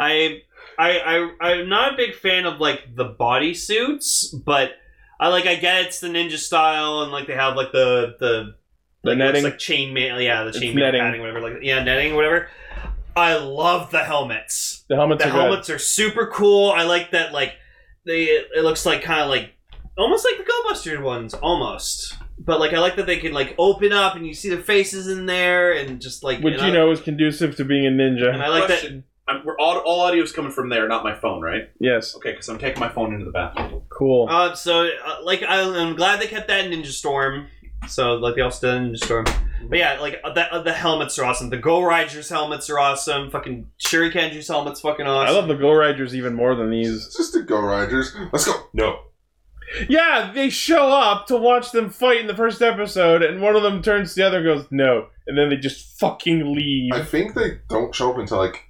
Speaker 9: I, I, I, I'm not a big fan of like the bodysuits, but I like. I get it's the ninja style, and like they have like the the
Speaker 2: The
Speaker 9: like,
Speaker 2: netting?
Speaker 9: it's like chain mail. Yeah, the
Speaker 2: It's
Speaker 9: chain mail
Speaker 2: netting.
Speaker 9: padding, whatever. Like yeah, netting, whatever. I love the helmets.
Speaker 2: The helmets
Speaker 9: The
Speaker 2: are good.
Speaker 9: helmets are super cool. I like that. Like they, it looks like kind of like almost like the GoBusters ones, almost. But like I like that they can like open up and you see their faces in there and just like
Speaker 2: Which
Speaker 9: and
Speaker 2: you
Speaker 9: I-
Speaker 2: know is conducive to being a ninja.
Speaker 9: And I like that.
Speaker 13: I'm, we're all, all audio is coming from there, not my phone, right?
Speaker 2: Yes.
Speaker 13: Okay, because I'm taking my phone into the bathroom.
Speaker 2: Cool.
Speaker 9: Uh, so, uh, like, I, I'm glad they kept that Ninja Storm. So, like, they also did Ninja Storm. But yeah, like, uh, that, uh, the helmets are awesome. The Go Riders helmets are awesome. Fucking Shurikenju's helmet's fucking awesome.
Speaker 2: I love the Go Riders even more than these.
Speaker 10: just the Go Riders. Let's go. No.
Speaker 2: Yeah, they show up to watch them fight in the first episode, and one of them turns to the other and goes, no. And then they just fucking leave.
Speaker 10: I think they don't show up until like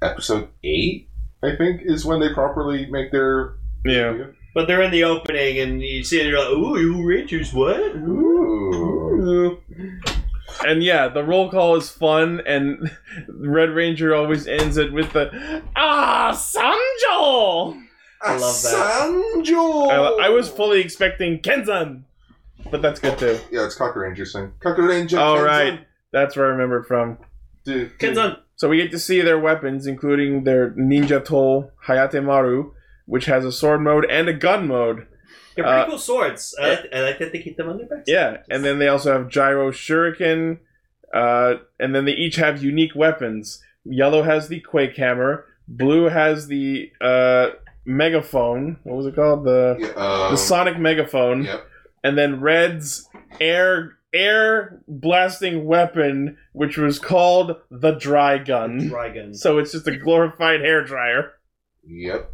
Speaker 10: episode eight. I think is when they properly make their
Speaker 2: yeah.
Speaker 9: But they're in the opening, and you see it, and you're like, ooh, you Rangers, what?
Speaker 10: Ooh.
Speaker 2: And yeah, the roll call is fun, and Red Ranger always ends it with the Ah, Sanjo!
Speaker 9: I love
Speaker 10: that.
Speaker 2: Sanjo! I, I was fully expecting Kenzan, but that's good too.
Speaker 10: Yeah, it's Cocker Ranger thing. Cocker Ranger.
Speaker 2: All
Speaker 10: Kenzan.
Speaker 2: right, that's where I remember it from.
Speaker 10: Dude,
Speaker 9: Kenzan.
Speaker 2: So we get to see their weapons, including their ninja toll Hayate Maru, which has a sword mode and a gun mode.
Speaker 9: They're pretty
Speaker 2: Uh,
Speaker 9: cool swords. I like, I like that they keep them on their backs.
Speaker 2: Yeah, and then they also have Gyro Shuriken, uh, and then they each have unique weapons. Yellow has the Quake Hammer. Blue has the uh, megaphone. What was it called? The
Speaker 10: um,
Speaker 2: the Sonic megaphone. And then Red's air air blasting weapon, which was called the dry gun.
Speaker 9: Dry gun.
Speaker 2: So it's just a glorified hair dryer.
Speaker 10: Yep.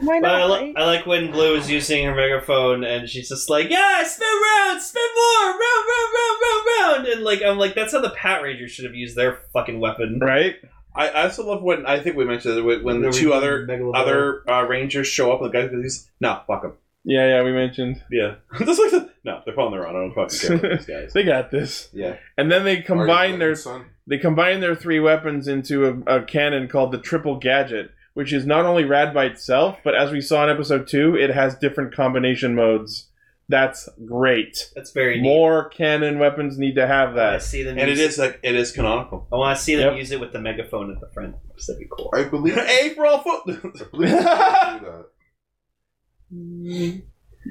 Speaker 12: Why
Speaker 9: But I,
Speaker 12: not?
Speaker 9: li-
Speaker 12: right?
Speaker 9: I like when Blue is using her megaphone, and she's just like, yeah, spin round, spin more, round, round, round, round, round. And, like, I'm like, that's how the Pat Rangers should have used their fucking weapon.
Speaker 2: Right?
Speaker 13: I, I also love when I think we mentioned it, when, when the two other other uh, rangers show up and the guy goes, "No, fuck them."
Speaker 2: Yeah, yeah, we mentioned.
Speaker 13: Yeah, that's like the, no, they're on their own. I don't fucking care about these guys.
Speaker 2: they got this.
Speaker 13: Yeah,
Speaker 2: And then they combine their
Speaker 10: son?
Speaker 2: they combine their three weapons into a, a cannon called the Triple Gadget, which is not only rad by itself, but as we saw in episode two, it has different combination modes. That's great.
Speaker 9: That's very neat.
Speaker 2: more cannon weapons need to have that.
Speaker 9: I see them
Speaker 13: and it
Speaker 9: use-
Speaker 13: is like it is canonical.
Speaker 9: I want to see them use it with the megaphone at the front. That'd be cool.
Speaker 10: I believe.
Speaker 13: hey, for all foot.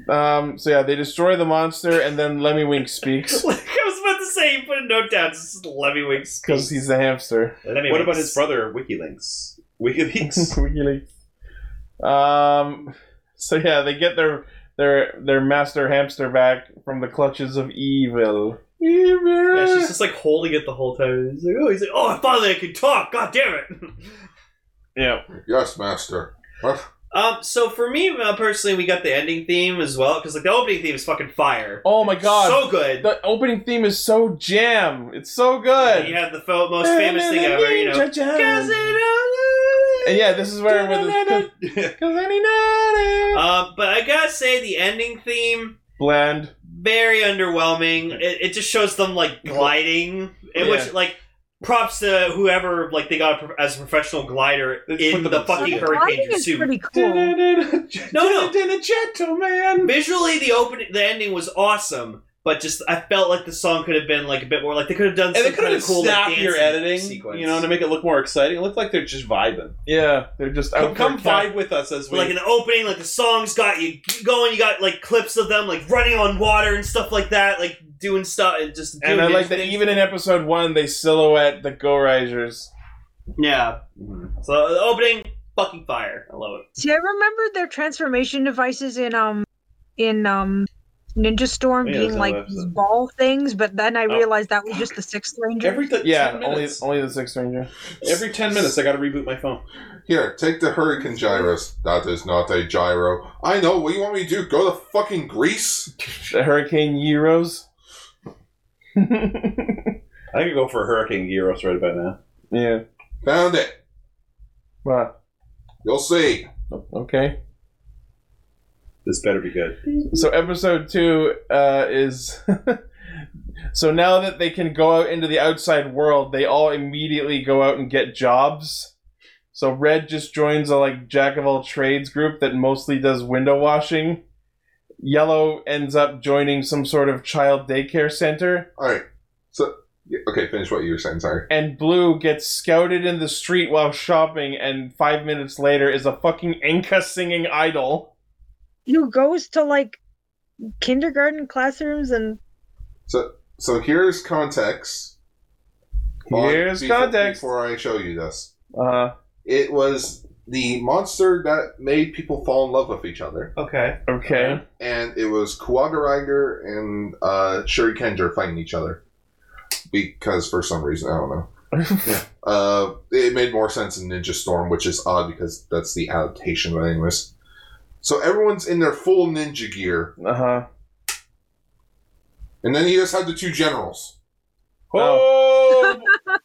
Speaker 2: Um, so yeah, they destroy the monster, and then Lemmy Wink speaks
Speaker 9: Like I was about to say, you put a note down. It's just Lemmy Winks.
Speaker 2: because he's the hamster.
Speaker 9: Lemmy
Speaker 13: What
Speaker 9: Winks.
Speaker 13: about his brother, WikiLinks? WikiLeaks.
Speaker 2: WikiLeaks. Um, so yeah, they get their their their master hamster back from the clutches of evil.
Speaker 9: Yeah, she's just like holding it the whole time. He's like, oh, he's like, oh, finally I can talk. God damn it.
Speaker 2: Yeah.
Speaker 10: Yes, master. What?
Speaker 9: Um, so for me uh, personally, we got the ending theme as well because like the opening theme is fucking fire.
Speaker 2: Oh my god!
Speaker 9: So good.
Speaker 2: The opening theme is so jam. It's so good.
Speaker 9: You have the fo- most famous thing ever, you know.
Speaker 2: Ninja jam. And yeah, this is where with the
Speaker 9: Um, but I gotta say the ending theme
Speaker 2: bland.
Speaker 9: very underwhelming. It, it just shows them like gliding, in
Speaker 2: Yeah.
Speaker 9: which like props to whoever like they got a pro- as a professional glider in the, fucking
Speaker 12: The
Speaker 9: hurricane
Speaker 12: lighting is
Speaker 9: suit.
Speaker 12: pretty cool.
Speaker 9: No,
Speaker 2: no, gentleman.
Speaker 9: Visually, the opening, the ending was awesome, but just I felt like the song could have been like a bit more. Like they could have done
Speaker 13: And they
Speaker 9: some
Speaker 13: could
Speaker 9: kind
Speaker 13: have
Speaker 9: of cool like,
Speaker 13: snapped
Speaker 9: dancing
Speaker 13: your editing,
Speaker 9: sequence.
Speaker 13: you know, to make it look more exciting. It looked like they're just vibing.
Speaker 2: Yeah, they're just
Speaker 13: Come,
Speaker 2: out
Speaker 13: come
Speaker 2: for a cat.
Speaker 13: vibe with us as we
Speaker 9: like an opening, like the song's got you going. You got like clips of them like running on water and stuff like that, like doing stuff and just. Doing
Speaker 2: And I like
Speaker 9: ninja
Speaker 2: that
Speaker 9: things.
Speaker 2: even in episode one they silhouette the Go Risers.
Speaker 9: Yeah. So the opening, fucking fire. I love it.
Speaker 12: See, I remember their transformation devices in um in um Ninja Storm
Speaker 2: Yeah,
Speaker 12: being
Speaker 2: that's
Speaker 12: like
Speaker 2: another
Speaker 12: these ball things, but then I
Speaker 2: Oh.
Speaker 12: realized that was just the Sixth Ranger.
Speaker 2: yeah, only only the Sixth Ranger.
Speaker 13: Every ten minutes, I got to reboot my phone.
Speaker 10: Here, take the Hurricane gyros. That is not a gyro. I know. What do you want me to do? Go to fucking Greece?
Speaker 2: The Hurricane Euros.
Speaker 13: I could go for a Hurricane Gyros right about now.
Speaker 2: Yeah.
Speaker 10: Found it.
Speaker 2: What?
Speaker 10: You'll see.
Speaker 2: Okay.
Speaker 13: This better be good.
Speaker 2: So episode two uh, is. so now that they can go out into the outside world, they all immediately go out and get jobs. So Red just joins a like jack of all trades group that mostly does window washing. Yellow ends up joining some sort of child daycare center.
Speaker 10: All right. So, yeah, okay, finish what you were saying. Sorry.
Speaker 2: And Blue gets scouted in the street while shopping, and five minutes later is a fucking Inca singing idol.
Speaker 12: Who goes to like kindergarten classrooms and
Speaker 10: So, so here's context.
Speaker 2: Here's
Speaker 10: befo-
Speaker 2: context.
Speaker 10: Before I show you this,
Speaker 2: uh,
Speaker 10: it was the monster that made people fall in love with each other,
Speaker 14: Okay.
Speaker 2: Okay.
Speaker 10: and it was Kuagariger and uh, Shuri Kenjer fighting each other because for some reason I don't know. Yeah. Uh, it made more sense in Ninja Storm, which is odd because that's the adaptation. But anyways, so everyone's in their full ninja gear,
Speaker 2: Uh huh.
Speaker 10: and then you just have the two generals.
Speaker 2: Oh,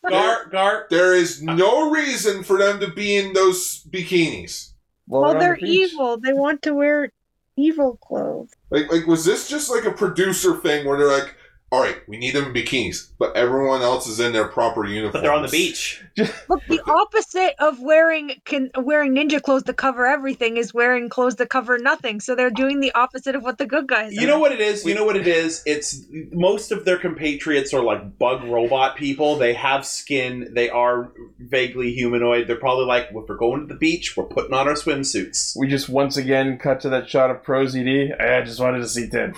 Speaker 10: Gar,
Speaker 2: gar.
Speaker 10: There is no reason for them to be in those bikinis.
Speaker 12: well, they're evil. They want to wear evil clothes.
Speaker 10: Like, like, was this just like a producer thing where they're like, "All right, we need them in bikinis, but everyone else is in their proper uniforms." But they're on the
Speaker 9: beach.
Speaker 12: Look, the opposite of wearing can, wearing ninja clothes to cover everything is wearing clothes to cover nothing. So they're doing the opposite of what the good guys.
Speaker 13: You know what it is. You know what it is. It's most of their compatriots are like bug robot people. They have skin. They are vaguely humanoid. They're probably like, if we're going to the beach, we're putting on our swimsuits.
Speaker 2: We just once again cut to that shot of Pro ZD. I just wanted to see Tim.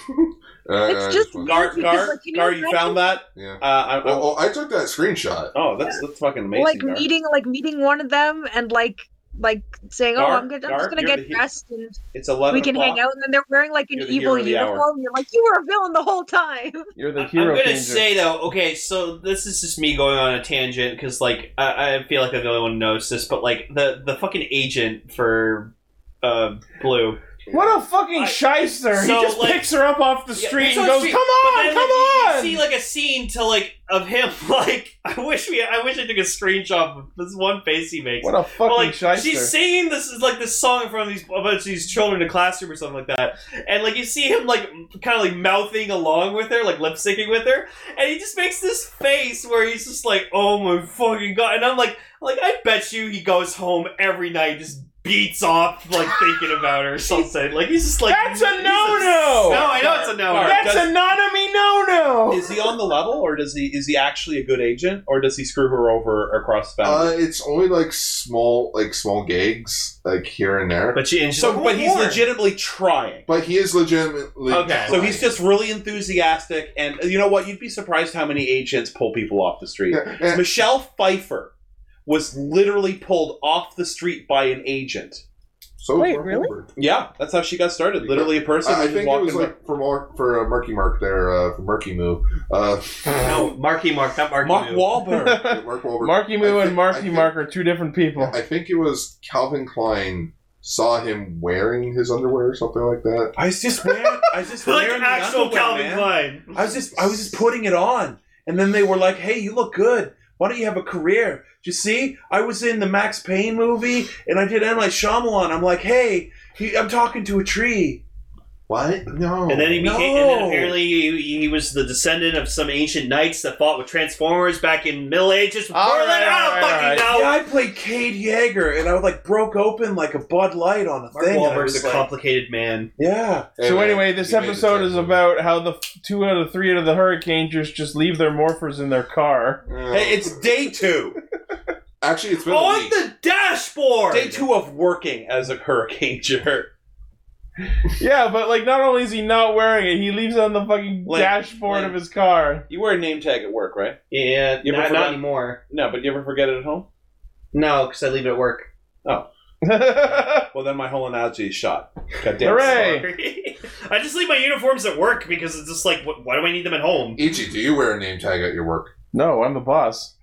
Speaker 10: It's just
Speaker 13: Gar, Gar, Gar, you found that?
Speaker 10: Yeah.
Speaker 13: Uh, I,
Speaker 10: oh, I took that screenshot.
Speaker 13: Oh, that's that's fucking amazing.
Speaker 12: like
Speaker 13: Gar.
Speaker 12: meeting, like meeting one of them, and like like saying, "Oh,
Speaker 13: Gar-
Speaker 12: I'm gonna, I'm
Speaker 13: Gar,
Speaker 12: just gonna
Speaker 13: you're
Speaker 12: get
Speaker 13: the he-
Speaker 12: dressed and
Speaker 13: It's eleven.
Speaker 12: we can
Speaker 13: o'clock.
Speaker 12: hang out." And then they're wearing like an
Speaker 13: You're the hero
Speaker 12: evil
Speaker 13: of the hour.
Speaker 12: uniform. and You're like, "You were a villain the whole time."
Speaker 2: You're the
Speaker 9: I'm
Speaker 2: hero.
Speaker 9: gonna
Speaker 2: Ranger.
Speaker 9: say though, okay, so this is just me going on a tangent because like I, I feel like I'm the only one who knows this, but like the the fucking agent for uh, Blue.
Speaker 2: What a fucking shyster! he
Speaker 9: so,
Speaker 2: just
Speaker 9: like-
Speaker 2: picks her up off the
Speaker 9: Yeah,
Speaker 2: street
Speaker 9: so
Speaker 2: and goes,
Speaker 9: street-
Speaker 2: "Come
Speaker 9: but
Speaker 2: on,
Speaker 9: then,
Speaker 2: come
Speaker 9: like, you-
Speaker 2: on!"
Speaker 9: You see like a scene to like of him like I wish we I wish I took a screenshot of this one face he makes.
Speaker 2: What a fucking
Speaker 9: like,
Speaker 2: shyster.
Speaker 9: She's singing this is like this song from these about these children in a classroom or something like that, and like you see him like kind of like mouthing along with her, like lip syncing with her, and he just makes this face where he's just like, "Oh my fucking god!" And I'm like, like I bet you he goes home every night just beats off like thinking about her or something. Like he's just like
Speaker 2: That's a
Speaker 9: he's
Speaker 2: no-no!
Speaker 9: No, I know it's a no no.
Speaker 2: That's a anonymous no-no.
Speaker 13: Is he on the level, or does he is he actually a good agent, or does he screw her over across the boundary?
Speaker 10: Uh, it's only like small, like small gigs, like here and there.
Speaker 9: But she, and
Speaker 13: so, but he's legitimately trying.
Speaker 10: But he is legitimately
Speaker 13: So he's just really enthusiastic, and you know what? You'd be surprised how many agents pull people off the street. Michelle Pfeiffer was literally pulled off the street by an agent.
Speaker 10: So Wait, really?
Speaker 13: Yeah, that's how she got started. Literally, a person.
Speaker 10: I, I
Speaker 13: who
Speaker 10: think it
Speaker 13: walked
Speaker 10: was
Speaker 13: in-
Speaker 10: like for Mar- for uh, Marky Mark there uh, for Marky Moo. Uh,
Speaker 9: no, Marky Mark, not Marky
Speaker 13: Mark Moo. Wahlberg.
Speaker 10: Mark Wahlberg.
Speaker 2: Marky Moo and Marky Mark are two different people.
Speaker 10: I think it was Calvin Klein saw him wearing his underwear or something like that.
Speaker 13: I was just wearing, I was just
Speaker 9: Like
Speaker 13: wearing the
Speaker 9: actual
Speaker 13: underwear,
Speaker 9: Calvin
Speaker 13: man.
Speaker 9: Klein.
Speaker 13: I was just, I was just putting it on, and then they were like, "Hey, you look good. Why don't you have a career?" Do you see? I was in the Max Payne movie, and I did M Night Shyamalan. I'm like, "Hey, he- I'm talking to a tree."
Speaker 10: What? No.
Speaker 9: And then he became, and then apparently he, he was the descendant of some ancient knights that fought with Transformers back in Middle Ages. Before
Speaker 13: All
Speaker 9: that,
Speaker 13: right,
Speaker 9: I
Speaker 13: all
Speaker 9: don't
Speaker 13: right,
Speaker 9: fucking
Speaker 13: all
Speaker 9: know.
Speaker 13: right. Yeah, I played Cade Yeager, and I was like broke open like a Bud Light on a
Speaker 9: Mark
Speaker 13: thing. and I
Speaker 9: Wahlberg's
Speaker 13: was
Speaker 9: a
Speaker 13: like-
Speaker 9: complicated man.
Speaker 13: Yeah.
Speaker 2: So anyway, this episode is about how the f- two out of three out of the Hurricaners just leave their morphers in their car.
Speaker 13: Hey, it's day two.
Speaker 10: Actually, it's
Speaker 2: been a
Speaker 13: on
Speaker 2: week.
Speaker 13: the
Speaker 9: dashboard.
Speaker 13: Day two of working as a hurricane jerk.
Speaker 2: yeah, but like, not only is he not wearing it, he leaves it on the fucking
Speaker 13: Like-
Speaker 2: dashboard
Speaker 13: like-
Speaker 2: of his car.
Speaker 13: You wear a name tag at work, right?
Speaker 9: Yeah,
Speaker 13: You ever
Speaker 9: not,
Speaker 13: forgot-
Speaker 9: not anymore.
Speaker 13: No, but you ever forget it at home?
Speaker 9: No, because I leave it at work.
Speaker 13: Oh. well, then my whole analogy is shot. God damn.
Speaker 9: Hooray! I just leave my uniforms at work because it's just like, wh- why do I need them at home?
Speaker 10: Ichi, do you wear a name tag at your work?
Speaker 2: No, I'm the boss.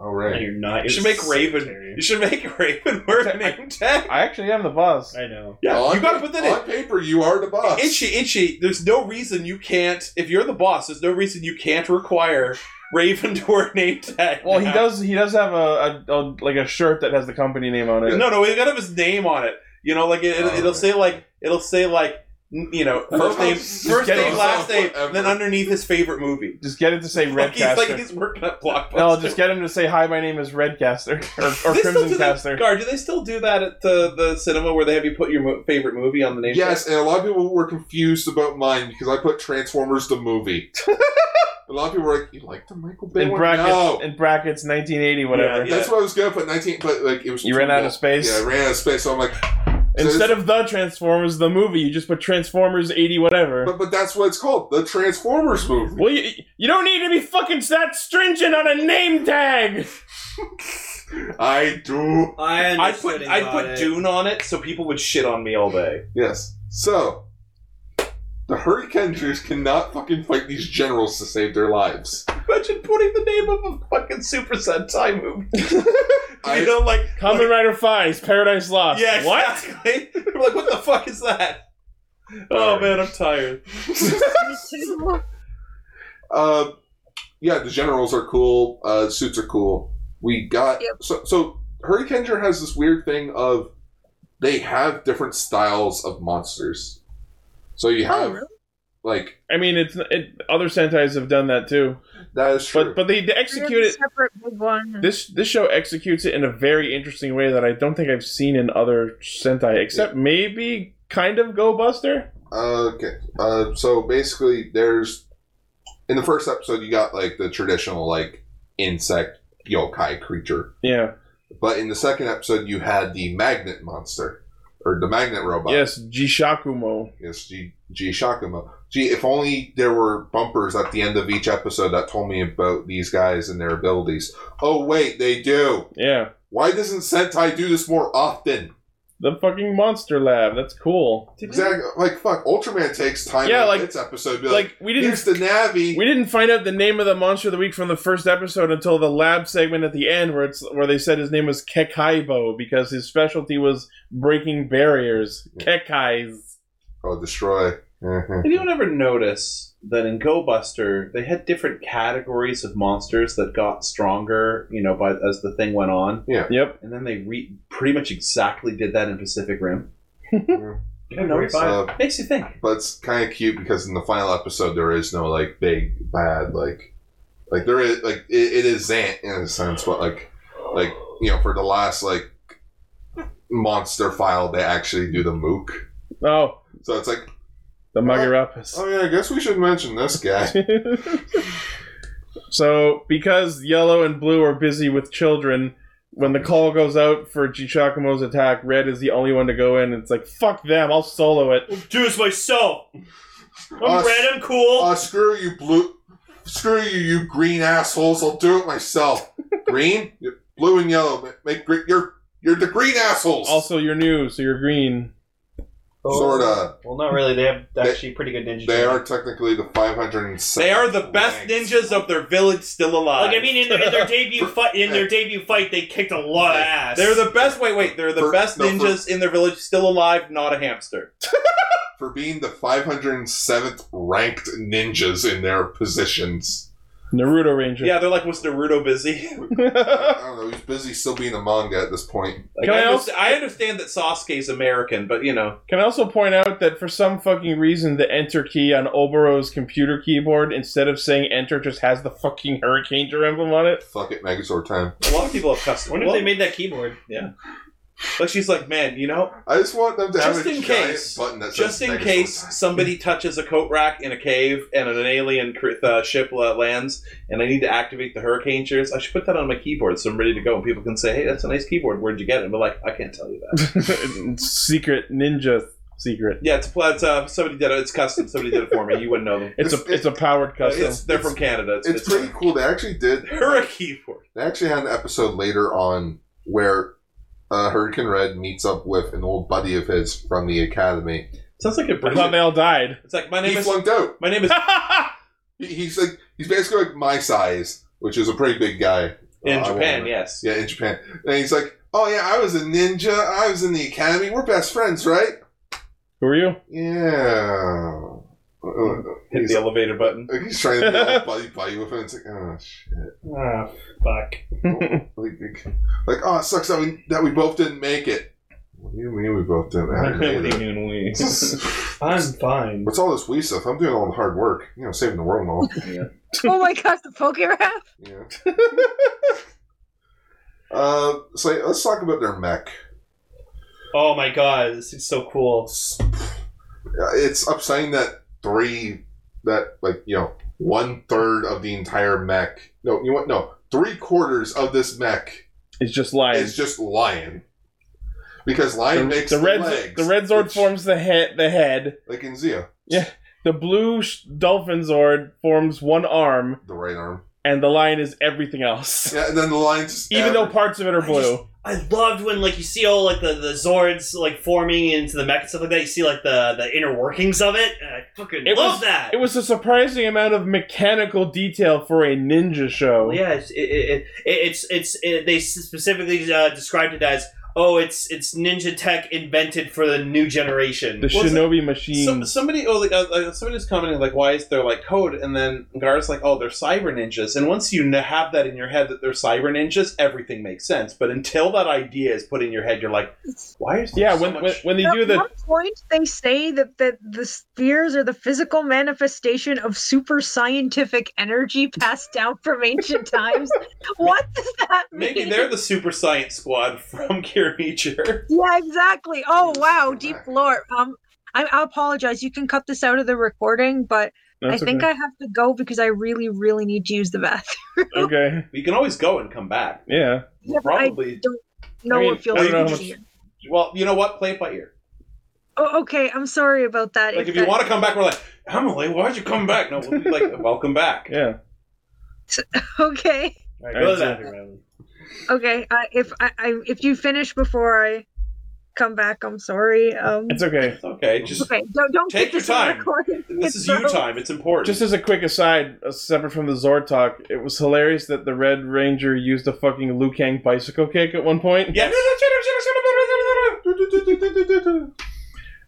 Speaker 10: Oh right.
Speaker 9: No, you're not.
Speaker 13: You
Speaker 9: You're
Speaker 13: should make
Speaker 9: just-
Speaker 13: Raven. You should make Raven wear a name tag.
Speaker 2: I actually am the boss.
Speaker 9: I know.
Speaker 13: Yeah,
Speaker 10: On
Speaker 13: you gotta
Speaker 10: pa-
Speaker 13: put that
Speaker 10: on
Speaker 13: in.
Speaker 10: paper. You are the boss.
Speaker 13: Itchy, itchy. There's no reason you can't. If you're the boss, there's no reason you can't require Raven to wear a name tag.
Speaker 2: Well, he
Speaker 13: now.
Speaker 2: does. He does have a, a, a like a shirt that has the company name on it.
Speaker 13: No, no, we gotta have his name on it. You know, like it, it, will say like it'll say like you know, first name, first name, last name, then underneath his favorite movie.
Speaker 2: Just get him to say
Speaker 13: Like, he's like
Speaker 2: Redcaster.
Speaker 13: he's working at Blockbuster.
Speaker 2: no, just get him to say hi. My name is Redcaster or, or
Speaker 13: They still
Speaker 2: Crimson
Speaker 13: do
Speaker 2: Caster.
Speaker 13: That, Gar, do they still do that at the, the cinema where they have you put your mo- favorite movie on the name?
Speaker 10: Yes,
Speaker 13: tag?
Speaker 10: and a lot of people were confused about mine because I put Transformers the movie. a lot of people were like, "You like the Michael Bay
Speaker 2: In
Speaker 10: one?"
Speaker 2: brackets,
Speaker 10: No.
Speaker 2: in brackets, 1980, whatever.
Speaker 10: That's what I was gonna put nineteen, but like it was.
Speaker 2: You
Speaker 10: too
Speaker 2: ran out of
Speaker 10: long.
Speaker 2: space?
Speaker 10: Yeah, I ran out of space. So I'm like,
Speaker 2: Instead of the Transformers, the movie, you just put Transformers 80, whatever.
Speaker 10: but, but that's what it's called, the Transformers movie.
Speaker 2: Well, you, you don't need to be fucking that stringent on a name tag.
Speaker 10: I do.
Speaker 9: I
Speaker 13: I put I
Speaker 10: about
Speaker 13: put
Speaker 10: it.
Speaker 13: Dune on it so people would shit on me all day.
Speaker 10: Yes. So the Hurricaneers cannot fucking fight these generals to save their lives.
Speaker 13: Imagine putting the name of a fucking Super Sentai movie.
Speaker 10: I
Speaker 13: you know, like
Speaker 2: Kamen Rider Fives, Paradise Lost.
Speaker 13: yeah,
Speaker 2: what?
Speaker 13: exactly. We're like, what the fuck is that? Oh man, I'm tired.
Speaker 12: Oh,
Speaker 10: Uh, yeah, the generals are cool. Uh, suits are cool. We got so so. Hurricaneer has this weird thing of they have different styles of monsters. So
Speaker 12: Oh,
Speaker 10: you
Speaker 13: Oh,
Speaker 10: have like
Speaker 2: I mean, it's it, other Sentai's have done that too.
Speaker 10: That is true.
Speaker 2: But but they, they execute it.
Speaker 12: Separate big one.
Speaker 2: This this show executes it in a very interesting way that I don't think I've seen in other Sentai, except maybe kind of Go Buster.
Speaker 10: Okay. Uh, so basically, there's in the first episode, you got like the traditional like insect yokai creature,
Speaker 2: Yeah.
Speaker 10: but in the second episode, you had the magnet monster or the magnet robot.
Speaker 2: Yes, Jishakumo.
Speaker 10: Yes, G G Shakumo. Gee, if only there were bumpers at the end of each episode that told me about these guys and their abilities. Oh wait, they do.
Speaker 2: Yeah.
Speaker 10: Why doesn't Sentai do this more often?
Speaker 2: The fucking Monster Lab. That's cool.
Speaker 10: Exactly. Like fuck, Ultraman takes time.
Speaker 2: Yeah,
Speaker 10: out of
Speaker 2: like-
Speaker 10: its episode. to be
Speaker 2: Like we didn't
Speaker 10: Here's the Navi.
Speaker 2: We didn't find out the name of the monster of the week from the first episode until the lab segment at the end, where it's where they said his name was Kekaibo because his specialty was breaking barriers. Kekais.
Speaker 10: Oh, destroy. Mm-hmm.
Speaker 13: Anyone ever notice that in Go Buster they had different categories of monsters that got stronger, you know, by as the thing went on?
Speaker 10: Yeah.
Speaker 2: Yep.
Speaker 13: And then they re- pretty much exactly did that in Pacific Rim. Yeah, no, it's
Speaker 10: Uh,
Speaker 13: fine. Makes you think.
Speaker 10: But it's kind of cute because in the final episode there is no like big bad like like there is like it, it is Zant in a sense, but like like you know for the last like monster file they actually do the mook.
Speaker 2: Oh,
Speaker 10: So it's like
Speaker 2: the Magirapus.
Speaker 10: oh yeah, I guess we should mention this guy.
Speaker 2: so because yellow and blue are busy with children, when the call goes out for Chichakumo's attack, red is the only one to go in. It's like fuck them, I'll solo it.
Speaker 9: Do this myself. I'm
Speaker 10: Us.
Speaker 9: red. I'm cool.
Speaker 10: Oh screw you, blue. Screw you, you green assholes. I'll do it myself. green, You're blue, and yellow. ma- Make green. You're you're the green assholes.
Speaker 2: Also, you're new, so you're green.
Speaker 10: Sorta.
Speaker 14: Well, not really. They have
Speaker 10: They-
Speaker 14: actually pretty good ninja.
Speaker 10: They are technically the 507.
Speaker 13: They are the best ninjas of their village still alive.
Speaker 9: Like I mean, in, in their debut fight, in their debut fight, they kicked a lot of ass.
Speaker 13: they're the best. Wait, wait. They're the
Speaker 10: For-
Speaker 13: best
Speaker 10: no, for-
Speaker 13: ninjas in their village still alive, not a hamster.
Speaker 10: for being the 507th ranked ninjas in their positions.
Speaker 2: Naruto Ranger.
Speaker 13: Yeah, they're like, was Naruto busy?
Speaker 10: I don't know. He's busy still being a manga at this point.
Speaker 13: Like,
Speaker 2: Can I
Speaker 13: I, underst- I understand that Sasuke's American, but you know,
Speaker 2: Can I also point out that for some fucking reason, the enter key on Obero's computer keyboard, instead of saying enter, just has the fucking Hurricane emblem on it?
Speaker 10: Fuck it, Megazord time.
Speaker 13: a lot of people have custom.
Speaker 9: Wonder if they made that keyboard.
Speaker 13: Yeah. Like she's like, man, you know,
Speaker 10: I just want them to
Speaker 13: just
Speaker 10: have a
Speaker 13: in
Speaker 10: giant
Speaker 13: case,
Speaker 10: button that says
Speaker 13: just in
Speaker 10: Megazord
Speaker 13: case
Speaker 10: time.
Speaker 13: somebody touches a coat rack in a cave and an alien cr- uh, ship uh, lands, and I need to activate the hurricane shears, I should put that on my keyboard so I'm ready to go, and people can say, hey, that's a nice keyboard. Where'd you get it? And we're like, I can't tell you that.
Speaker 2: secret ninja secret.
Speaker 13: yeah, it's, pla- it's uh, somebody did it. It's custom. Somebody did it for me. You wouldn't know them.
Speaker 2: It's a it's a powered custom.
Speaker 13: It's- they're from Canada. It's,
Speaker 10: It's pretty cool. They actually did.
Speaker 13: Hurricane keyboard.
Speaker 10: They actually had an episode later on where uh, Hurricane Red meets up with an old buddy of his from the academy.
Speaker 13: Sounds like a
Speaker 2: I thought
Speaker 13: British.
Speaker 2: they all died.
Speaker 13: It's like my name
Speaker 10: he
Speaker 13: is
Speaker 10: flunked out.
Speaker 13: my name is
Speaker 10: He- He's like he's basically like my size, which is a pretty big guy.
Speaker 13: in
Speaker 10: Uh, I
Speaker 13: Japan.
Speaker 10: won't-
Speaker 13: Yes.
Speaker 10: Yeah, in Japan. And he's like, "Oh yeah, I was a ninja. I was in the academy. We're best friends, right?"
Speaker 2: Who are you?
Speaker 10: Yeah. Uh,
Speaker 13: Hit the elevator button.
Speaker 10: He's trying to be all buddy buddy with him. It's like, oh shit.
Speaker 14: Ah, fuck.
Speaker 10: Like, like, like, oh, it sucks that we that we both didn't make it. What do you mean we both didn't
Speaker 13: What
Speaker 10: have
Speaker 13: do
Speaker 10: it?
Speaker 13: you mean we?
Speaker 10: I'm fine. What's all this wee stuff? I'm doing all the hard work. You know, saving the world and all. yeah.
Speaker 12: oh my gosh, the poker app.
Speaker 10: Uh, so let's talk about their mech.
Speaker 9: Oh my god, this is so cool.
Speaker 10: It's upsetting that three, that like you know, one third of the entire mech. No, you want no three quarters of this mech
Speaker 2: is just lion.
Speaker 10: It's just lion. Because lion
Speaker 2: the,
Speaker 10: makes
Speaker 2: the
Speaker 10: the,
Speaker 2: red
Speaker 10: legs.
Speaker 2: the red zord forms the head the head
Speaker 10: like in Zia.
Speaker 2: Yeah, the blue sh- dolphin zord forms one arm,
Speaker 10: the right arm,
Speaker 2: and the lion is everything else.
Speaker 10: Yeah, and then the lions,
Speaker 2: even though parts of it are blue.
Speaker 9: I loved when like you see all like the, the Zords like forming into the mech and stuff like that. You see like the, the inner workings of it. and I fucking love
Speaker 2: was,
Speaker 9: that.
Speaker 2: It was a surprising amount of mechanical detail for a ninja show.
Speaker 9: Well, yeah, it's it, it, it, it's it's it, they specifically uh, described it as oh, it's it's ninja tech invented for the new generation.
Speaker 2: The shinobi machine.
Speaker 13: Some, somebody, oh, like, uh, uh, somebody was commenting, like, why is there like code? And then Gar's like, oh, they're cyber ninjas. And once you n- have that in your head that they're cyber ninjas, everything makes sense. But until that idea is put in your head, you're like, why is there
Speaker 2: yeah,
Speaker 13: so
Speaker 2: when,
Speaker 13: much-
Speaker 2: when when they
Speaker 12: At
Speaker 2: do the
Speaker 12: one point, they say that the, the spheres are the physical manifestation of super scientific energy passed down from ancient times. what does that mean?
Speaker 13: maybe they're the super science squad from Kirimichir.
Speaker 12: Yeah, exactly. Oh wow, deep lore. Um, I, I apologize. You can cut this out of the recording, but
Speaker 13: That's
Speaker 12: I think
Speaker 13: okay.
Speaker 12: I have to go because I really, really need to use the bathroom.
Speaker 2: Okay.
Speaker 13: You can always go and come back.
Speaker 2: Yeah.
Speaker 12: Yeah, but I
Speaker 13: Probably.
Speaker 12: don't know
Speaker 13: I mean,
Speaker 12: if you'll
Speaker 13: I don't know how
Speaker 12: finish
Speaker 13: much-
Speaker 12: it.
Speaker 13: Well, you know what? Play it by ear.
Speaker 12: Oh, okay. I'm sorry about that.
Speaker 13: Like, if you
Speaker 12: that-
Speaker 13: want to come back, we're like, Emily, why'd you come back? No, we'll be like, welcome back.
Speaker 2: Yeah.
Speaker 12: okay.
Speaker 13: go to the
Speaker 2: Alright,
Speaker 13: bathroom, Emily.
Speaker 12: Okay, I, if I, I if you finish before I come back, I'm sorry. Um,
Speaker 2: it's okay.
Speaker 13: Okay, just
Speaker 12: okay, don't don't
Speaker 13: Take
Speaker 12: put
Speaker 13: your
Speaker 12: this on
Speaker 13: time.
Speaker 12: recording.
Speaker 13: This is
Speaker 12: It's
Speaker 13: you
Speaker 12: so-
Speaker 13: time. It's important.
Speaker 2: Just as a quick aside, uh, separate from the Zord talk, it was hilarious that the Red Ranger used a fucking Liu Kang bicycle kick at one point.
Speaker 13: Yes.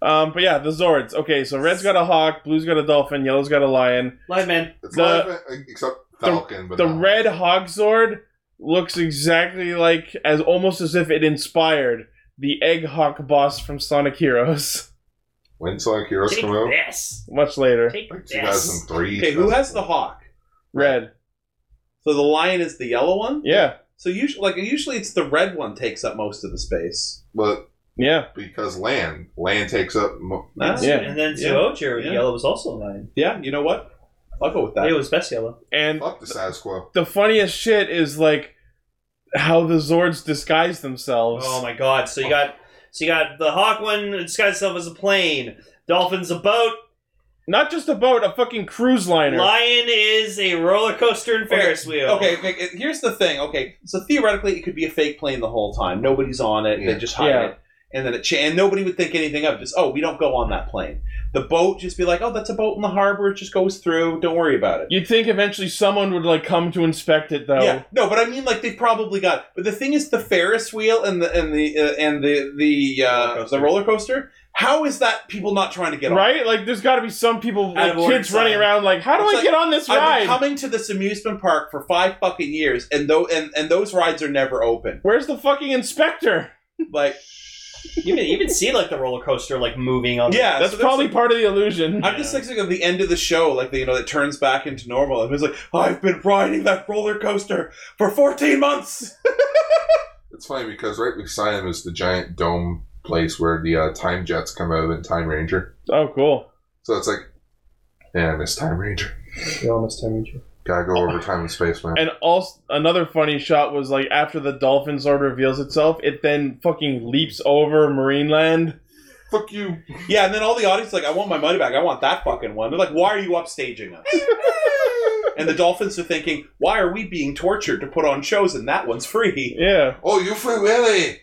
Speaker 2: Um, but yeah, the Zords. Okay, so Red's got a hawk, Blue's got a dolphin, Yellow's got a lion.
Speaker 9: Lion man.
Speaker 10: It's
Speaker 2: The-
Speaker 10: lion, except Falcon,
Speaker 2: the,
Speaker 10: but
Speaker 2: the
Speaker 10: not.
Speaker 2: red hog zord looks exactly like as almost as if it inspired the egg hawk boss from sonic heroes
Speaker 10: when Sonic Heroes come out,
Speaker 9: Yes.
Speaker 2: much later
Speaker 10: Like 2003.
Speaker 13: Okay, who has the hawk?
Speaker 2: Red.
Speaker 13: So the lion is the yellow one.
Speaker 2: Yeah.
Speaker 13: So usually, like usually, it's the red one takes up most of the space.
Speaker 10: But
Speaker 2: yeah,
Speaker 10: because land land takes up. Mo-
Speaker 9: And then
Speaker 13: Yeah.
Speaker 9: Zootcher,
Speaker 13: Yeah.
Speaker 9: yellow was also mine.
Speaker 13: Yeah, you know what? I'll go with that.
Speaker 9: It was best yellow.
Speaker 2: and
Speaker 10: fuck the Sasquatch.
Speaker 2: the funniest shit is like how the zords disguise themselves
Speaker 9: Oh my god! So you got so you got the hawk one disguised itself as a plane. Dolphin's a boat.
Speaker 2: not just a boat a fucking cruise liner
Speaker 9: Lion is a roller coaster and Ferris
Speaker 13: okay,
Speaker 9: wheel.
Speaker 13: Okay, okay, it- here's the thing. Okay, so theoretically, it could be a fake plane the whole time. Nobody's on it. They just hide
Speaker 2: Yeah.
Speaker 13: it, and then it cha- and nobody would think anything of it. Just oh, we don't go on that plane. The boat just be like, oh, that's a boat in the harbor. It just goes through. Don't worry about it.
Speaker 2: you'd think eventually someone would like come to inspect it though
Speaker 13: Yeah, no, but I mean, like they probably got. But the thing is, the Ferris wheel and the and the uh, and the the uh, the roller coaster. How is that people not trying to get on?
Speaker 2: Right? Like, there's got to be some people,
Speaker 13: Out
Speaker 2: like,
Speaker 13: of order
Speaker 2: kids running
Speaker 13: sign.
Speaker 2: around, like, how do
Speaker 13: It's
Speaker 2: I
Speaker 13: like,
Speaker 2: get on this
Speaker 13: I've
Speaker 2: ride?
Speaker 13: been coming to this amusement park for five fucking years, and though and, and those rides are never open.
Speaker 2: Where's the fucking inspector?
Speaker 13: Like,
Speaker 9: You can even see like the roller coaster like moving on. the-
Speaker 13: yeah,
Speaker 2: That's
Speaker 13: so there's-
Speaker 2: probably part of the illusion.
Speaker 13: I'm just thinking of the end of the show, like the, you know, that turns back into normal. And it's like, I've been riding that roller coaster for 14 months.
Speaker 10: It's funny because right beside him is the giant dome place where the uh, time jets come out and Time Ranger.
Speaker 2: Oh, cool.
Speaker 10: So it's like, yeah, I miss Time Ranger.
Speaker 14: Yeah, almost time each
Speaker 10: Gotta go over time and space, man.
Speaker 2: And also, another funny shot was, like, after the dolphin sword reveals itself, it then fucking leaps over Marineland.
Speaker 10: Fuck you.
Speaker 13: Yeah, and then all the audience is like, I want my money back. I want that fucking one. They're like, why are you upstaging us? and the dolphins are thinking, why are we being tortured to put on shows and that one's free?
Speaker 2: Yeah.
Speaker 10: Oh, you free Willy!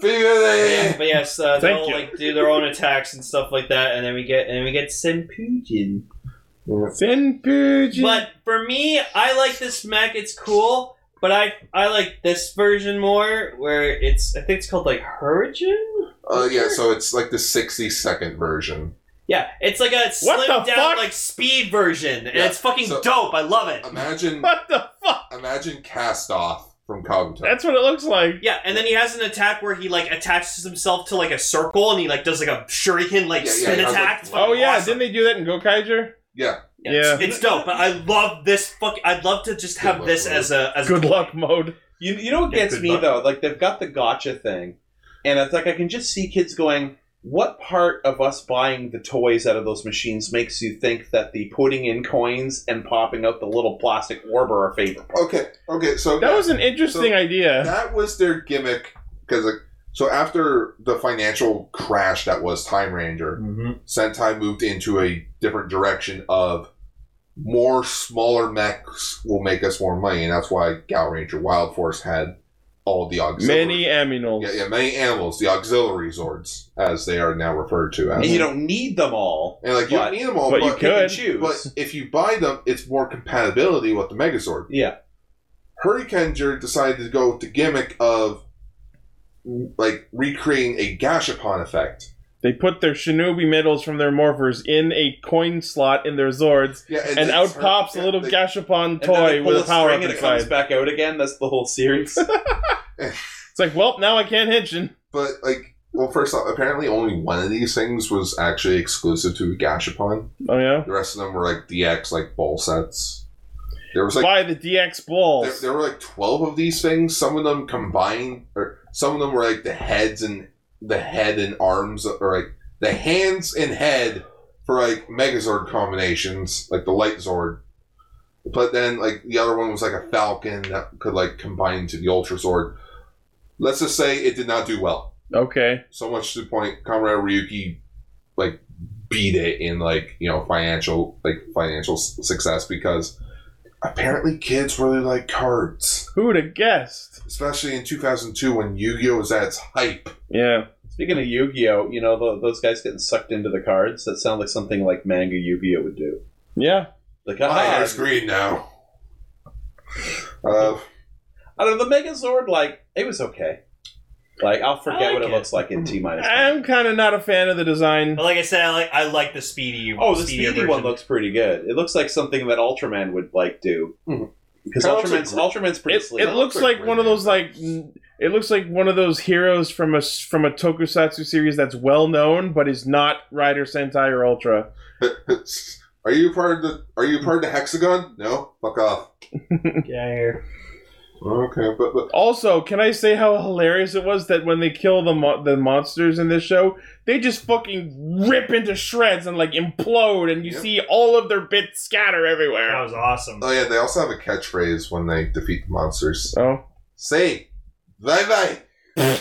Speaker 10: Free Willy!
Speaker 9: But yes, uh, they
Speaker 13: Thank
Speaker 9: all
Speaker 13: you.
Speaker 9: like do their own attacks and stuff like that, and then we get and then we get Senpujin.
Speaker 2: Senpujin.
Speaker 9: But for me, I like this mech. It's cool, but I I like this version more, where it's I think it's called like Hurricane.
Speaker 10: Oh, yeah, so it's like the 60 second version.
Speaker 9: Yeah, it's like a slimmed down like speed version, and
Speaker 10: Yeah,
Speaker 9: it's fucking
Speaker 10: so-
Speaker 9: dope. I love it.
Speaker 10: Imagine.
Speaker 2: What the fuck?
Speaker 10: Imagine Cast Off. from Kabuto.
Speaker 2: That's what it looks like.
Speaker 9: Yeah, and then he has an attack where he like attaches himself to like a circle and he like does like a shuriken like
Speaker 2: Yeah, yeah,
Speaker 9: spin
Speaker 2: yeah, I was
Speaker 9: attack. It's
Speaker 2: Oh
Speaker 9: fucking
Speaker 2: yeah,
Speaker 9: awesome.
Speaker 2: didn't they do that in Gokaiger?
Speaker 10: Yeah.
Speaker 2: Yeah.
Speaker 9: It's- It's dope, but I love this fuck I'd love to just have this as a as
Speaker 2: good luck mode.
Speaker 13: You, you know what
Speaker 9: Yeah,
Speaker 13: gets
Speaker 9: good
Speaker 13: me
Speaker 9: luck.
Speaker 13: though? Like they've got the gotcha thing, and it's like I can just see kids going, "What part of us buying the toys out of those machines makes you think that the putting in coins and popping out the little plastic orb are our favorite?" Part?
Speaker 10: Okay, okay, so
Speaker 13: That was an interesting
Speaker 2: idea.
Speaker 10: That was their gimmick because, like, so after the financial crash that was Time Ranger, Sentai moved into a different direction of more smaller mechs will make us more money, and that's why Gal Ranger Wild Force had all the auxiliary
Speaker 2: Many aminals.
Speaker 10: yeah, yeah, many animals, the auxiliary zords, as they are now referred to as.
Speaker 13: And you don't need them all.
Speaker 10: And like you
Speaker 13: but-
Speaker 10: don't need them all,
Speaker 13: but
Speaker 10: but,
Speaker 13: you
Speaker 10: pick and
Speaker 13: could.
Speaker 10: choose. But if you buy them, it's more compatibility with the Megazord.
Speaker 13: Yeah.
Speaker 10: Hurricaneer decided to go with the gimmick of like recreating a Gashapon effect.
Speaker 2: They put their shinobi medals from their morphers in a coin slot in their Zords,
Speaker 10: Yeah,
Speaker 2: and,
Speaker 10: and they
Speaker 2: out
Speaker 10: turn-
Speaker 2: pops a
Speaker 10: yeah,
Speaker 2: little
Speaker 10: they-
Speaker 2: Gashapon
Speaker 13: And then they
Speaker 2: toy
Speaker 13: pull
Speaker 2: with a
Speaker 13: the
Speaker 2: power
Speaker 13: string
Speaker 2: up
Speaker 13: and it comes
Speaker 2: inside.
Speaker 13: back out again. That's the whole series.
Speaker 2: It's like, well, now I can't hitchin.
Speaker 10: But like, well, first off, apparently only one of these things was actually exclusive to Gashapon.
Speaker 2: Oh yeah.
Speaker 10: The rest of them were like DX like ball sets. There was like
Speaker 2: Buy the DX balls.
Speaker 10: There, there were like twelve of these things. Some of them combined, or some of them were like the heads and the head and arms, or like the hands and head for like Megazord combinations, like the Light Zord. But then like the other one was like a Falcon that could like combine into the Ultra Zord. Let's just say it did not do well.
Speaker 2: Okay.
Speaker 10: So much to the point, Comrade Ryuki like beat it in like you know financial like financial s- success because apparently kids really like cards.
Speaker 2: Who would have guessed?
Speaker 10: Especially in 2002 when Yu-Gi-Oh was at its hype.
Speaker 2: Yeah.
Speaker 13: Speaking of Yu-Gi-Oh, you know tho- those guys getting sucked into the cards. That sounds like something like manga Yu-Gi-Oh would do.
Speaker 2: Yeah.
Speaker 13: Like
Speaker 10: My
Speaker 13: ah,
Speaker 10: hair's green now. Uh,
Speaker 13: I don't know the Megazord. Like it was okay. Like I'll forget what it, looks like in T minus.
Speaker 2: I'm kind of not a fan of the design.
Speaker 9: But like I said, I like I like the speedy.
Speaker 13: Oh, the
Speaker 9: speedier
Speaker 13: speedy
Speaker 9: version.
Speaker 13: one looks pretty good. It looks like something that Ultraman would like do because
Speaker 2: Kinda looks
Speaker 13: Ultraman's
Speaker 2: like-
Speaker 13: Ultraman's pretty
Speaker 2: It,
Speaker 13: sleek.
Speaker 2: it looks like one of those like n- it looks like one of those heroes from a s- from a tokusatsu series that's well known but is not Rider Sentai or Ultra.
Speaker 10: are you part of the Are you part of the Hexagon? No, fuck off. Okay, but but
Speaker 2: Also, can I say how hilarious it was that when they kill the mo- the monsters in this show, they just fucking rip into shreds and like implode, and you see all of their bits scatter everywhere. That
Speaker 9: was awesome.
Speaker 10: oh yeah, they also have a catchphrase when they defeat the monsters.
Speaker 2: Oh,
Speaker 10: say bye bye.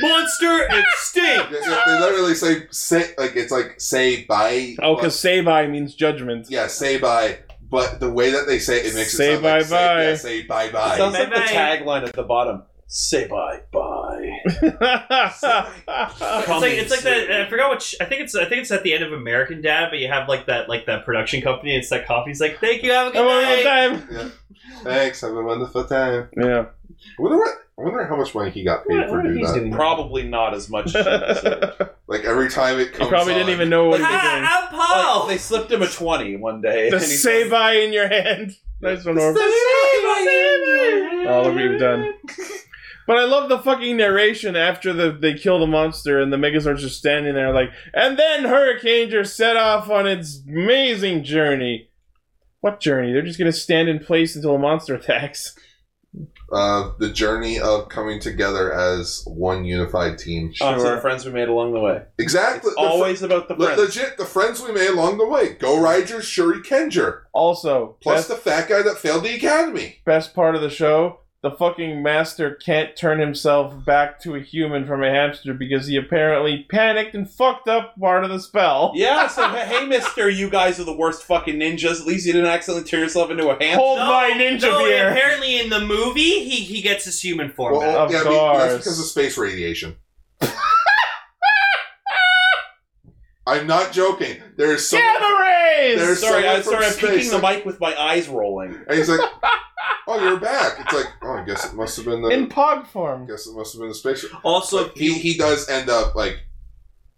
Speaker 9: Monster extinct.
Speaker 10: They, they- they literally say say like it's like say bye.
Speaker 2: Oh, because say bye means judgment.
Speaker 10: Yeah, say bye. But the way that they say it, it makes
Speaker 2: Say
Speaker 10: it sound like,
Speaker 2: bye-bye.
Speaker 10: Say, yeah, say bye bye.
Speaker 13: It sounds like the tagline at the bottom. Say bye bye.
Speaker 9: It's like it's like that. I forgot what sh- I think it's. I think it's at the end of American Dad, but you have like that like that production company. It's that coffee's like, thank you, have a good night.
Speaker 10: Yeah. Thanks. Have a wonderful time.
Speaker 2: Yeah.
Speaker 10: I wonder, what, I wonder how much money he got paid for doing that.
Speaker 13: Probably not as much. as she deserved.
Speaker 10: Like every time it comes,
Speaker 2: probably didn't even know what he was doing.
Speaker 9: I'm Paul.
Speaker 13: Like, they slipped him a twenty one day.
Speaker 2: Oh! The
Speaker 13: and he's
Speaker 2: say bye in your hand. Nice one, Orphan. All of you done. But I love the fucking narration after the they kill the monster and the Megazord's just standing there like, and then Hurricane just set off on its amazing journey. What journey? They're just gonna stand in place until a monster attacks.
Speaker 10: Uh, the journey of coming together as one unified team.
Speaker 2: Uh,
Speaker 13: Oh, so the friends we made along the way.
Speaker 10: Exactly.
Speaker 13: It's always about the
Speaker 10: Le-
Speaker 13: friends.
Speaker 10: legit, the friends we made along the way. Go Rider, Shuri Kenger.
Speaker 2: Also, best-
Speaker 10: Plus the fat guy that failed the academy.
Speaker 2: best part of the show the fucking master can't turn himself back to a human from a hamster because he apparently panicked and fucked up part of the spell.
Speaker 13: Yeah, so hey, mister, you guys are the worst fucking ninjas. At least you didn't accidentally turn yourself into a hamster.
Speaker 2: Hold my ninja
Speaker 9: No,
Speaker 2: beer.
Speaker 9: apparently in the movie, he he gets his human form.
Speaker 10: Well,
Speaker 9: back.
Speaker 10: yeah, I mean, well, that's because of space radiation. I'm not joking. There is some.
Speaker 2: Gamma
Speaker 10: There's
Speaker 13: sorry,
Speaker 10: someone
Speaker 13: I, sorry,
Speaker 10: from
Speaker 13: I'm picking
Speaker 10: space.
Speaker 13: the mic with my eyes rolling.
Speaker 10: And he's like, "Oh, you're back." It's like, "Oh, I guess it must have been the."
Speaker 2: In pog form.
Speaker 10: guess it must have been the space.
Speaker 9: Also,
Speaker 10: Like, he he does end up like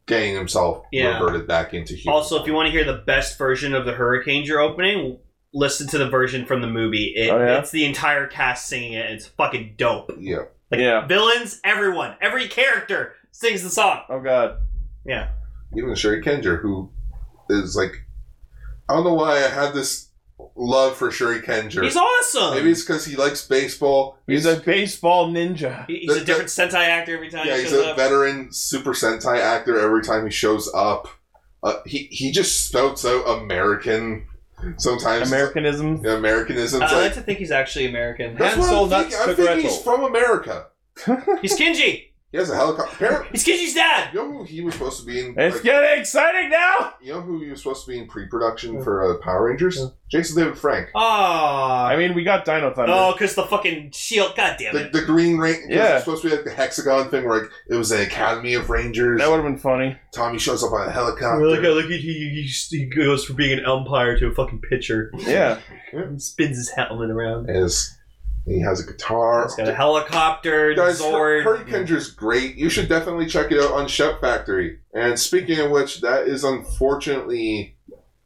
Speaker 10: getting himself
Speaker 9: Yeah.
Speaker 10: reverted back into human.
Speaker 9: Also, if you want to hear the best version of the Hurricane opening, listen to the version from the movie. It,
Speaker 2: Oh, yeah?
Speaker 9: It's the entire cast singing it. And it's fucking dope.
Speaker 10: Yeah.
Speaker 9: Like
Speaker 2: Yeah.
Speaker 9: villains, everyone, every character sings the song.
Speaker 2: Oh god.
Speaker 9: Yeah.
Speaker 10: Even Sherry Kenger, who is like, I don't know why I have this love for Sherry Kenger.
Speaker 9: He's awesome.
Speaker 10: Maybe it's because he likes baseball.
Speaker 2: He's, a baseball ninja.
Speaker 9: He- He's a different Sentai actor every time
Speaker 10: yeah,
Speaker 9: he
Speaker 10: he's
Speaker 9: shows
Speaker 10: a
Speaker 9: up.
Speaker 10: veteran Super Sentai actor. Every time he shows up, uh, he he just spouts out American. Sometimes
Speaker 2: Americanism.
Speaker 10: Yeah, Americanism.
Speaker 9: Uh, I like to think he's actually American.
Speaker 10: That's what I'm thinking. I'm thinking he's from America.
Speaker 9: he's Kinji.
Speaker 10: He has a helicopter.
Speaker 9: He's Kinji's dad.
Speaker 10: You know who he was supposed to be in?
Speaker 2: It's getting exciting now.
Speaker 10: You know who he was supposed to be in pre-production for uh, Power Rangers? Jason David Frank.
Speaker 9: Ah.
Speaker 2: I mean, we got Dino Thunder.
Speaker 9: Oh, because the fucking shield. God damn
Speaker 10: The,
Speaker 9: it.
Speaker 10: the Green Ranger.
Speaker 2: Yeah.
Speaker 10: It's supposed to be like the hexagon thing where like, it was the Academy of Rangers.
Speaker 2: That would have been funny.
Speaker 10: Tommy shows up on a helicopter.
Speaker 9: Look at look at he, he, he goes from being an umpire to a fucking pitcher.
Speaker 2: Yeah.
Speaker 9: spins his helmet around.
Speaker 10: Is he has a guitar.
Speaker 9: He's got a helicopter,
Speaker 10: Guys,
Speaker 9: sword.
Speaker 10: Hurry Kinger's great. You should definitely check it out on Shout Factory. And speaking of which, that is unfortunately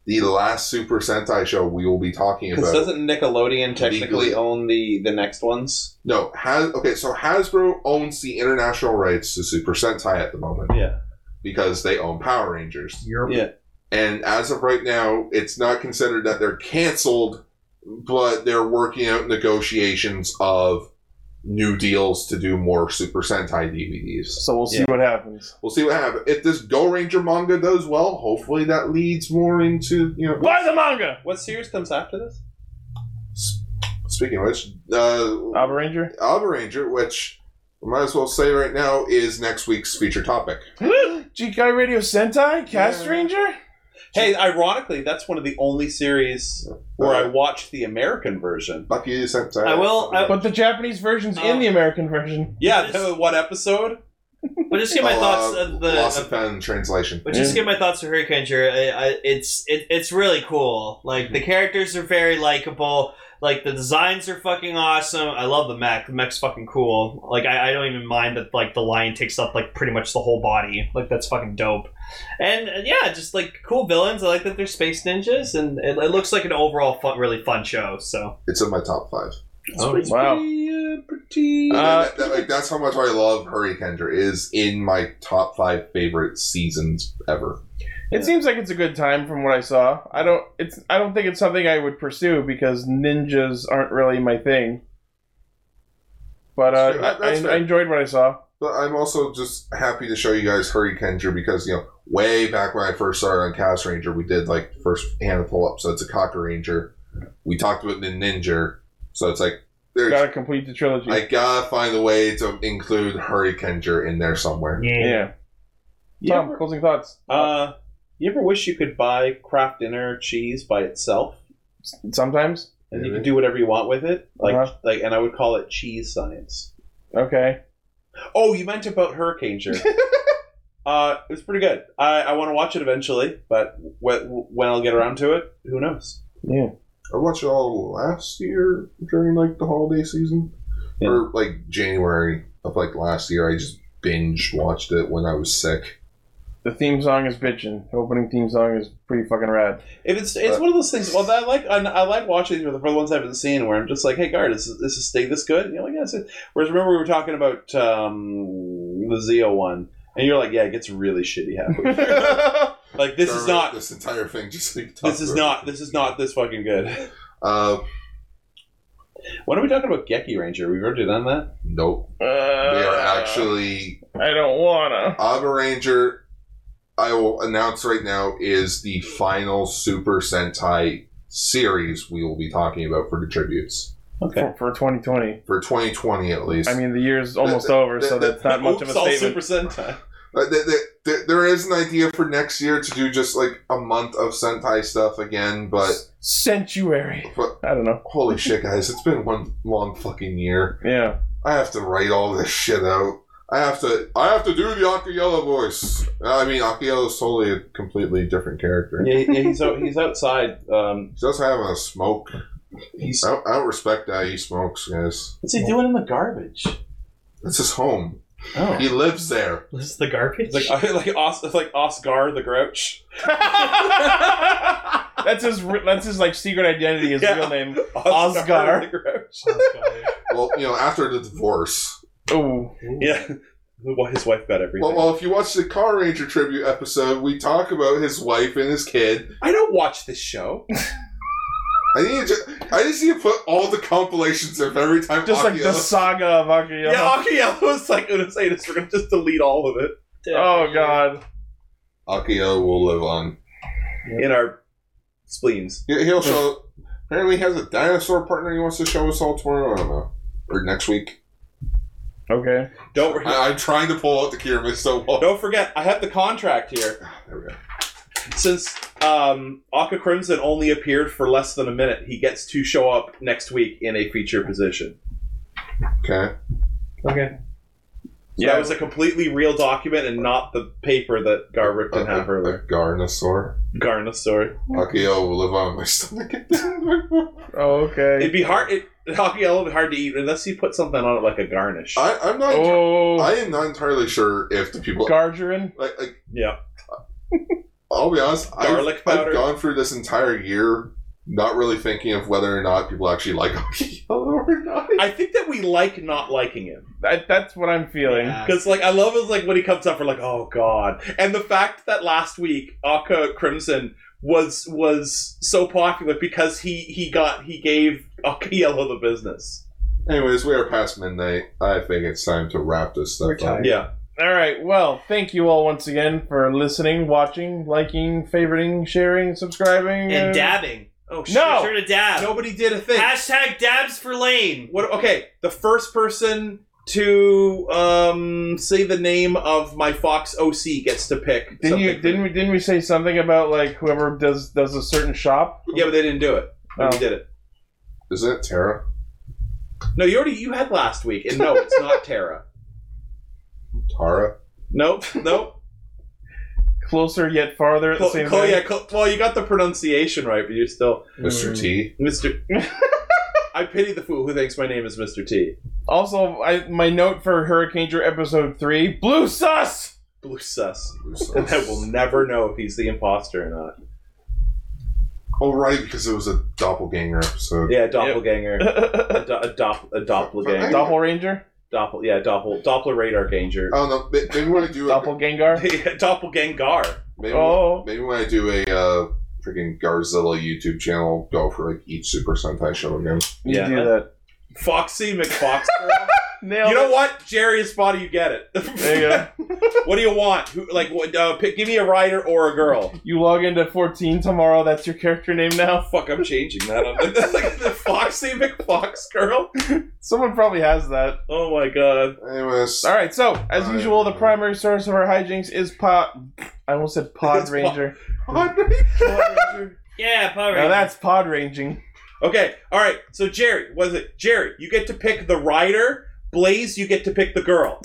Speaker 10: the last Super Sentai show we will be talking
Speaker 13: Because
Speaker 10: about.
Speaker 13: doesn't Nickelodeon technically
Speaker 10: Legally.
Speaker 13: own the the next ones?
Speaker 10: No, has okay. So Hasbro owns the international rights to Super Sentai at the moment.
Speaker 13: Yeah.
Speaker 10: because they own Power Rangers.
Speaker 13: Yeah.
Speaker 10: And as of right now, it's not considered that they're canceled, but they're working out negotiations of new deals to do more Super Sentai DVDs.
Speaker 2: So we'll see what happens.
Speaker 10: We'll see what happens. If this Go Ranger manga does well, hopefully that leads more into you know.
Speaker 2: Buy the manga.
Speaker 13: What series comes after this?
Speaker 10: Speaking of which, uh,
Speaker 2: Alba Ranger.
Speaker 10: Alba Ranger, which I might as well say right now is next week's feature topic.
Speaker 2: GK Radio Sentai Cast Ranger.
Speaker 13: Hey, ironically, that's one of the only series where I watched the American version.
Speaker 10: Fuck you, Sentai.
Speaker 9: I will- I-
Speaker 2: but the Japanese version's in the American version.
Speaker 13: Yeah, the, what episode?
Speaker 9: But just get my
Speaker 10: Oh,
Speaker 9: thoughts.
Speaker 10: uh,
Speaker 9: of the
Speaker 10: Lost and Found translation.
Speaker 9: But just to get my thoughts on Hurricane Ranger, I, I, it's it, it's really cool. Like the characters are very likable. Like the designs are fucking awesome. I love the mech. The mech's fucking cool. Like I, I don't even mind that like the lion takes up like pretty much the whole body. Like that's fucking dope. And uh, yeah, just like cool villains. I like that they're space ninjas, and it, it looks like an overall fun, really fun show. So
Speaker 10: It's in my top five.
Speaker 2: Oh, wow.
Speaker 10: Uh, that- that- like, that's how much I love Hurry Kendra is in my top five favorite seasons ever.
Speaker 2: It seems like it's a good time from what I saw. I don't it's I don't think it's something I would pursue because ninjas aren't really my thing. But uh,
Speaker 10: That's fair. That- that's
Speaker 2: I, I
Speaker 10: fair.
Speaker 2: enjoyed what I saw.
Speaker 10: But I'm also just happy to show you guys Hurry Kendra because you know way back when I first started on Cast Ranger, we did like the first handful episodes of Cocker Ranger. We talked about the Ninja, so it's like there's
Speaker 2: Got to complete the trilogy.
Speaker 10: I gotta find a way to include Hurry Kendra in there somewhere.
Speaker 2: yeah. Tom, closing thoughts.
Speaker 13: Uh, you ever wish you could buy craft dinner cheese by itself,
Speaker 2: Sometimes.
Speaker 13: and you can do whatever you want with it? Like,
Speaker 2: Uh-huh.
Speaker 13: like, and I would call it cheese science.
Speaker 2: Okay.
Speaker 13: Oh, you meant about Hurricane Jerk. uh, it was pretty good. I, I want to watch it eventually, but when, when I'll get around to it, who knows?
Speaker 2: Yeah.
Speaker 10: I watched it all last year during like the holiday season or like January of like last year. I just binge watched it when I was sick.
Speaker 2: The theme song is bitchin'. The opening theme song is pretty fucking rad.
Speaker 13: If it's it's one of those things. Well, that I like I, I like watching these for the ones I haven't seen, where I'm just like, hey, guard, is this a steak this good? And you're like, yes. it- Whereas remember we were talking about um, the Zio one, and you're like, yeah, it gets really shitty halfway. through. like this is
Speaker 10: Sorry,
Speaker 13: not
Speaker 10: this entire thing. Just like
Speaker 13: this is not this is not this fucking good.
Speaker 10: Uh,
Speaker 13: when are we talking about Geki Ranger? We've already done that.
Speaker 10: Nope.
Speaker 13: Uh,
Speaker 10: they are actually
Speaker 2: I don't wanna.
Speaker 10: Ava Ranger. I will announce right now is the final Super Sentai series we will be talking about for the tributes
Speaker 13: Okay.
Speaker 2: For, for 2020.
Speaker 10: for 2020 at least.
Speaker 2: I mean, the year's almost
Speaker 10: The- the-
Speaker 2: over, so
Speaker 10: the-
Speaker 2: that's not much of a
Speaker 13: Oops, all
Speaker 2: statement.
Speaker 13: Super Sentai.
Speaker 10: Uh, th- th- th- there is an idea for next year to do just like a month of Sentai stuff again, but
Speaker 2: Sanctuary.
Speaker 10: but
Speaker 2: I don't know.
Speaker 10: Holy shit, guys! It's been one long fucking year.
Speaker 2: Yeah.
Speaker 10: I have to write all this shit out. I have to. I have to do the Akiyama voice. I mean, Akiyama's totally a completely different character.
Speaker 13: Yeah, yeah he's out, he's outside. Um,
Speaker 10: He's also having a smoke.
Speaker 13: He's-
Speaker 10: I, don't, I don't respect that he smokes, guys.
Speaker 13: what's he doing in the garbage?
Speaker 10: That's his home.
Speaker 13: Oh.
Speaker 10: He lives there.
Speaker 14: Lives the garbage?
Speaker 13: Like uh, like Os- it's like Oscar the Grouch.
Speaker 2: That's his. re- That's his like secret identity. His real name,
Speaker 13: Oscar the
Speaker 2: Osgar.
Speaker 13: Grouch.
Speaker 10: well, you know, after the divorce.
Speaker 2: Oh.
Speaker 13: Yeah. Well, his wife got everything.
Speaker 10: Well, well, if you watch the Car Ranger tribute episode, we talk about his wife and his kid.
Speaker 13: I don't watch this show.
Speaker 10: I need to. I just need to put all the compilations of every time.
Speaker 2: Just like the
Speaker 10: Akio-
Speaker 2: saga of Akiyama.
Speaker 13: Yeah, Akiyama was like Unasatis. We're gonna just delete all of it.
Speaker 2: Oh god.
Speaker 10: Akio will live on
Speaker 13: in our spleens.
Speaker 10: He- He'll show. apparently, he has a dinosaur partner he wants to show us all tomorrow. I don't know, or next week.
Speaker 2: Okay.
Speaker 13: Don't.
Speaker 10: I, I'm trying to pull out the Kirame so well.
Speaker 13: Don't forget, I have the contract here.
Speaker 10: There we go.
Speaker 13: Since um, Aka Crimson only appeared for less than a minute, he gets to show up next week in a feature position.
Speaker 10: Okay.
Speaker 14: Okay.
Speaker 13: So that was a completely real document and not the paper that Gar ripped in half earlier.
Speaker 10: Garnosaur.
Speaker 13: Garnosaur.
Speaker 10: Akio will live on my stomach.
Speaker 2: Oh, okay.
Speaker 13: It'd be hard. It, hockey yellow would be hard to eat unless you put something on it like a garnish.
Speaker 10: I, I'm not.
Speaker 2: Oh.
Speaker 10: I am not entirely sure if the people.
Speaker 2: Gargerin.
Speaker 10: Like, like
Speaker 13: yeah.
Speaker 10: I'll be honest.
Speaker 13: Garlic
Speaker 10: I've,
Speaker 13: powder.
Speaker 10: I've gone through this entire year not really thinking of whether or not people actually like hockey.
Speaker 13: I think that we like not liking him
Speaker 2: That, that's what I'm feeling.
Speaker 13: because, like, I love is like when he comes up, we're like, oh god, and the fact that last week Aka Crimson was was so popular because he he got he gave Aka Yellow the business.
Speaker 10: Anyways, we are past midnight. I think it's time to wrap this stuff up.
Speaker 13: Yeah.
Speaker 2: All right. Well, thank you all once again for listening, watching, liking, favoriting, sharing, subscribing,
Speaker 9: And
Speaker 2: uh,
Speaker 9: dabbing. Oh, shit.
Speaker 2: No!
Speaker 9: Sure to dab.
Speaker 13: Nobody did a thing.
Speaker 9: Hashtag dabs for Lane.
Speaker 13: What? Okay, the first person to um say the name of my Fox OC gets to pick.
Speaker 2: Didn't you?
Speaker 13: something.
Speaker 2: Didn't we? Didn't we say something about like whoever does does a certain shop?
Speaker 13: Yeah, but they didn't do it. But We
Speaker 2: Oh.
Speaker 13: did it.
Speaker 10: Is it Tara?
Speaker 13: No, you already you had last week, and no, it's not Tara.
Speaker 10: Tara?
Speaker 13: Nope, nope.
Speaker 2: Closer yet farther at the
Speaker 13: Cl-
Speaker 2: same
Speaker 13: Cl-
Speaker 2: time.
Speaker 13: yeah, Cl- well, you got the pronunciation right, but you're still
Speaker 10: Mr.
Speaker 13: Mm.
Speaker 10: T?
Speaker 13: Mr. I pity the fool who thinks my name is Mr. T.
Speaker 2: Also, I, my note for Hurricane Drew episode three: Blue sus.
Speaker 13: Blue sus.
Speaker 10: sus.
Speaker 13: And I will never know if he's the imposter or not.
Speaker 10: Oh, right, because it was a doppelganger episode.
Speaker 13: Yeah, doppelganger. a, do- a, dop- a doppelganger.
Speaker 2: Doppelranger.
Speaker 13: Doppel, yeah, doppel, Doppler radar ganger.
Speaker 10: I don't know. may- Maybe when I do a,
Speaker 2: Doppelganger.
Speaker 13: Yeah, doppelgangar.
Speaker 10: maybe,
Speaker 2: Oh.
Speaker 10: maybe when I do a uh, freaking Garzilla YouTube channel, go for like each Super Sentai show again.
Speaker 2: You
Speaker 13: Yeah.
Speaker 2: do that.
Speaker 13: Foxy McFox.
Speaker 2: Nailed
Speaker 13: you know
Speaker 2: it.
Speaker 13: what? Jerry is spotty. You get it.
Speaker 2: There
Speaker 13: you go. what do you want? Who, like, what, uh, pick, give me a rider or a girl.
Speaker 2: You log into 14 tomorrow. That's your character name now.
Speaker 13: Fuck, I'm changing that. I'm, that's like the Foxy McFox girl.
Speaker 2: Someone probably has that.
Speaker 13: Oh my god.
Speaker 10: Anyways,
Speaker 2: All right. So, as
Speaker 10: Alright.
Speaker 2: usual, the primary source of our hijinks is Pod. I almost said Pod
Speaker 13: It's Pod-
Speaker 2: Ranger.
Speaker 9: Yeah, Power
Speaker 2: Now
Speaker 9: Ranger.
Speaker 2: that's Pod Ranging.
Speaker 13: Okay, all right. So Jerry, was it Jerry? You get to pick the rider. Blaze, you get to pick the girl.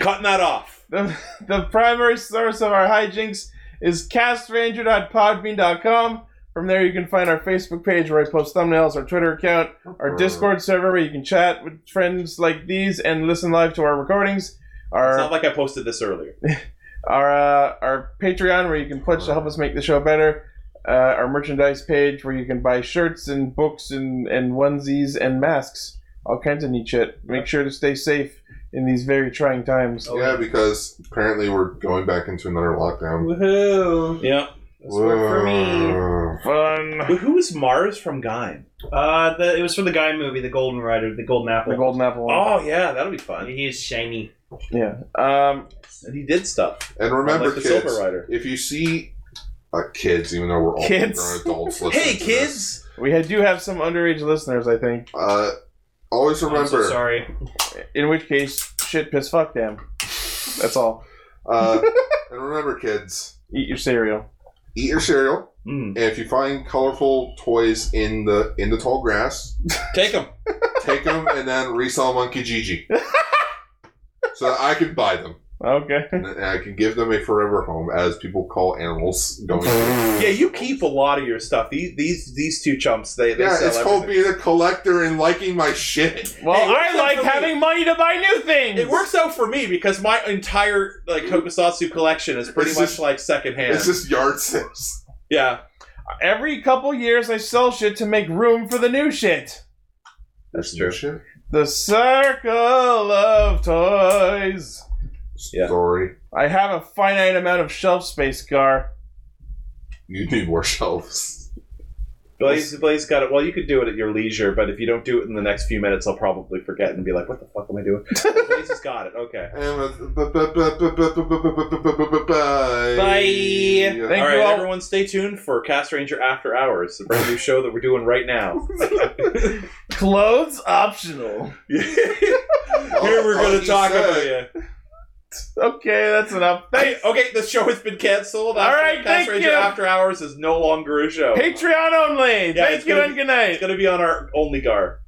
Speaker 13: Cutting that off.
Speaker 2: The, the primary source of our hijinks is castranger.podbean.com. From there, you can find our Facebook page where I post thumbnails, our Twitter account, our Discord server where you can chat with friends like these and listen live to our recordings.
Speaker 13: It's
Speaker 2: Our
Speaker 13: not like I posted this earlier.
Speaker 2: our uh, our Patreon where you can pledge to help us make the show better. Uh, our merchandise page where you can buy shirts and books and, and onesies and masks, all kinds of neat shit. Make sure to stay safe in these very trying times.
Speaker 10: yeah, because apparently we're going back into another lockdown.
Speaker 14: Woohoo!
Speaker 13: Yeah.
Speaker 14: This worked for me.
Speaker 10: Whoa.
Speaker 2: Fun.
Speaker 13: But who is Mars from Gaim?
Speaker 9: Uh, the, it was from the guy movie, The Golden Rider, The Golden
Speaker 2: The
Speaker 9: Apple.
Speaker 2: golden apple.
Speaker 13: Oh yeah, that'll be fun.
Speaker 9: He is shiny.
Speaker 2: Yeah. Um.
Speaker 13: And he did stuff.
Speaker 10: And remember,
Speaker 13: Like the
Speaker 10: kids,
Speaker 13: Silver Rider.
Speaker 10: if you see uh, kids, even though we're all
Speaker 2: Kids.
Speaker 10: grown adults, listening
Speaker 13: Hey
Speaker 10: to this,
Speaker 13: kids!
Speaker 2: We had, do have some underage listeners, I think.
Speaker 10: uh, always
Speaker 9: I'm so
Speaker 10: remember.
Speaker 9: sorry.
Speaker 2: In which case, shit, piss, fuck, damn. That's all.
Speaker 10: uh, and remember, kids,
Speaker 2: Eat your cereal.
Speaker 10: eat your cereal.
Speaker 13: Mm.
Speaker 10: And if you find colorful toys in the in the tall grass,
Speaker 13: Take him.
Speaker 10: take them and then resell Monkey Gigi, so that I could buy them.
Speaker 2: Okay.
Speaker 10: And I can give them a forever home, as people call animals going. through.
Speaker 13: Yeah, you keep a lot of your stuff. These these these two chumps, they, they
Speaker 10: Yeah,
Speaker 13: sell
Speaker 10: it's called being a collector and liking my shit.
Speaker 2: Well, I like having money to buy new things.
Speaker 13: It works out for me because my entire like tokusatsu collection is pretty
Speaker 10: It's
Speaker 13: much
Speaker 10: just-
Speaker 13: like secondhand.
Speaker 10: it's just yard sales.
Speaker 13: Yeah.
Speaker 2: Every couple years, I sell shit to make room for the new shit.
Speaker 13: That's true.
Speaker 2: The circle of toys.
Speaker 10: Story.
Speaker 2: I have a finite amount of shelf space, Gar.
Speaker 10: You need more shelves.
Speaker 13: Blaze Blaze got it. Well, you could do it at your leisure, but if you don't do it in the next few minutes, I'll probably forget and be like, "What the fuck am I doing?" Blaze has got it. Okay.
Speaker 10: Bye.
Speaker 13: all right, everyone, stay tuned for Cast Ranger After Hours, the brand new show that we're doing right now.
Speaker 2: Clothes optional.
Speaker 13: Here we're
Speaker 2: Oh,
Speaker 13: going to talk about you.
Speaker 2: Okay, that's enough. Thanks.
Speaker 13: Okay, the show has been canceled.
Speaker 2: All
Speaker 13: After-
Speaker 2: right,
Speaker 13: Cast
Speaker 2: thank
Speaker 13: Ranger
Speaker 2: you.
Speaker 13: After Hours is no longer a show.
Speaker 2: Patreon only.
Speaker 13: Yeah,
Speaker 2: Thank
Speaker 13: it's
Speaker 2: you
Speaker 13: gonna
Speaker 2: and
Speaker 13: be-
Speaker 2: good night.
Speaker 13: It's going to be on our only gar.